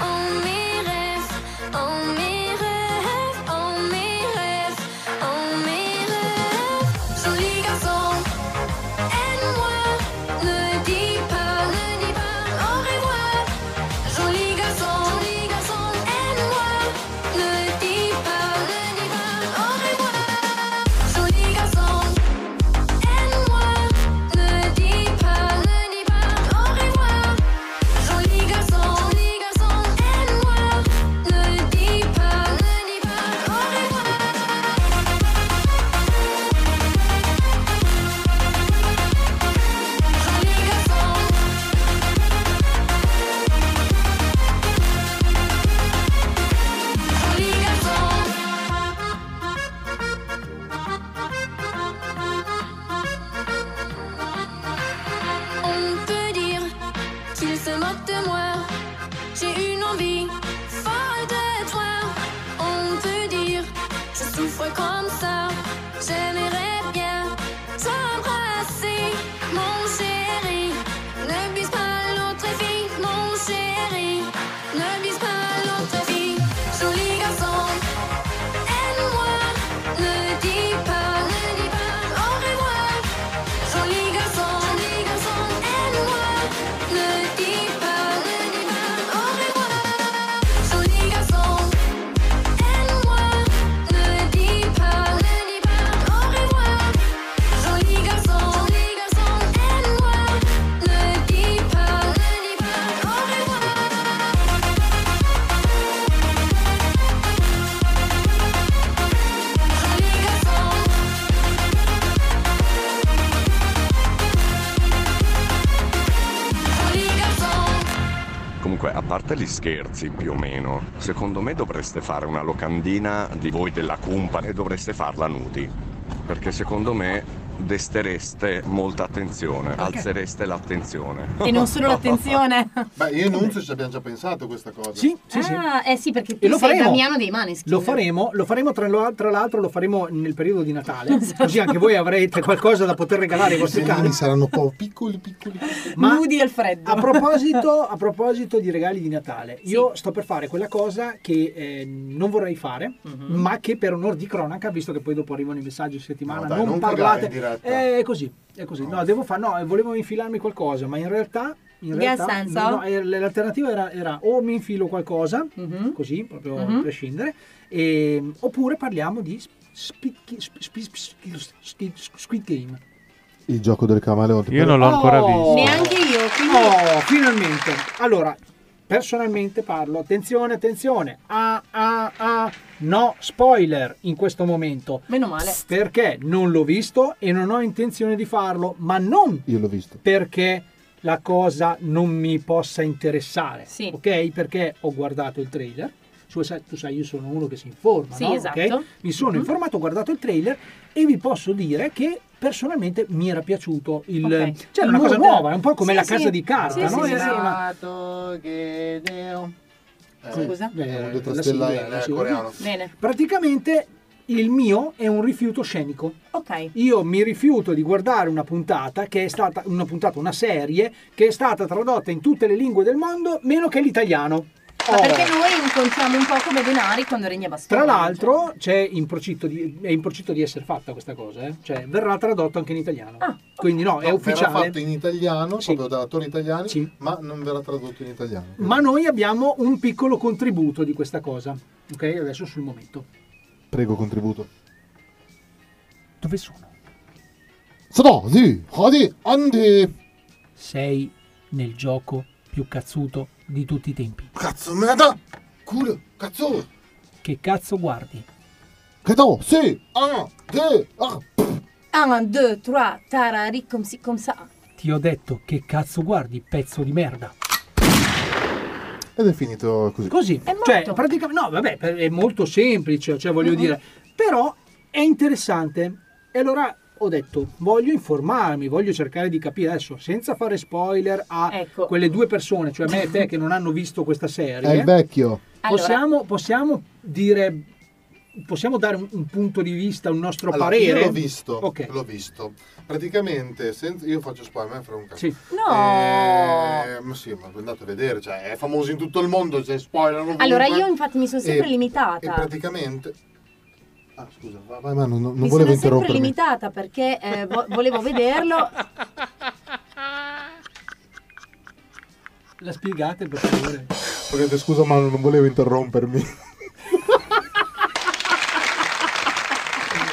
En mes rêves, en mes rêves, en mes rêves, en mes rêves. Joli garçon, aide-moi. Ne dis pas, ne dis pas au revoir. Joli garçon, joli garçon, aide-moi. Ne dis pas, ne dis pas au revoir. Joli garçon, aide-moi. Ne dis pas, ne dis pas au revoir. Joli garçon, comme ça, j'aimerais bien t'embrasser, mon chéri. Ne glisse pas l'autre fille, mon chéri. Ne glisse pas l'autre fille, joli garçon. Aime-moi, ne dis pas, ne dis pas au revoir. Joli garçon, joli garçon, aime-moi, ne dis pas, ne dis pas au revoir. Joli garçon. Aime-moi, ne dis pas, ne dis pas au revoir. Joli garçon, joli garçon, aime-moi, ne dis pas, ne dis pas au revoir. Joli garçon. Joli garçon. Comunque, a parte gli scherzi più o meno, secondo me dovreste fare una locandina di voi della cumpa e dovreste farla nudi. Perché secondo me destereste molta attenzione, alzereste l'attenzione. E non solo l'attenzione. Beh, io e Nunzio ci abbiamo già pensato a questa cosa. Sì, sì, sì. Ah, eh sì, perché tu E lo sei faremo. Damiano dei Maneskin. Lo faremo, lo faremo tra, lo- tra l'altro lo faremo nel periodo di Natale, così anche voi avrete qualcosa da poter regalare ai vostri I cani. bambini saranno un po' piccoli. Ma Nudi al freddo. a proposito, a proposito di regali di Natale, io sto per fare quella cosa che eh, non vorrei fare, ma che per onor di cronaca, visto che poi dopo arrivano i messaggi in settimana, No, dai, non, non cagare parlate. in diretta. È così, è così. No, devo fare, no, volevo infilarmi qualcosa, ma in realtà. In Che realtà, senso? no, no, eh, l'alternativa era, era o mi infilo qualcosa, così proprio a Mhm. prescindere, e- oppure parliamo di spicchi- sp- sp- sp- sp- Squid Game. Il gioco del camaleonte. Io non l'ho ancora visto. Neanche io, quindi- Oh, finalmente. Allora, personalmente parlo, attenzione, attenzione. Ah, ah, ah. No spoiler in questo momento. Meno male. Perché non l'ho visto e non ho intenzione di farlo, ma non Io l'ho visto. perché la cosa non mi possa interessare, ok? Perché ho guardato il trailer. Tu sai, tu sai, io sono uno che si informa, Sì, no? esatto. Ok? Mi sono Mhm. informato, ho guardato il trailer e vi posso dire che personalmente mi era piaciuto il... Ok. Cioè, Il era una cosa mood. nuova, è un po' come Sì, la sì. casa di carta, Sì, no? sì, sì, Era sì. una- Esatto. Scusa? Eh, Ho detto la stella sigla, in, la eh, sigla. coreano. Bene. Praticamente il mio è un rifiuto scenico. Ok. Io mi rifiuto di guardare una puntata che è stata una puntata, una serie che è stata tradotta in tutte le lingue del mondo, meno che l'italiano. Ma Oh. perché noi incontriamo un po' come denari quando regna bastone. Tra l'altro c'è in procitto di, è in procitto di essere fatta questa cosa, eh? cioè verrà tradotto anche in italiano. Ah, Quindi no, è Verrà ufficiale. fatto in italiano, proprio da attori italiani, ma non verrà tradotto in italiano. Ma noi abbiamo un piccolo contributo di questa cosa. Ok, adesso sul momento. Prego, contributo. Dove sono? Sono Oh, sì, Odi, Andi. Sei nel gioco più cazzuto di tutti i tempi. Cazzo, merda! Culo, cazzo! Che cazzo guardi? Che do, sì, ah, de, ah. 1, 2, 3, tarari, come si, come sa. Ti ho detto che cazzo guardi, pezzo di merda. Ed è finito così. Così, cioè, praticamente, no, vabbè, per- è molto semplice, cioè, Mhm. voglio dire, però è interessante. E allora ho detto, voglio informarmi, voglio cercare di capire adesso, senza fare spoiler a Ecco. quelle due persone, cioè me e te che non hanno visto questa serie. Eh, È il vecchio. Possiamo, possiamo dire, possiamo dare un, un punto di vista, un nostro Allora, parere? Io l'ho visto, Ok. l'ho visto. Praticamente, senza- io faccio spoiler, fra un cazzo. Sì. No! Eh, ma sì, ma andate a vedere, cioè, è famoso in tutto il mondo, cioè, spoiler ovunque. Allora io infatti mi sono sempre E- E limitata. eh, praticamente... Ah, scusa, va- vai, ma non, non mi volevo sono sempre interrompermi. limitata perché eh, vo- volevo vederlo. La spiegate per favore. Ho detto, scusa, ma non volevo interrompermi.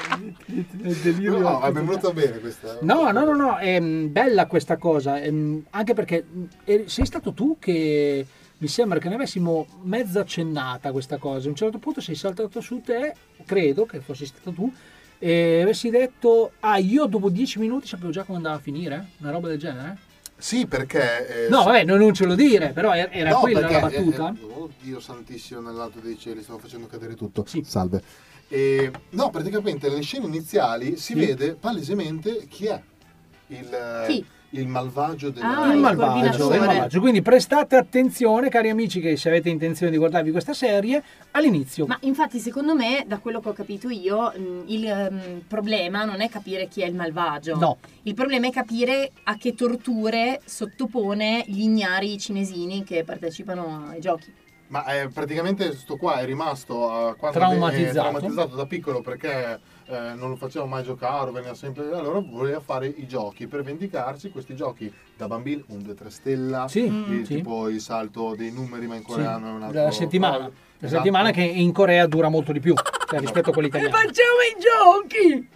No, no, mi è venuta bene questa. No, no, no, no, è mm, bella questa cosa, ehm, anche perché mm, eri- sei stato tu che mi sembra che ne avessimo mezzo accennata questa cosa, a un certo punto sei saltato su te, credo che fossi stato tu, e avessi detto, ah io dopo dieci minuti sapevo già come andava a finire, una roba del genere? Sì, perché... eh, No, se- vabbè, non, non ce lo dire, però er- era No, quella perché, la battuta. eh, eh, oddio santissimo, nell'alto dei cieli, stavo facendo cadere tutto. Salve. E, no, praticamente nelle scene iniziali Sì. si vede palesemente chi è il, Chi? il il malvagio del Ah, il il malvagio, coordinatore. il malvagio. Quindi prestate attenzione, cari amici, che se avete intenzione di guardarvi questa serie, all'inizio. Ma infatti, secondo me, da quello che ho capito io, mh, il ehm, problema non è capire chi è il malvagio. No. Il problema è capire a che torture sottopone gli ignari cinesini che partecipano ai giochi. Ma eh, praticamente sto qua è rimasto a quando Traumatizzato. è traumatizzato da piccolo perché eh, non lo faceva mai giocare, veniva sempre allora voleva fare i giochi per vendicarsi questi giochi da bambini, un 2 3 stella, Sì, il- sì. tipo il salto dei numeri ma in coreano è un altro la settimana. cosa. La Esatto. settimana che in Corea dura molto di più cioè, rispetto a quelli italiani. facciamo i giochi!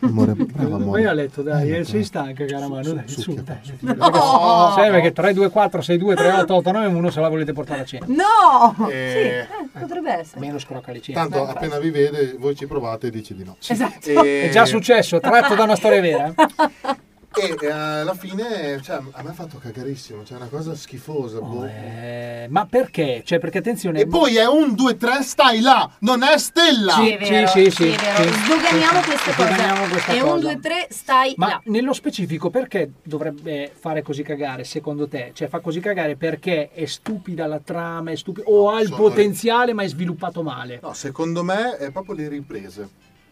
Amore, Vai a letto, dai, eh, sei stanca, cara mano. Dai, su, dai. No! Sai perché 3, 2, 4, 6, 2, 3, 8, 8, 9, 1 se la volete portare a cena. No! Eh, Sì, eh, potrebbe essere. Meno scrocca le cene. Tanto appena vi vede voi ci provate e dici di no. Esatto. È già successo, tratto da una storia vera. eh. E eh, alla fine cioè, a me ha fatto cagarissimo, cioè una cosa schifosa. boh. Oh, Eh, ma perché? Cioè, perché attenzione. E poi è un 2-3, stai là, non è stella. Sì, è vero, sì, è vero. Sdoganiamo queste cose. Sdoganiamo questa e un, cosa. due, tre, stai Ma là. nello specifico perché dovrebbe fare così cagare secondo te? Cioè fa così cagare perché è stupida la trama, è stupida o ha il sono- potenziale ma è sviluppato male? No, secondo me è proprio le riprese.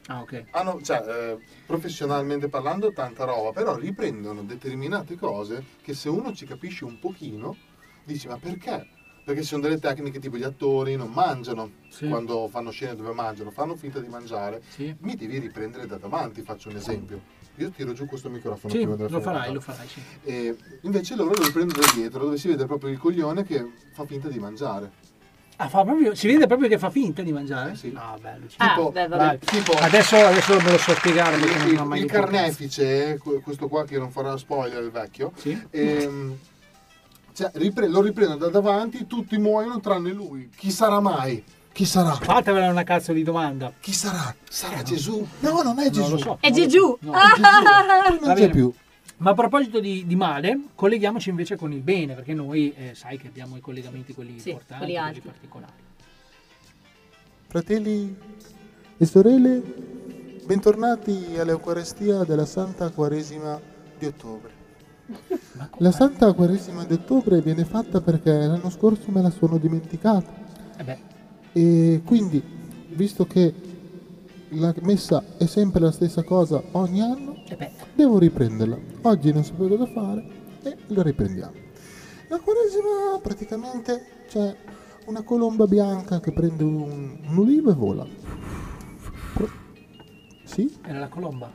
Ah, ok. Hanno, cioè, eh, professionalmente parlando, tanta roba, però riprendono determinate cose che se uno ci capisce un pochino, dici ma perché? Perché ci sono delle tecniche tipo gli attori non mangiano quando fanno scene dove mangiano, fanno finta di mangiare. Mi devi riprendere da davanti, faccio un esempio. Io tiro giù questo microfono Sì, prima della lo fine farai, della lo farai. sì. e invece loro lo riprendono da dietro, dove si vede proprio il coglione che fa finta di mangiare. Ah, fa proprio- si vede proprio che fa finta di mangiare? Ah, bello. ci- Ah, beh, vabbè. dai, Tipo- adesso, adesso ve lo so spiegare perché non Il, ho mai il detto. carnefice, eh, que- questo qua che non farà spoiler il vecchio, ehm, cioè, ripre- lo riprendono da davanti, tutti muoiono tranne lui. Chi sarà mai? Chi sarà? Fatevela una cazzo di domanda. Eh, Chi sarà? Sarà Gesù? No, non è Gesù. È Gesù. Va bene. Ma a proposito di, di male, colleghiamoci invece con il bene, perché noi eh, sai che abbiamo i collegamenti quelli Sì, importanti, quelli quelli alti. particolari. Fratelli e sorelle, bentornati all'Eucarestia della Santa Quaresima di ottobre. La Santa Quaresima di ottobre viene fatta perché l'anno scorso me la sono dimenticata. E quindi, visto che la messa è sempre la stessa cosa ogni anno, Eh devo riprenderla. Oggi non sapevo cosa fare e la riprendiamo. La Quaresima praticamente c'è una colomba bianca che prende un, un ulivo e vola. Sì? Era la colomba.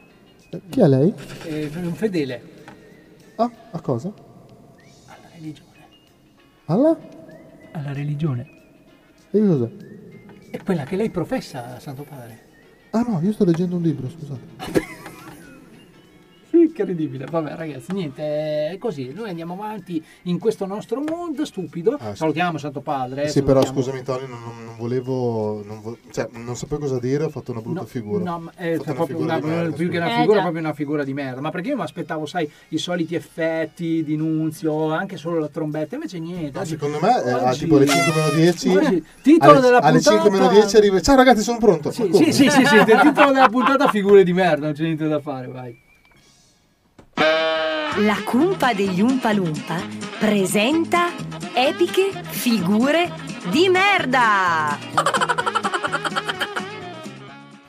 Eh, Chi è lei? Eh, un fedele Ah, a cosa? alla religione. Alla? Alla religione. E cos'è? È quella che lei professa, Santo Padre. Ah no, io sto leggendo un libro, scusate. Incredibile. Vabbè, ragazzi, niente, è così. Noi andiamo avanti in questo nostro mood stupido. Salutiamo Santo Padre. eh, Sì, però salutiamo- scusami Tony, non, non- non volevo, non vo- cioè, non sapevo cosa dire, ho fatto una brutta figura. No, ma è Ho fatto una proprio figura una, di merda, più che scusa. una Eh, figura, proprio una figura di merda. Ma perché io mi aspettavo, sai, i soliti effetti di Nunzio, anche solo la trombetta, invece niente. oggi- Secondo me eh, a oggi- tipo alle 5 meno 10 Oggi- titolo alle, della alle puntata. 5 meno 10 arriva ciao ragazzi sono pronto Ma come? Sì, sì, sì, sì, il titolo della puntata figure di merda, non c'è niente da fare, vai. La cumpa degli Umpa Lumpa presenta epiche figure di merda!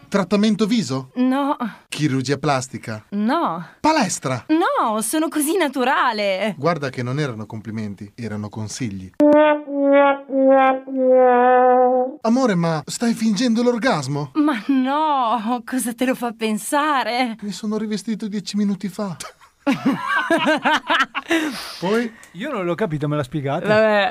Trattamento viso? No, Chirurgia plastica? no, Palestra? no, sono così naturale! Guarda che non erano complimenti, erano consigli. Amore, ma stai fingendo l'orgasmo? Ma no, Oh, cosa te lo fa pensare? Mi sono rivestito dieci minuti fa. Poi? Io non l'ho capito, me l'ha spiegata.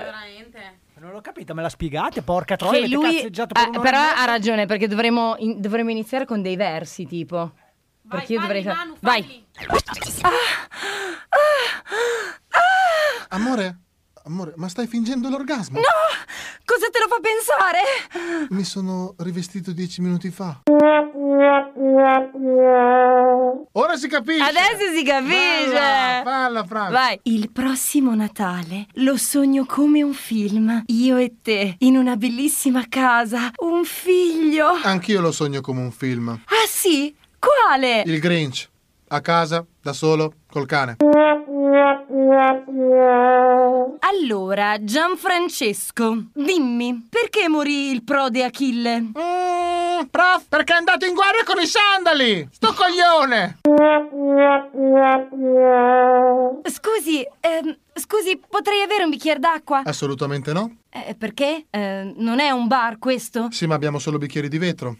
Non l'ho capita, me l'ha spiegate, porca troia, Cioè, avete lui- cazzeggiato ah, per un'ora però e mezza? ha ragione perché dovremmo, in- dovremmo iniziare con dei versi tipo. perché io dovrei fa- Vai. Amore, amore, ma stai fingendo l'orgasmo? Cosa te lo fa pensare? Mi sono rivestito dieci minuti fa. Ora si capisce. Adesso si capisce. Balla, balla, Franco. Vai. Il prossimo Natale lo sogno come un film. Io e te in una bellissima casa, un figlio. Anch'io lo sogno come un film. Ah sì? Quale? Il Grinch. a casa, da solo, col cane. Allora, Gianfrancesco, dimmi, perché morì il prode Achille? prof, perché è andato in guerra con i sandali! Sto coglione! Scusi, ehm, scusi, potrei avere un bicchiere d'acqua? Assolutamente no. Eh, perché? Eh, non è un bar questo? Sì, ma abbiamo solo bicchieri di vetro.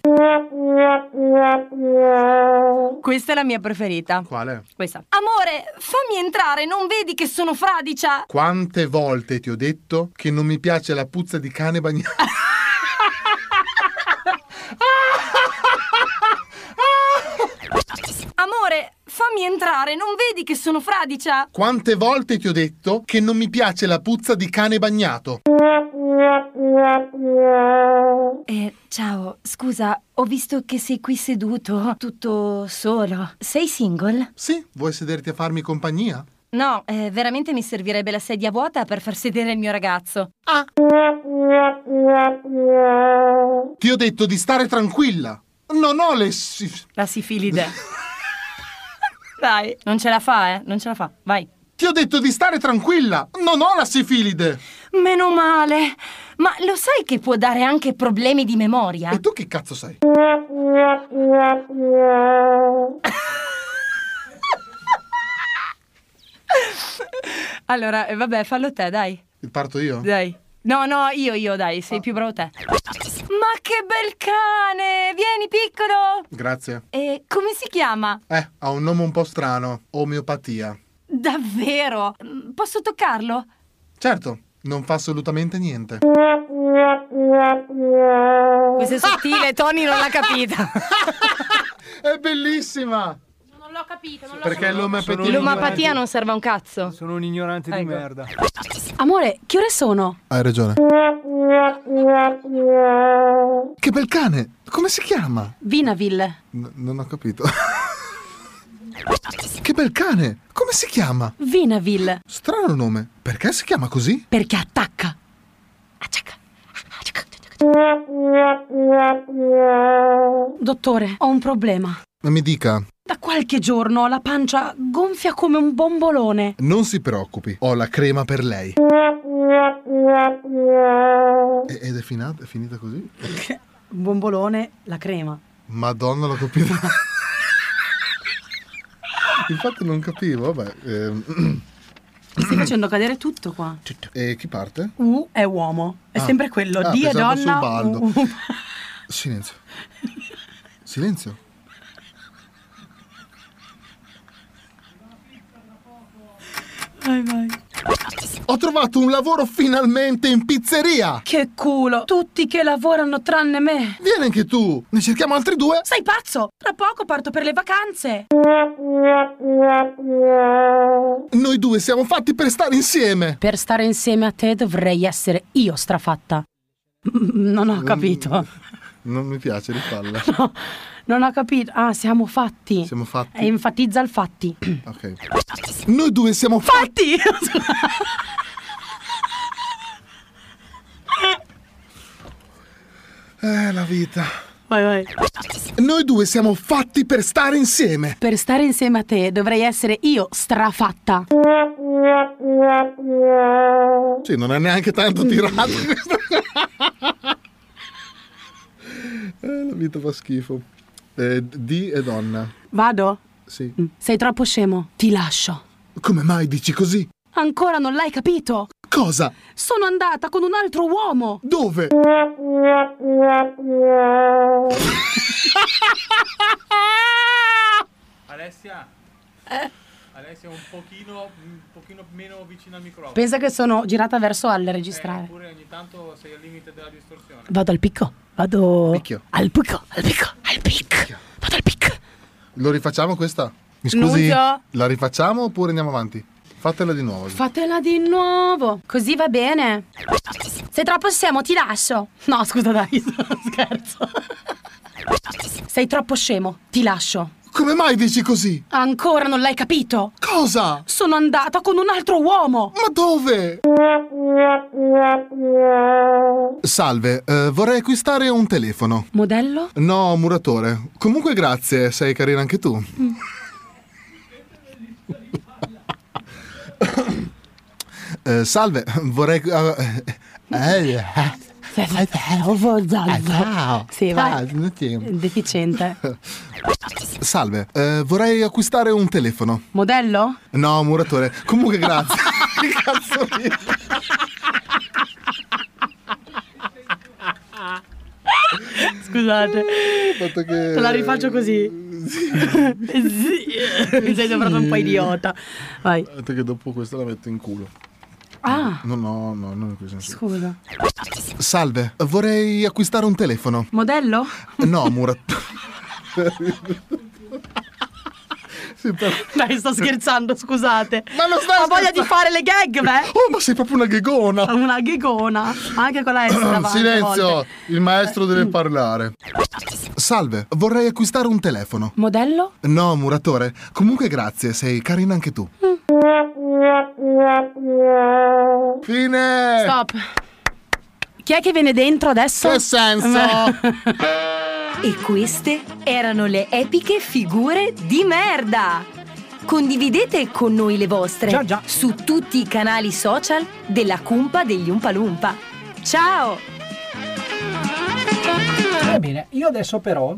Questa è la mia preferita. Quale? Questa. Amore, fammi entrare, non vedi che sono fradicia? Quante volte ti ho detto che non mi piace la puzza di cane bagnato? Amore, fammi entrare, non vedi che sono fradicia? Quante volte ti ho detto che non mi piace la puzza di cane bagnato? Eh, ciao, scusa, ho visto che sei qui seduto, tutto solo. Sei single? Sì. Vuoi sederti a farmi compagnia? No, eh, veramente mi servirebbe la sedia vuota per far sedere il mio ragazzo. Ah! Ti ho detto di stare tranquilla. Non ho le... si- La sifilide. Dai, non ce la fa, eh, non ce la fa. Vai. Ti ho detto di stare tranquilla. Non ho la sifilide. Meno male. Ma lo sai che può dare anche problemi di memoria? E tu che cazzo sei? Allora, eh, vabbè, fallo te, dai. Parto io? Dai. No, no, io, io, dai, sei più bravo te. Ma che bel cane! Vieni, piccolo! Grazie. E come si chiama? Eh, ha un nome un po' strano. Omeopatia. Davvero? Mm, Posso toccarlo? Certo, non fa assolutamente niente. Questa è sottile, Tony non l'ha capita. È bellissima! Non l'ho capito, non Perché l'omeopatia... L'omapatia non serve a un cazzo. Sono un ignorante di merda. Amore, che ore sono? Hai ragione. Che bel cane! Come si chiama? Vinaville. N- non ho capito. che bel cane! Come si chiama? Vinaville. Strano nome. Perché si chiama così? Perché attacca. Dottore, ho un problema. Ma mi dica, Da qualche giorno ho la pancia gonfia come un bombolone. non si preoccupi, ho la crema per lei. E- Ed è, fina- è finita così? Bombolone, la crema. Madonna, l'ho capita. Infatti non capivo, vabbè. ehm. Stai facendo cadere tutto qua. E chi parte? U è uomo. È Ah. sempre quello. Ah, D è pensavo fosse donna. Ubaldo. U- U- Silenzio. Silenzio. Vai, vai. Ho trovato un lavoro finalmente in pizzeria! Che culo. Tutti che lavorano tranne me. Vieni anche tu! Ne cerchiamo altri due! Sei pazzo? Tra poco parto per le vacanze. Noi due siamo fatti per stare insieme! Per stare insieme a te dovrei essere io strafatta. Mm, Non Mm. ho capito. Non mi piace rifalla. Non ho capito. Ah, siamo fatti. Siamo fatti. E enfatizza il fatti. Ok. Noi due siamo fatti! Eh, la vita. Vai, vai. Noi due siamo fatti per stare insieme. Per stare insieme a te dovrei essere io strafatta. Sì, non è neanche tanto tirato. questo. eh, la vita fa schifo. Eh, D è donna. Vado? Sì. Sei troppo scemo. Ti lascio. Come mai dici così? Ancora non l'hai capito? Cosa? Sono andata con un altro uomo. Dove? Alessia? Alessia un pochino, un pochino meno vicino al microfono. Pensa che sono girata verso al registrare. Oppure Eh, ogni tanto sei al limite della distorsione. Vado al picco. Vado. Al picco. Al picco. Lo rifacciamo questa? Mi scusi? scusi? Nunzio? La rifacciamo oppure andiamo avanti? Fatela di nuovo. Fatela di nuovo. Così va bene. Sei troppo scemo, ti lascio. No, scusa, dai. Scherzo. Sei troppo scemo, ti lascio. Come mai dici così? Ancora non l'hai capito? Cosa? Sono andata con un altro uomo. Ma dove? Salve, eh, vorrei acquistare un telefono. Modello? No, muratore. Comunque grazie, sei carina anche tu. Eh, salve, vorrei... eh, eh, ciao. Sì, vai. Ciao, non ti- Deficiente. Salve, eh, vorrei acquistare un telefono. Modello? No, muratore. Comunque grazie. Scusate. Fatto Te la rifaccio così. Sì. Mi sei sembrato un po' idiota. Vai. Aspetta che dopo questa la metto in culo. Ah, No, no, no, non è così. scusa. Salve, vorrei acquistare un telefono. Modello? No, muratore. Dai, sto scherzando, scusate. Ma non stai Ho voglia di fare le gag, beh. Oh, ma sei proprio una ghegona. Una ghegona. Anche con la S davanti. a Silenzio, volte. il maestro deve parlare. Salve, vorrei acquistare un telefono. Modello? No, muratore. Comunque grazie, sei carina anche tu. Fine. Stop. Chi è che viene dentro adesso? Eh, Che senso? E queste erano le epiche figure di merda! Condividete con noi le vostre su tutti i canali social della Cumpa degli Umpalumpa. Ciao! Va bene, io adesso però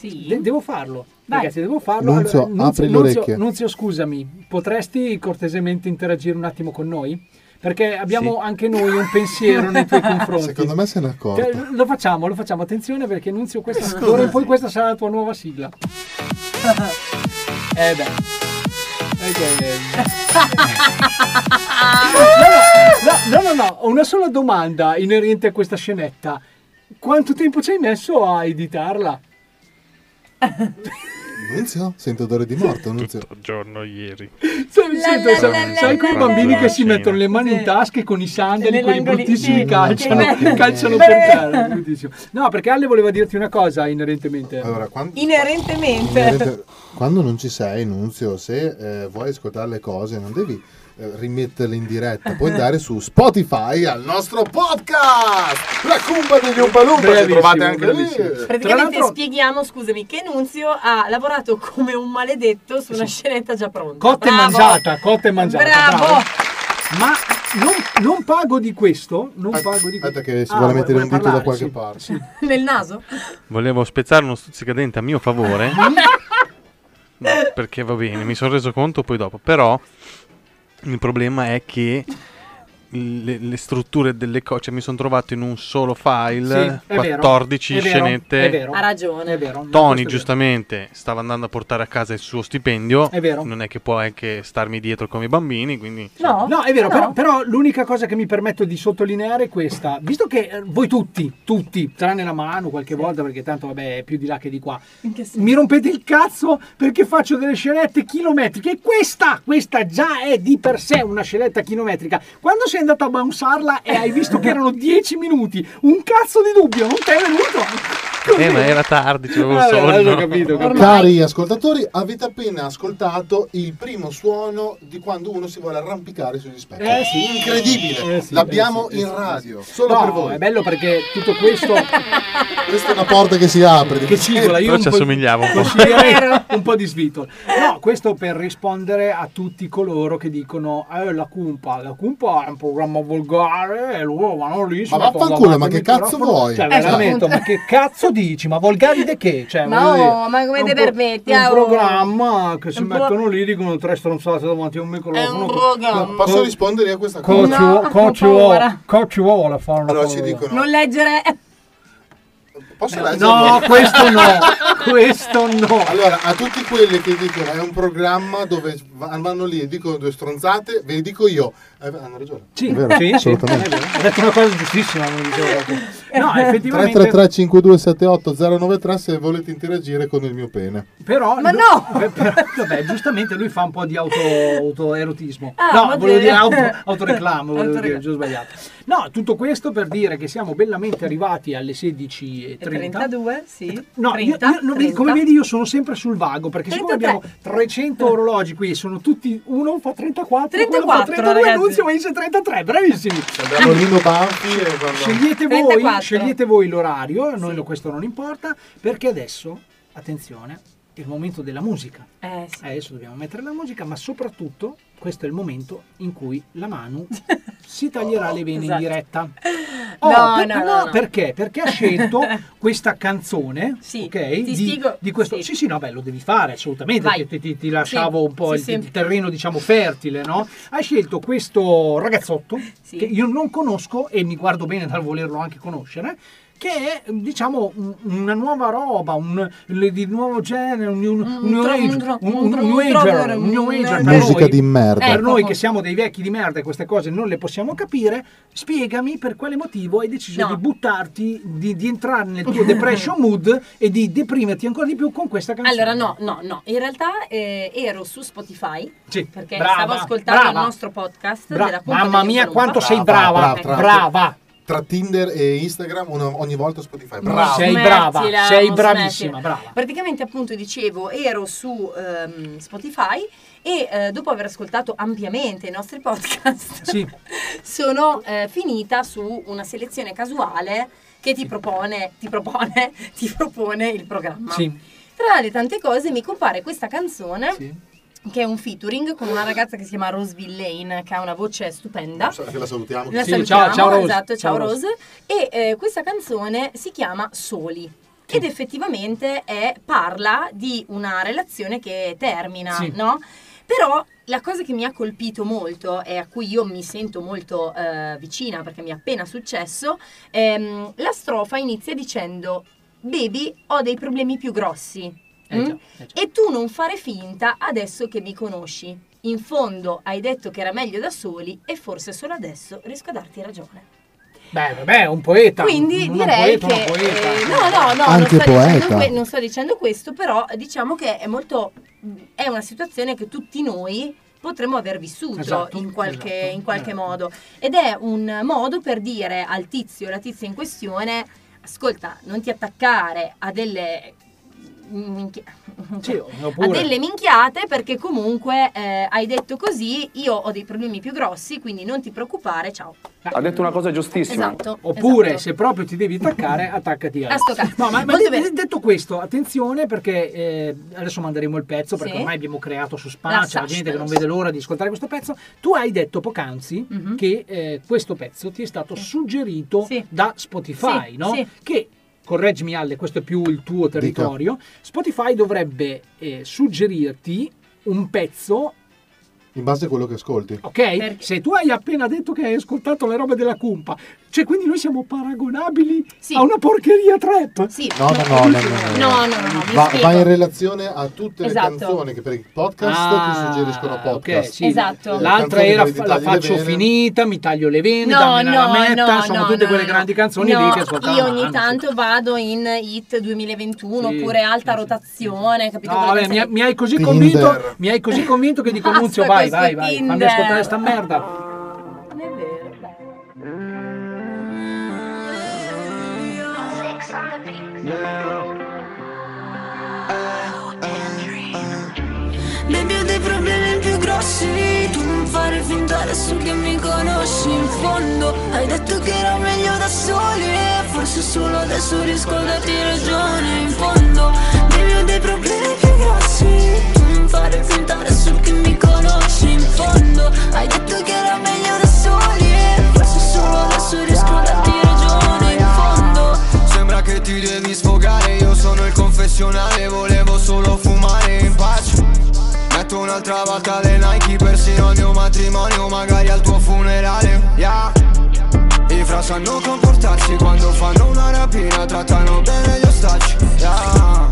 de- devo farlo. Vai. Ragazzi, devo farlo. Nunzio, apri le Nunzio- orecchie. Nunzio, scusami, potresti cortesemente interagire un attimo con noi? Perché abbiamo anche noi un pensiero nei tuoi confronti. Cioè, Secondo me se ne accorto. Te- Lo facciamo, lo facciamo. Attenzione perché Nunzio, questa, d'ora in poi questa sarà la tua nuova sigla. eh beh. Eh, No, no, no, no, no, ho una sola domanda inerente a questa scenetta. Quanto tempo ci hai messo a editarla? Nunzio? Sento odore di morto, Nunzio. Tutto il giorno ieri. Sai, sento- la, sai- la, sai la, quei la, bambini la, che la, si la, mettono le mani in tasca e con i sandali, quelli Nell'angolino, bruttissimi, sì. calciano, Sì. calciano per terra. bruttissimo. No, perché Ale voleva dirti una cosa inerentemente. Allora, quando, Inerentemente. Quando non ci sei, Nunzio, se eh, vuoi ascoltare le cose, non devi eh, rimetterle in diretta. Puoi andare su Spotify al nostro podcast, la cumba degli Umpalumpa. Ci Bravissimo, trovate anche lì. bravissimo. Tra Praticamente l'altro, spieghiamo, scusami, che Nunzio ha lavorato come un maledetto su una scenetta già pronta. Cotta e Bravo. mangiata, cotta e mangiata. Bravo. bravo. Ma non, non pago di questo, non pago di questo. che si Ah, vuole- vuole mettere un vuole dito da parlare, qualche sì. parte. Nel naso? Volevo spezzare uno stuzzicadente a mio favore. No, perché va bene, mi sono reso conto poi dopo. Però il problema è che le, le strutture delle cose, cioè mi sono trovato in un solo file Sì, è vero, 14 è vero, scenette. è vero. Ha ragione. È vero. Tony giustamente stava andando a portare a casa il suo stipendio. È vero. Non è che può anche starmi dietro come i bambini, quindi No, è vero, però, però l'unica cosa che mi permetto di sottolineare è questa. Visto che eh, voi tutti, tutti, tranne la mano qualche volta, perché tanto vabbè è più di là che di qua, mi rompete il cazzo perché faccio delle scenette chilometriche. E questa, questa già è di per sé una scenetta chilometrica. Quando sei andato a bounsarla e hai visto che erano 10 minuti, un cazzo di dubbio, non ti è venuto. Eh, ma era tardi, c'avevo Vabbè, sonno. allora ho capito, ho capito. Cari ascoltatori, avete appena ascoltato il primo suono di quando uno si vuole arrampicare sugli specchi. Eh sì. Incredibile! Eh sì, L'abbiamo eh sì, eh in sì, radio, eh sì. solo No, per voi. È bello perché tutto questo Questa è una porta che si apre. che cigola. Io Però ci un po' di- assomigliava un po'. consiglierei un po' di svitolo. No, questo per rispondere a tutti coloro che dicono eh, la Cumpa, la Cumpa è un programma volgare, e loro vanno lì. si Ma mettono vaffanculo, davanti ma al che microfono. cazzo vuoi? Cioè, Eh, veramente, Esatto. appunto. ma che cazzo dici? Ma volgari di che? Cioè, Ma voglio oh, dire, ma come è un te pro- permetti, È un ah, oh. programma che si un pro- mettono lì, dicono tre stronzate davanti a un microfono. programma. Posso rispondere a questa Co- cosa? ci vuo- co- ci vuo- paura. co- ci vuole fare una Allora ci parola. dicono, Non leggere. posso No, leggerlo? questo no, questo no. Allora, a tutti quelli che dicono è un programma dove va- vanno lì e dicono due stronzate, ve le dico io. Eh, hanno ragione. Sì, sì, sì, è vero. Eh, Ha detto una cosa giustissima. non dicevo dopo. No, effettivamente. 333 5278 093 se volete interagire con il mio pene. Però, Ma no! Però, vabbè, giustamente lui fa un po' di auto, autoerotismo. Ah, no, ma volevo te- dire auto, autoreclamo, volevo dire, Autoreclamo. giusto sbagliato. No, tutto questo per dire che siamo bellamente arrivati alle 16.30. 32, sì. Eh, No, io- 30, io- no, vedi, come 30. vedi io sono sempre sul vago perché siccome abbiamo Eh. 300 orologi qui sono tutti uno fa 34 quello fa 34, 32 ragazzi. Nunzio mi dice 33 bravissimi Abbiamo Lino Banfi e scegliete voi, 34. scegliete voi l'orario, a noi lo- questo non importa, perché adesso, attenzione, il momento della musica. Eh sì. Adesso dobbiamo mettere la musica, ma soprattutto questo è il momento in cui la Manu si taglierà le vene Esatto. in diretta. No, Oh, per- no, no, no. perché? Perché ha scelto questa canzone, ok? ti di, spiego- di questo. Sì. sì, no, beh, lo devi fare assolutamente. Vai. Ti, ti- ti lasciavo un po' sì, il, sì. il terreno, diciamo, fertile, no? Ha scelto questo ragazzotto che io non conosco e mi guardo bene dal volerlo anche conoscere. Che è, diciamo, un- una nuova roba, un, le- di nuovo genere, un, un- un new tro- age, Mm, un tro- un- un un tro- new un ager, trover, un new un- Ecco, ager. Musica Per di noi- merda. Per noi proprio. che siamo dei vecchi di merda e queste cose non le possiamo capire, spiegami per quale motivo hai deciso di buttarti, di, di entrare nel tuo depression mood e di deprimerti ancora di più con questa canzone. Allora, no, no, no. In realtà eh, ero su Spotify Sì, perché brava, stavo ascoltando brava. il nostro podcast Bra- della Cumpa Mamma degli mia, Umpa quanto Lumpa. sei brava, brava. Brava, Tra Tinder e Instagram uno- ogni volta Spotify. Bravo. Sei brava, sei bravissima, brava. Praticamente appunto dicevo, ero su ehm, Spotify e eh, dopo aver ascoltato ampiamente i nostri podcast Sì. sono eh, finita su una selezione casuale che ti propone, ti propone, ti propone il programma. Sì. Tra le tante cose mi compare questa canzone che è un featuring con una ragazza che si chiama Rose Villain che ha una voce stupenda. Che la salutiamo. La Sì, salutiamo, ciao, ciao, Rose. esatto, ciao, Ciao, Rose. E eh, questa canzone si chiama Soli. Ed effettivamente è- parla di una relazione che termina, Sì. no? Però la cosa che mi ha colpito molto e a cui io mi sento molto eh, vicina perché mi è appena successo, ehm, la strofa inizia dicendo Baby, ho dei problemi più grossi. Eh già, Mm? E tu non fare finta adesso che mi conosci. In fondo hai detto che era meglio da soli e forse solo adesso riesco a darti ragione. Beh, vabbè, un poeta. Quindi un- un direi poeta, che... un poeta. eh, no, no, no, Anche non, sto dicendo poeta. que- non sto dicendo questo, però diciamo che è molto... è una situazione che tutti noi potremmo aver vissuto Esatto, in qualche, esatto, in qualche modo. Ed è un modo per dire al tizio o alla tizia in questione, ascolta, non ti attaccare a delle... minchia- Sì, a oppure- delle minchiate perché comunque eh, hai detto così, io ho dei problemi più grossi, quindi non ti preoccupare, ciao. Ha detto una cosa giustissima. Ah. Esatto, Oppure, esatto. se proprio ti devi attaccare, attaccati a. A sto cazzo. No, ma, ma Molto de- bene. detto questo, attenzione perché eh, adesso manderemo il pezzo perché Sì. ormai abbiamo creato su La c'è la gente che non suspense. vede l'ora di ascoltare questo pezzo. Tu hai detto poc'anzi Mhm. che eh, questo pezzo ti è stato suggerito da Spotify, Sì, no? sì. Che correggimi Ale, questo è più il tuo territorio. Spotify dovrebbe eh, suggerirti un pezzo In base a quello che ascolti. Ok? Se tu hai appena detto che hai ascoltato le robe della cumpa, cioè quindi noi siamo paragonabili a una porcheria trap. Sì. No, no, no, no, no, No, no, no, no, mi Va, spiego. va in relazione a tutte Esatto. le canzoni che per il podcast Ah, ti suggeriscono podcast. Ok, sì. Esatto. Eh, L'altra canzoni era per i la dettagli faccio le vene. finita, mi taglio le vene, No, dammi una no, lametta, no, sono no, tutte no, quelle no. grandi canzoni No, lì che ascoltavo. io la ogni mano. tanto vado in Hit 2021 Sì, oppure alta rotazione, capito? No, Quelle vabbè, cose mi, lì. mi hai così Tinder. convinto, mi hai così convinto che dico Basta Nunzio, vai, questo vai, vai, fammi Tinder. ascoltare sta merda. Non è vero, dai. Baby ho dei problemi più grossi Tu non fare finta adesso che mi conosci In fondo hai detto che era meglio da soli Forse solo adesso riesco a darti ragione In fondo Baby ho dei problemi più grossi Tu non fare finta adesso che mi conosci In fondo hai detto che era meglio da soli Forse solo adesso riesco a darti ragione In fondo Sembra che ti devi sfogare, io sono il confessionale, volevo solo fumare in pace. Metto un'altra volta le Nike, persino al mio matrimonio, magari al tuo funerale. Yeah. I fra sanno comportarsi quando fanno una rapina, trattano bene gli ostaci. Yeah.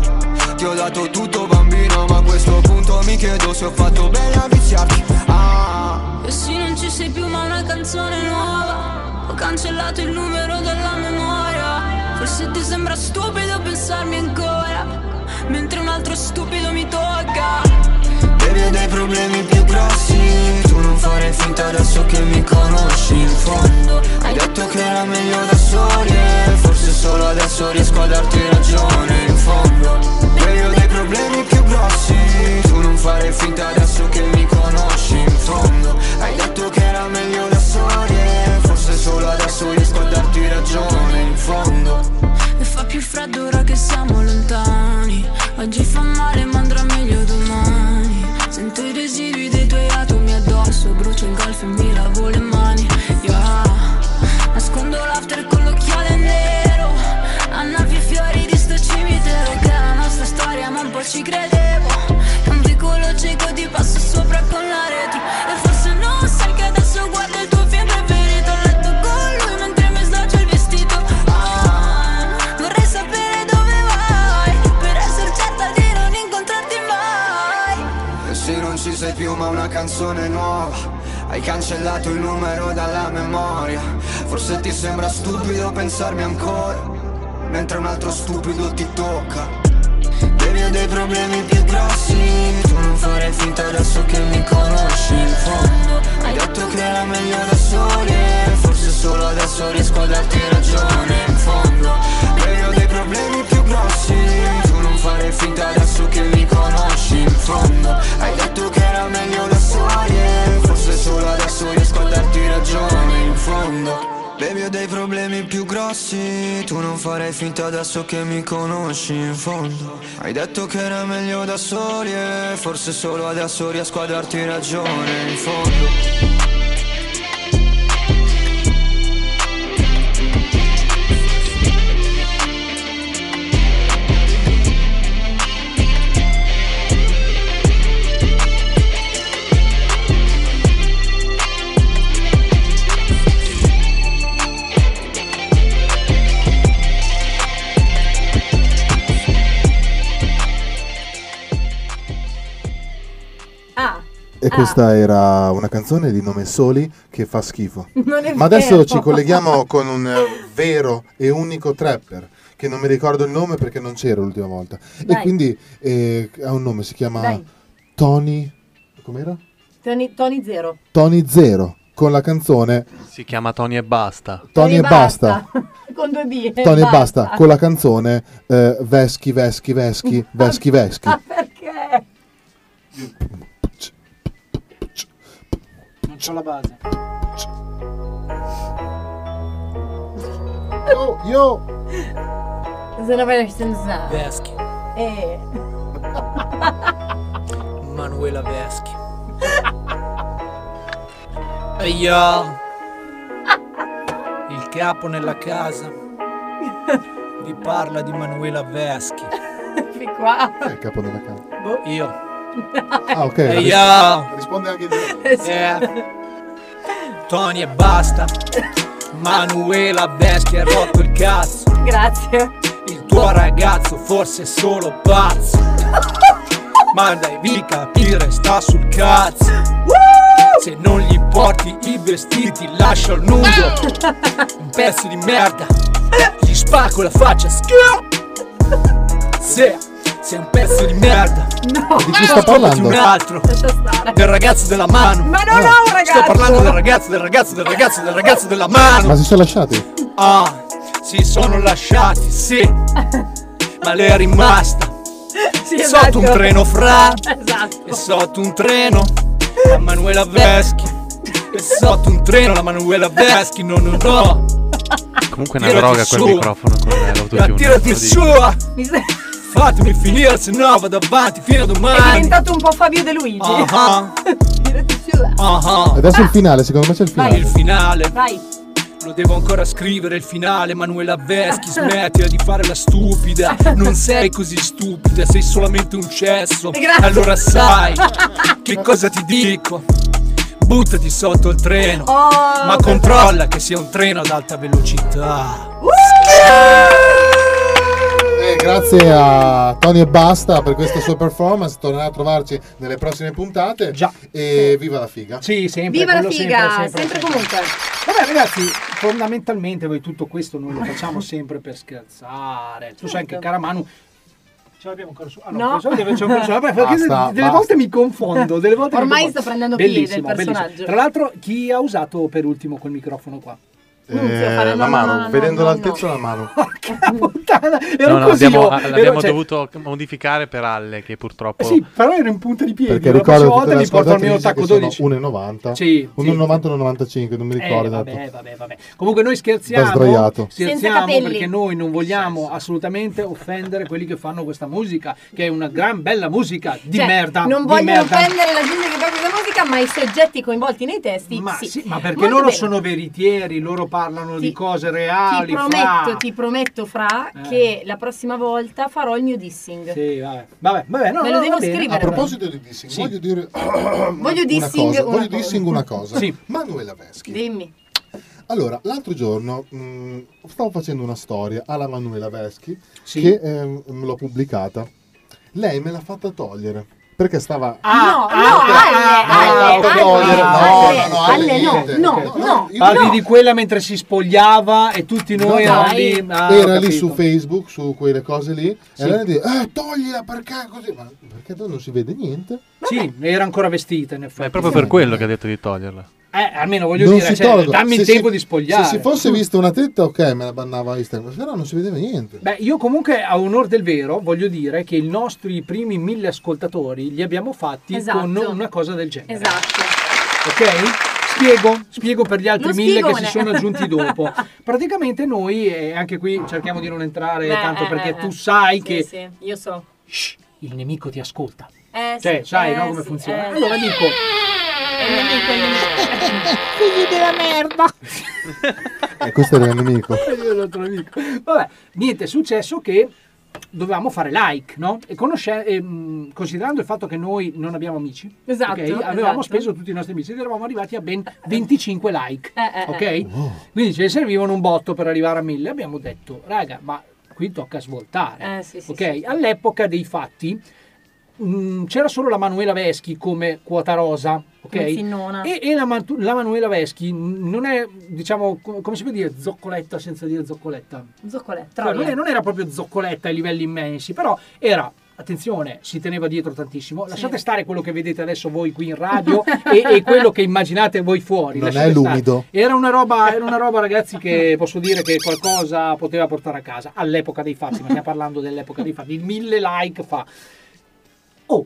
Ti ho dato tutto bambino, ma a questo punto mi chiedo se ho fatto bene a viziarti. Ah. E sì, non ci sei più, ma una canzone nuova. Ho cancellato il numero della memoria. Forse ti sembra stupido pensarmi ancora. Mentre un altro stupido mi tocca. Baby ho dei problemi più grossi Tu non fare finta adesso che mi conosci in fondo Hai detto che era meglio da soli e Forse solo adesso riesco a darti ragione in fondo Baby ho dei problemi più grossi Tu non fare finta adesso che mi conosci in fondo Hai detto che era meglio da soli e Forse solo adesso riesco a darti ragione in fondo E fa più freddo ora che siamo lontani. Oggi fa male, ma Ah, canzone nuova hai cancellato il numero dalla memoria Forse ti sembra stupido pensarmi ancora Mentre un altro stupido ti tocca Devi ho dei problemi più grossi Tu non fare finta adesso che mi conosci in fondo Hai detto che era meglio da soli Forse solo adesso riesco a darti ragione in fondo Devi ho dei problemi più grossi Tu non fare finta adesso che mi conosci in fondo Hai detto che era meglio da soli Forse solo adesso riesco a darti ragione in fondo Baby ho dei problemi più grossi Tu non farei finta adesso che mi conosci in fondo Hai detto che era meglio da soli E forse solo adesso riesco a darti ragione in fondo E questa era una canzone di nome Soli che fa schifo. Non è Ma adesso vero. ci colleghiamo con un eh, vero e unico trapper che non mi ricordo il nome perché non c'era l'ultima volta. E Dai. quindi eh, ha un nome, si chiama Dai. Tony. Com'era? Tony, Tony Zero. Tony Zero con la canzone Si chiama Tony e basta. Tony e basta. Con due B. eh, Tony e basta con la canzone eh, Veschi, Veschi, Veschi, Veschi, Veschi. Ah, perché? Non c'ho la base. Oh, Yo, yo. Sono per senza. Veschi. Eh. Manuela Veschi. Ehi, yo. Il capo nella casa vi parla di Manuela Veschi. Fì qua. Il capo della casa. Boh, io. Ah, ok. Ehi, Ris- yo. Risponde anche Eh. Tony e basta. Manuela Veschi ha rotto il cazzo. Grazie. Il tuo ragazzo forse è solo pazzo. Ma devi capire, sta sul cazzo. Se non gli porti i vestiti, lascia il nudo. Un pezzo di merda. Gli spacco la faccia. schia. Se sei un pezzo di merda. No, di chi sta parlando? Un altro. Del ragazzo della mano. Ah, Ma non ho un ragazzo. Sto parlando del ragazzo, del ragazzo, del ragazzo, del ragazzo della mano. Ma si sono lasciati? Ah, si sono lasciati, sì. Ma lei è rimasta. Sì, sotto un esatto. treno fra. Esatto. E sotto un treno la Manuela Veschi. E sotto un treno la Manuela Veschi. No, no, no. Comunque è una Tirati droga quel su. microfono con eh, La l'autotune. tirati lo su. dico. Fatemi finire, se no vado avanti fino a È domani. diventato un po' Fabio De Luigi. Ah, Ah, ah. Uh-huh. Adesso il finale, secondo me c'è il Vai. Il finale. finale. Lo devo ancora scrivere il finale, Manuela Veschi, smettila di fare la stupida. Non sei così stupida, sei solamente un cesso. Grazie. Allora sai che cosa ti dico. Buttati sotto il treno, Oh, ma controlla che sia un treno ad alta velocità. E Eh, grazie a Tony e Basta per questa sua performance. Tornerà a trovarci nelle prossime puntate. Già. E viva la figa. Sì, sempre. Viva la quello figa, sempre, sempre, sempre sempre. comunque. Vabbè ragazzi, fondamentalmente voi tutto questo noi lo facciamo sempre per scherzare. Tu sai che Caramanu... Ce l'abbiamo ancora su... Ah, No. no, pensavo di averci ancora su- vabbè, perché Basta, delle basta. volte mi confondo, delle volte mi Ormai confondo. sto prendendo piede il bellissimo, bellissimo. personaggio. Tra l'altro chi ha usato per ultimo quel microfono qua? Eh, la mano, vedendo l'altezza della mano. Ero No, no, così abbiamo- io, ero- l'abbiamo cioè- dovuto modificare per Alle che purtroppo... Eh sì, però ero in punta di piedi. Perché la prossima ricordo tutte volta le mi porto almeno un ascoltatrici tacco che sono 12. 1,90. Sì, 1,90 o 95, non mi Eh, ricordo. esatto. vabbè, vabbè, vabbè. Comunque noi scherziamo, Da sdraiato. Senza scherziamo capelli. perché noi non vogliamo assolutamente offendere quelli che fanno questa musica, che è una gran bella musica di Cioè, ah. merda. Non di vogliono merda. offendere la gente che fa questa musica, ma i soggetti coinvolti nei testi. Ma, sì. sì, ma perché Molto loro bene. sono veritieri, loro parlano di cose reali. Ti prometto, fra. ti prometto, Fra, Eh. che la prossima volta farò il mio dissing. Sì, vabbè. Vabbè, vabbè, no, Me no, lo va devo bene. scrivere. A proposito di dissing, voglio dire Voglio una dissing cosa, una voglio cosa. dissing una cosa. Sì. Manuela Veschi. Dimmi. Allora, l'altro giorno mh, stavo facendo una storia alla Manuela Veschi Sì. che ehm, l'ho pubblicata. Lei me l'ha fatta togliere. Perché stava... Ah, no, no, Ale, Ale, Ale, Ale, Ale, no, no, no, Parli no. di quella mentre si spogliava e tutti noi No, eravamo no, lì. Ah, ho era lì capito. su Facebook, su quelle cose lì, Sì. e allora dice, eh, toglila perché così, ma perché tu non si vede niente? Sì, era ancora vestita in effetti. È proprio per quello che ha detto di toglierla. Eh, almeno voglio Non dire, si cioè, tolgono. dammi il Se si- tempo di spogliare. Se si fosse vista una tetta, ok, me la bannava Instagram, però non si vedeva niente. Beh, io comunque a onor del vero voglio dire che i nostri primi mille ascoltatori li abbiamo fatti Esatto. con una cosa del genere. Esatto. Ok? Spiego, spiego per gli altri Uno mille che si spiegone. sono aggiunti dopo. Praticamente noi, e anche qui cerchiamo di non entrare Beh, tanto eh, perché eh, tu eh. sai Sì, che Sì, io so. il nemico ti ascolta. Eh, Cioè, sì, sai eh, no, come sì, funziona. eh, allora sì. Eh, È dico, il nemico, è il nemico. figli della merda. E questo era il nemico. Io non te lo dico. Vabbè, niente, è successo che dovevamo fare like, no? E conosce- ehm, considerando il fatto che noi non abbiamo amici, Esatto, ok? esatto. avevamo speso tutti i nostri amici ed eravamo arrivati a ben 25 like, Eh, eh, eh. ok? Quindi ce ne servivano un botto per arrivare a 1000. Abbiamo detto, raga, ma qui tocca svoltare, Eh, sì, sì, ok? All'epoca dei fatti mh, c'era solo la Manuela Veschi come quota rosa, ok? Come Finnona. E, e la, Matu- la Manuela Veschi mh, non è, diciamo, co- come si può dire zoccoletta senza dire zoccoletta? Zoccoletta. Cioè, non, è- non era proprio zoccoletta ai livelli immensi, però era. Attenzione, si teneva dietro tantissimo. Lasciate stare quello che vedete adesso voi qui in radio e, e quello che immaginate voi fuori. Non Lasciate è stare. Esatto. l'umido. Era una, roba, era una roba, ragazzi, che posso dire che qualcosa poteva portare a casa all'epoca dei fatti. Ma stiamo parlando dell'epoca dei fatti. Il mille like fa. Oh,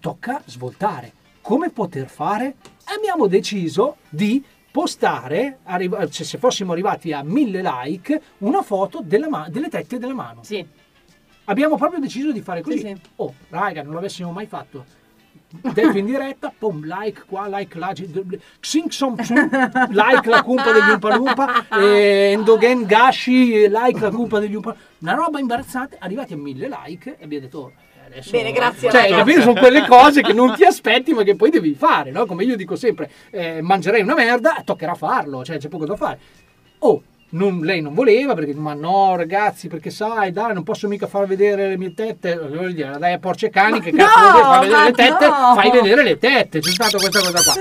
tocca svoltare. Come poter fare? Abbiamo deciso di postare, arri- cioè, se fossimo arrivati a mille like, una foto della ma- delle tette della mano. Sì. Abbiamo proprio deciso di fare così. Sì, sì. Oh, raga, non l'avessimo mai fatto. Detto in diretta, pom, like qua, like là, gi- d- d- xing som xum, like la cumpa degli Umpalumpa, endogen gashi, like la cumpa degli Umpalumpa. Una roba imbarazzante, arrivati a mille like e abbiamo detto... oh, adesso- Bene, grazie, Cioè, Roberto. capito, sono quelle cose che non ti aspetti ma che poi devi fare, no? Come io dico sempre, eh, mangerei una merda, toccherà farlo, cioè c'è poco da fare. Oh, non- lei non voleva perché, ma no ragazzi, perché sai, dai, non posso mica far vedere le mie tette. Voglio dire, dai a porce cani Eh, che No, cazzo vuol dire far vedere ma le tette, no. fai vedere le tette, c'è stata questa cosa qua.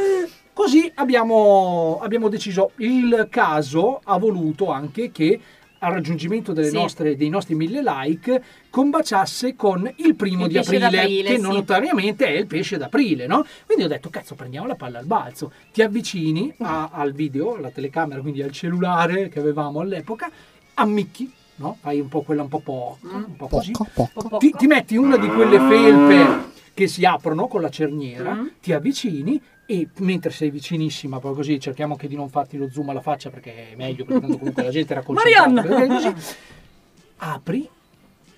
Così abbiamo, abbiamo deciso, il caso ha voluto anche che al raggiungimento delle Sì. nostre- dei nostri mille like combaciasse con il primo Il di pesce aprile, d'aprile, che sì. notoriamente è il pesce d'aprile, no? Quindi ho detto, cazzo, prendiamo la palla al balzo. Ti avvicini a- al video, alla telecamera, quindi al cellulare che avevamo all'epoca, ammicchi, no? Fai un po' quella un po' poco, un po' così. Ti, ti metti una di quelle felpe che si aprono con la cerniera, ti avvicini e mentre sei vicinissima, poi così cerchiamo anche di non farti lo zoom alla faccia perché è meglio, perché tanto comunque la gente era concentrata. Marianna! perché così, apri,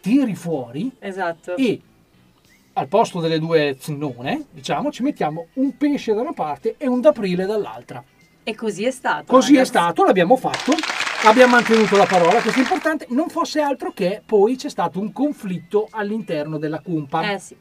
tiri fuori Esatto. e al posto delle due zinnone, diciamo, ci mettiamo un pesce da una parte e un d'aprile dall'altra. E così è stato. Così è ragazzi. stato, l'abbiamo fatto, abbiamo mantenuto la parola, questo è importante, non fosse altro che poi c'è stato un conflitto all'interno della cumpa. Eh sì,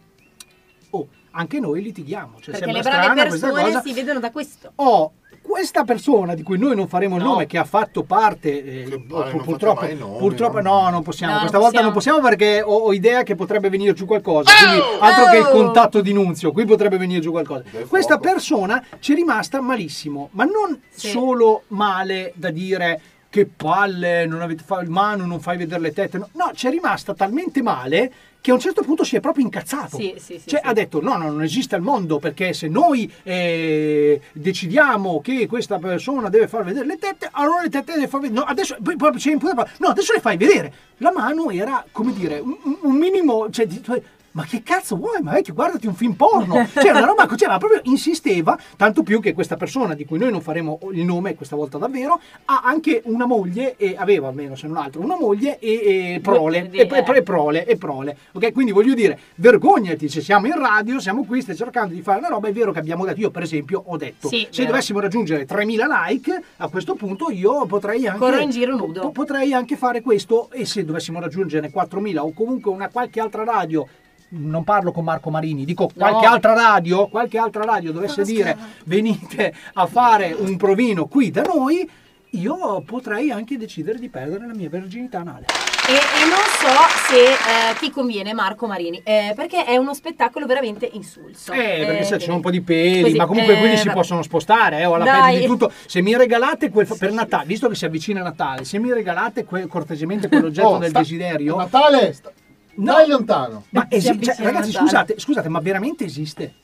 Oh, anche noi litighiamo, cioè perché sembra le brave strana questa persone cosa. si vedono da questo. Oh, questa persona di cui noi non faremo il nome, che ha fatto parte, eh, pur- non purtroppo, fate mai nomi, purtroppo no, non possiamo, No, non questa volta non possiamo perché ho, ho idea che potrebbe venire giù qualcosa, quindi altro che il Oh! contatto di Nunzio, qui potrebbe venire giù qualcosa. Questa persona ci è rimasta malissimo, ma non solo male da dire che palle, non avete fa- mano, non fai vedere le tette, no, no ci è rimasta talmente male che a un certo punto si è proprio incazzato. Sì, sì, sì, Cioè, sì. ha detto: no, no, non esiste al mondo perché se noi eh, decidiamo che questa persona deve far vedere le tette, allora le tette deve far vedere. No, adesso poi- poi c'è imputato- No, adesso le fai vedere. La mano era, come dire, un, un- un minimo. Cioè, di- cioè, ma che cazzo vuoi? Ma vecchio, guardati un film porno. Cioè, una roba cioè, ma proprio insisteva, tanto più che questa persona, di cui noi non faremo il nome questa volta davvero, ha anche una moglie, e aveva almeno se non altro, una moglie e, e prole. Due- E, e- e prole, e prole. Ok, quindi voglio dire, vergognati, se siamo in radio, siamo qui, stai cercando di fare una roba, è vero che abbiamo detto, io per esempio ho detto, Sì, se vero. dovessimo raggiungere 3000 like, a questo punto io potrei anche... Corro in giro nudo. po- potrei anche fare questo e se dovessimo raggiungere 4000 o comunque una qualche altra radio non parlo con Marco Marini, dico qualche altra radio, qualche altra radio dovesse dire venite a fare un provino qui da noi, io potrei anche decidere di perdere la mia verginità anale. E, e non so se eh, ti conviene Marco Marini, eh, perché è uno spettacolo veramente insulso. Eh, perché se ci sono un po' di peli, Così, ma comunque eh, quelli si vabbè. possono spostare, eh, o alla Dai. peggio di tutto. Se mi regalate quel, per Natale, visto che si avvicina Natale, se mi regalate quel- cortesemente quell'oggetto Oh, del sta- desiderio... Natale, sta- dai lontano. Ma Si esi- cioè, avvicina ragazzi, Natale. scusate, scusate, ma veramente esiste?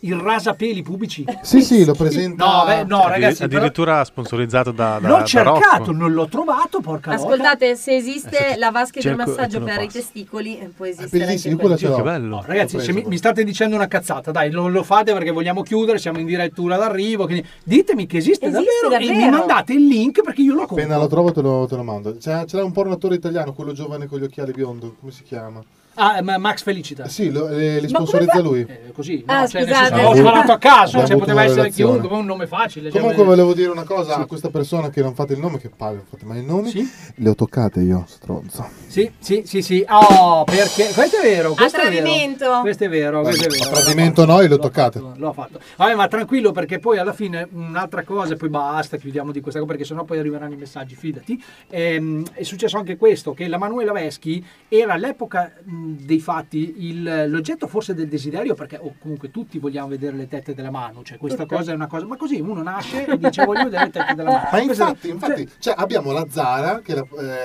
Il rasapeli pubblici? Sì, sì, lo presenta. No, beh, no, ragazzi, però- addirittura sponsorizzato da, da L'ho da cercato, Rocco. non l'ho trovato, porca loca. Ascoltate, se Eh, esiste la vasca cerco idromassaggio e te lo per i passo. testicoli, eh, Ah, può esistere bellissimo, anche quella. ce l'ho. bello. Oh, Oh, Ragazzi, se mi, mi state dicendo una cazzata, dai, non lo fate perché vogliamo chiudere, siamo in direttura d'arrivo. Quindi ditemi che esiste, Esiste davvero, e mi davvero. mandate il link perché io lo compro. Appena lo trovo te lo, te lo mando. C'è, c'era un pornatore italiano, quello giovane con gli occhiali biondo, come si chiama? Ah, ma Max Felicita. Eh, Sì, lo- le- li sponsorizza lui. Così, Ah, no, cioè, nel scusate. senso, l'ho sparato a caso, Abbiamo cioè, avuto poteva una essere relazione. chiunque, un nome facile. cioè, Comunque voglio- volevo dire una cosa Sì. a questa persona che non fate il nome, che palle, non fate mai il nome. Le ho toccate io, stronzo. Sì, sì, sì, sì. Oh, perché questo è vero, questo è vero. tradimento. Questo è vero, questo è vero. A tradimento noi le ho toccate. L'ho fatto. Vabbè, ma tranquillo perché poi alla fine un'altra cosa e poi basta, chiudiamo di questa cosa perché sennò poi arriveranno i messaggi, fidati. Ehm, è successo anche questo, che la Manuela Veschi era all'epoca mh, dei fatti il- l'oggetto forse del desiderio perché o comunque tutti vogliamo vedere le tette della mano, cioè questa Tutte. cosa è una cosa, ma così uno nasce e dice voglio vedere le tette della mano. Ma Questa- infatti, infatti, cioè, abbiamo la Zara che, la,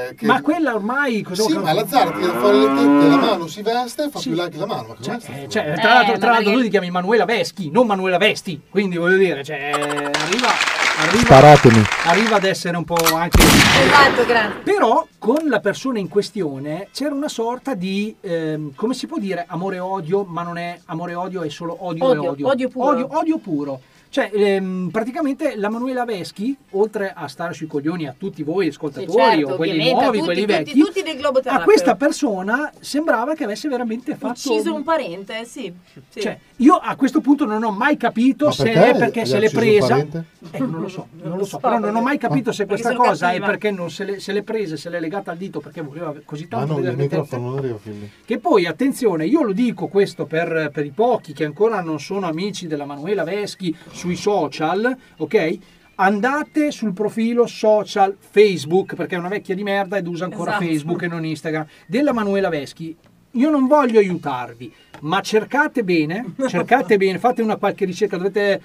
eh, che- Ma quella ormai cosa Sì, ma la Zara tira fuori le tette, la mano si veste e fa più like la mano. Ma Cioè, com'è sta eh, storia? cioè, tra l'altro, tra l'altro tu ti chiami Manuela Veschi, non Manuela Vesti, quindi voglio dire, cioè, arriva, arriva- Sparatemi. arriva ad essere un po' anche... Esatto, grazie. Però con la persona in questione c'era una sorta di, ehm, come si può dire, amore e odio, ma non è amore e odio, è solo odio, e Odio, odio. odio puro. Odio, odio puro. Cioè, ehm, praticamente la Manuela Veschi, oltre a stare sui coglioni a tutti voi ascoltatori o oh, Certo, quelli ovviamente, a nuovi, tutti, quelli tutti, vecchi, tutti del globo a questa persona sembrava che avesse veramente fatto ucciso un parente, sì. sì. cioè, io a questo punto non ho mai capito Ma se perché è perché gli se ha l'è ucciso un presa. parente? Eh, non lo so, non lo so. so, Però non ho mai capito se perché questa sono cosa è cattiva. perché non se l'è, se l'è presa, se l'è legata al dito perché voleva così Ma tanto no, vedere il le tette. microfono non arriva fin lì. Che poi, attenzione, io lo dico questo per, per i pochi che ancora non sono amici della Manuela Veschi sui social, ok? Andate sul profilo social Facebook, perché è una vecchia di merda ed usa ancora Esatto. Facebook e non Instagram, della Manuela Veschi. Io non voglio aiutarvi, ma cercate bene, cercate bene, fate una qualche ricerca, dovete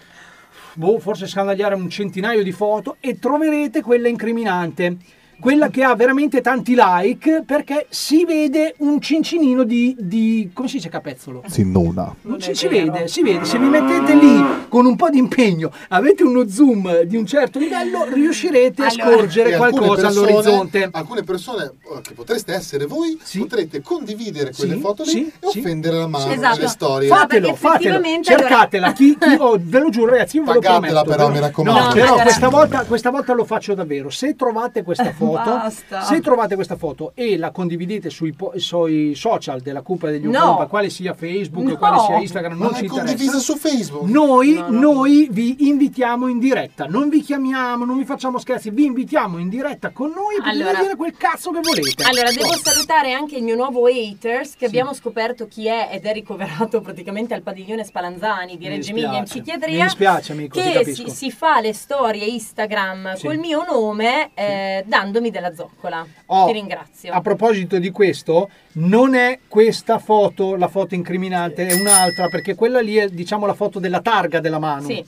boh, forse scandagliare un centinaio di foto e troverete quella incriminante. Quella che ha veramente tanti like perché si vede un cincinino di, di- come si dice capezzolo? Sì, nona. Non ci, si vede, si vede, se vi mettete lì con un po' di impegno, avete uno zoom di un certo livello, riuscirete a Allora. scorgere E alcune qualcosa persone- all'orizzonte. Alcune persone eh, che potreste essere voi, potrete condividere quelle Sì, foto lì sì, e offendere la mano Esatto. nelle storie. Fatelo, fatelo, effettivamente, allora- cercatela, chi, chi- oh, ve lo giuro ragazzi, io ve lo Pagatela prometto. però, mi raccomando. No, No, però ragazzi. questa volta, questa volta lo faccio davvero, se trovate questa foto, Basta. se trovate questa foto e la condividete sui, po- sui social della Cupa degli No. Ucumpa, quale sia Facebook, No. quale sia Instagram, Ma non l'hai ci condivisa interessa. su Facebook? Noi, noi vi invitiamo in diretta, non vi chiamiamo, non vi facciamo scherzi, vi invitiamo in diretta con noi e potete Allora. dire quel cazzo che volete. Allora, devo No. salutare anche il mio nuovo haters che abbiamo scoperto chi è ed è ricoverato praticamente al padiglione Spallanzani di Mi Reggio Emilia in dispiace. psichiatria. Mi dispiace, amico, ti Che capisco. si, si fa le storie Instagram Sì. col mio nome eh, dandomi della zoccola. Oh, Ti ringrazio. A proposito di questo, non è questa foto la foto incriminante, è un'altra, perché quella lì è diciamo la foto della targa della mano. Sì.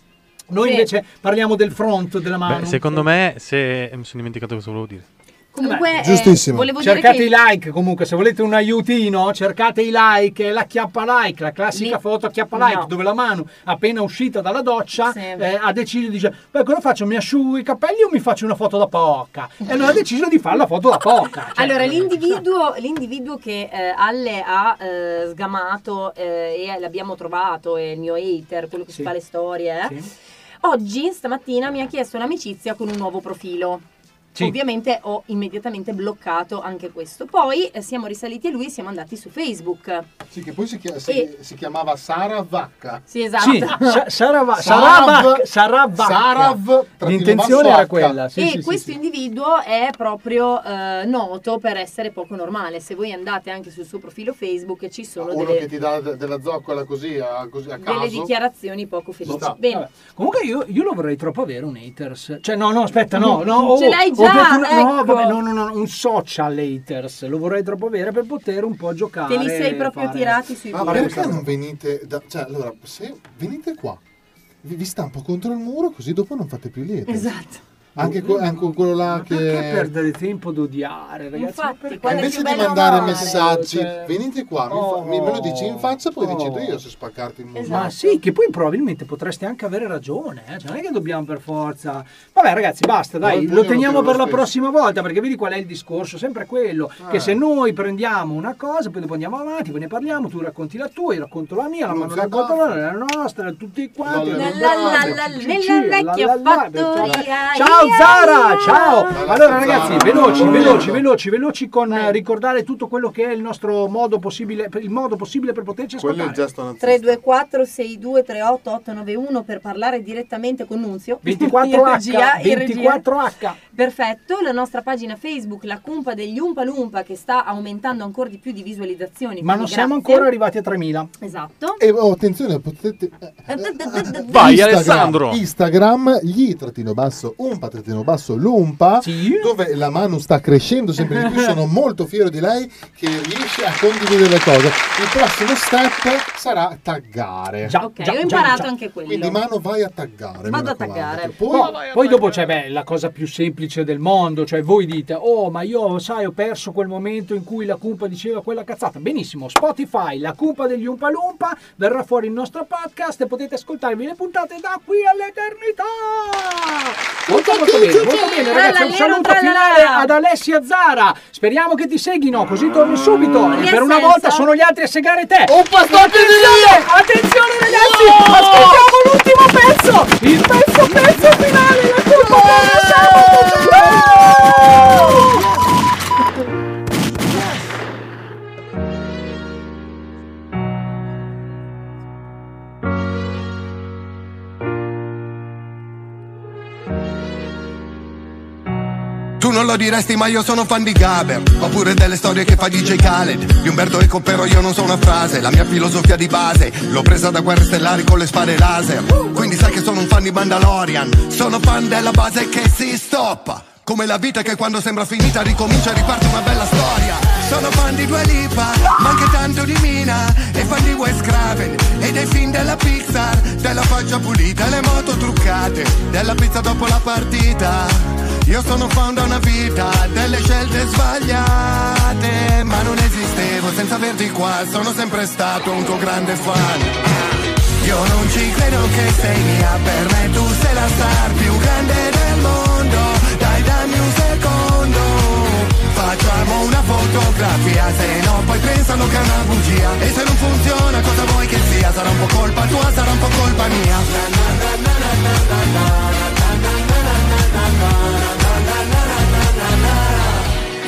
Noi Sì. invece parliamo del front della mano. Beh, secondo me, se mi sono dimenticato cosa volevo dire. Comunque, eh, Giustissimo. volevo cercate dire i like comunque, se volete un aiutino, cercate i like, è la chiappa like, la classica foto a chiappa like, no. dove la mano appena uscita dalla doccia Sì. eh, ha deciso di dire, beh cosa faccio, mi asciugo i capelli o mi faccio una foto da poca? E allora ha deciso di fare la foto da poca. Cioè, Allora, l'individuo, l'individuo che eh, Alle ha eh, sgamato eh, e l'abbiamo trovato, è il mio hater, quello che Sì. si fa le storie, eh, Sì. oggi, stamattina, mi ha chiesto un'amicizia con un nuovo profilo. Sì. Ovviamente ho immediatamente bloccato anche questo. Poi eh, siamo risaliti a lui e siamo andati su Facebook. Sì, che poi si, chia- si- si chiamava Sara Vacca. Sì, esatto. Sì, Sa- Sarava- Saravac- Saravac. Sarav, trattino L'intenzione basso era H. quella. Sì, e sì, sì, questo sì. individuo è proprio eh, noto per essere poco normale. Se voi andate anche sul suo profilo Facebook ci sono Uno che delle, ti dà de- della zoccola così a, così a caso. delle dichiarazioni poco felici. Bene. Vabbè. Comunque io, io lo vorrei troppo avere un haters. Cioè no, no, aspetta, no, no. Ce oh, l'hai ho già, detto un- ecco. no, vabbè, no, no, no, un social haters. Lo vorrei troppo avere per poter un po' giocare. Te li sei proprio fare- tirati sui Ma fare perché questa non venite da... Cioè, allora, se venite qua, vi, vi stampo contro il muro così dopo non fate più lieto. Esatto. Anche, que- anche quello là che... Perché perdere tempo ad odiare, ragazzi? Infatti, Ma perché? Cioè, quando Invece di mandare messaggi, venite qua, mi fa- mi- me lo dici in faccia, poi Oh. decido io se spaccarti il muro. Ma Esatto. sì, che poi probabilmente potresti anche avere ragione, eh. Cioè, non è che dobbiamo per forza. Vabbè, ragazzi, basta, Ma il dai, pugno lo lo teniamo tiro per lo la stesso. prossima volta, perché vedi qual è il discorso, sempre quello, che Eh. se noi prendiamo una cosa, poi dopo andiamo avanti, poi ne parliamo, tu racconti la tua, io racconto la mia, la Non mano si racconta la, la nostra, tutti quanti. La, la, eh, la, la, la, ci, ci, nella ci, vecchia la, la, la, fattoria, Ciao ia, Zara, ia. ciao. Allora ragazzi, Zara. veloci, Buon veloci, pomeriggio. veloci, veloci con eh, ricordare tutto quello che è il nostro modo possibile, il modo possibile per poterci ascoltare. Quello è il gesto nazista. 324 62 38 891 per parlare direttamente con Nunzio 24H, in regia, in regia. 24H. Perfetto, la nostra pagina Facebook, la cumpa degli Umpa Lumpa che sta aumentando ancora di più di visualizzazioni. Ma non quindi siamo grazie. ancora arrivati a 3000. Esatto. E oh, attenzione, potete... eh, Vai, Alessandro. Instagram, gli trattino basso, umpa trattino basso, l'umpa, dove la Manu sta crescendo sempre di più. Sono molto fiero di lei che riesce a condividere le cose. Il prossimo step sarà taggare. Già, Ok, ho imparato anche quello. Quindi Manu vai a taggare. mi Vado a raccomando. taggare. Poi Poi, poi dopo c'è beh, la cosa più semplice del mondo, cioè voi dite "Oh, ma io sai, ho perso quel momento in cui la cumpa diceva quella cazzata". Benissimo, Spotify, la cumpa degli Umpa Lumpa, verrà fuori il nostro podcast e potete ascoltarvi le puntate da qui all'eternità. Molto molto bene, molto bene ragazzi, un saluto finale ad Alessia Zara. Speriamo che ti seghino, così torni subito e che per una senso? volta sono gli altri a segare te. Un passaggio di Attenzione, attenzione ragazzi, ascoltiamo l'ultimo pezzo, il pezzo pezzo finale, la colpa bella sabato. No! Tu non lo diresti ma io sono fan di Gaber Oppure delle storie che fa DJ Khaled Di Umberto Eco però io non so una frase La mia filosofia di base L'ho presa da guerre stellari con le spade laser Quindi sai che sono un fan di Mandalorian Sono fan della base che si stoppa Come la vita che quando sembra finita ricomincia e riparte una bella storia Sono fan di Dua Lipa Ma anche tanto di Mina E fan di Wes Craven E dei film della Pixar Della faccia pulita e le moto truccate Della pizza dopo la partita io sono fan da una vita, delle scelte sbagliate, ma non esistevo senza averti qua, sono sempre stato un tuo grande fan. Io non ci credo che sei mia, per me tu sei la star più grande del mondo, dai dammi un secondo, facciamo una fotografia, se no poi pensano che è una bugia, e se non funziona cosa vuoi che sia, sarà un po' colpa tua, sarà un po' colpa mia.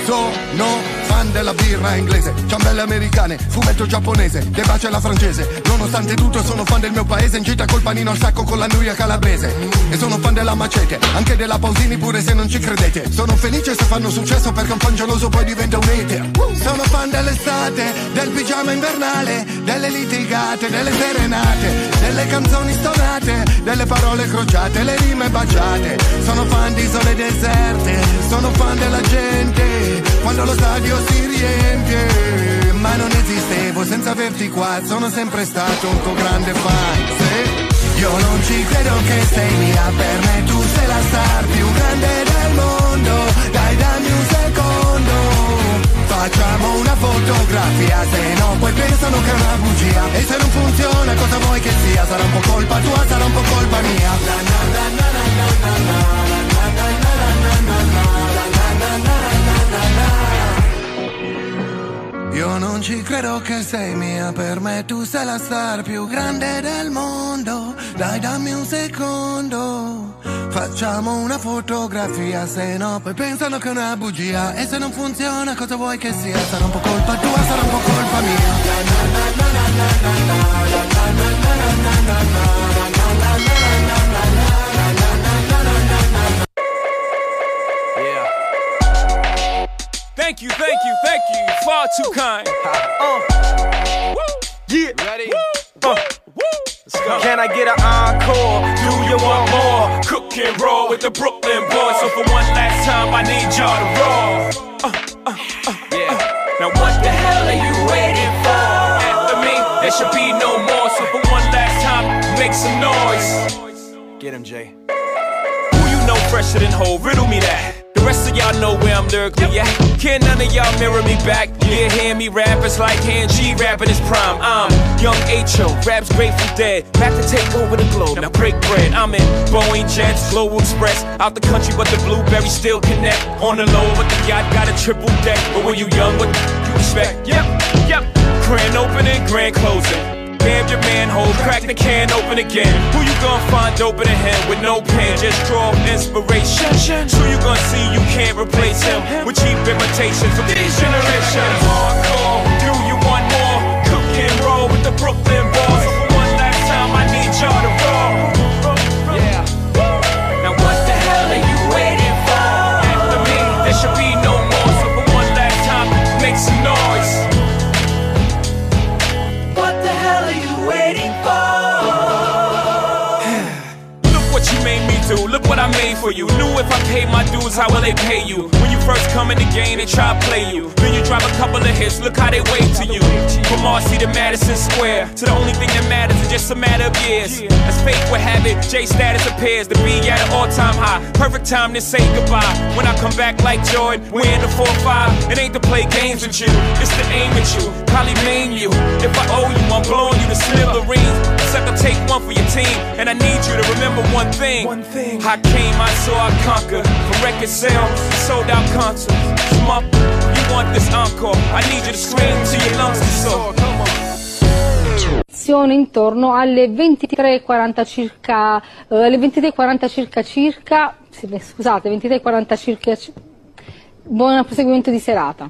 Sono fan della birra inglese, ciambelle americane, fumetto giapponese, le baci alla francese. Nonostante tutto sono fan del mio paese, in gita col panino al sacco con la nuria calabrese. E sono fan della macete, anche della Pausini pure se non ci credete. Sono felice se fanno successo perché un fan geloso poi diventa un hater. Sono fan dell'estate, del pigiama invernale, delle litigate, delle serenate, delle canzoni stonate, delle parole crociate, le rime baciate. Sono fan di isole deserte, sono fan della gente, quando lo stadio si riempie. Ma non esistevo senza averti qua, sono sempre stato un tuo grande fan. Se io non ci credo che sei mia, per me tu sei la star più grande del mondo. Dai, dammi un secondo, facciamo una fotografia, se no poi pensano che è una bugia. E se non funziona cosa vuoi che sia, sarà un po' colpa tua, sarà un po' colpa mia. Io non Non ci credo che sei mia, per me tu sei la star più grande del mondo. Dai, dammi un secondo. Facciamo una fotografia, se no poi pensano che è una bugia. E se non funziona, cosa vuoi che sia? Sarà un po' colpa tua, sarà un po' colpa mia. Thank you, thank you, thank you. You're far too kind. Uh, yeah. Ready? Uh, Let's go. Can I get an encore? Do you want more? Cook and roll with the Brooklyn boys. So for one last time, I need y'all to roll. Uh, uh, uh, yeah. Now what the hell are you waiting for? After me, there should be no more. So for one last time, make some noise. Get him, Jay. Who you know fresher than whole? Riddle me that. The rest of y'all know where I'm lyrically at. Can none of y'all mirror me back? Yeah, hear me rap, it's like hand G rapping his prime. I'm young H.O., raps grateful dead. Back to take over the globe, now break bread. I'm in Boeing Jets, Global Express. Out the country, but the blueberries still connect. On the low, but the yacht got a triple deck. But when you young, what you expect? Yep, yep. Grand opening, grand closing. Damn your manhole, crack the can open again. Who you gonna find opening him with no pen? Just draw inspiration. Who you gonna see you can't replace him with cheap imitations from these generations? Hardcore, do you want more? Cook and roll with the Brooklyn boys. So for one last time, I need y'all to roll. Yeah. Now what the hell are you waiting for? After me, there should be no more. So for one last time, make some noise. What the hell are you waiting for? Look what you made me do. Look what I made for you. Knew if I paid my dues, how will they pay you? When you first come in the game, they try to play you. Then you drive a couple of hits. Look how they wait to you. From Marcy to Madison Square, to the only thing that matters is just a matter of years. As fate would have it, J status appears to be at an all-time high. Perfect time to say goodbye. When I come back like Jordan, we in the four five. It ain't to play games with you. It's to aim at you. Probably maim you. If I owe you, I'm blowing you to smithereens. Except I take one for your team, and I need you to remember one thing. One thing. I came, I saw, I conquered. From record sales, sold out concerts. Come up, you want this encore? I need you to scream till your lungs are sore. Come on. Sono intorno alle 23.40 circa, eh, alle 23.40 circa circa, sì, beh, scusate, 23.40 circa, ci- buon proseguimento di serata.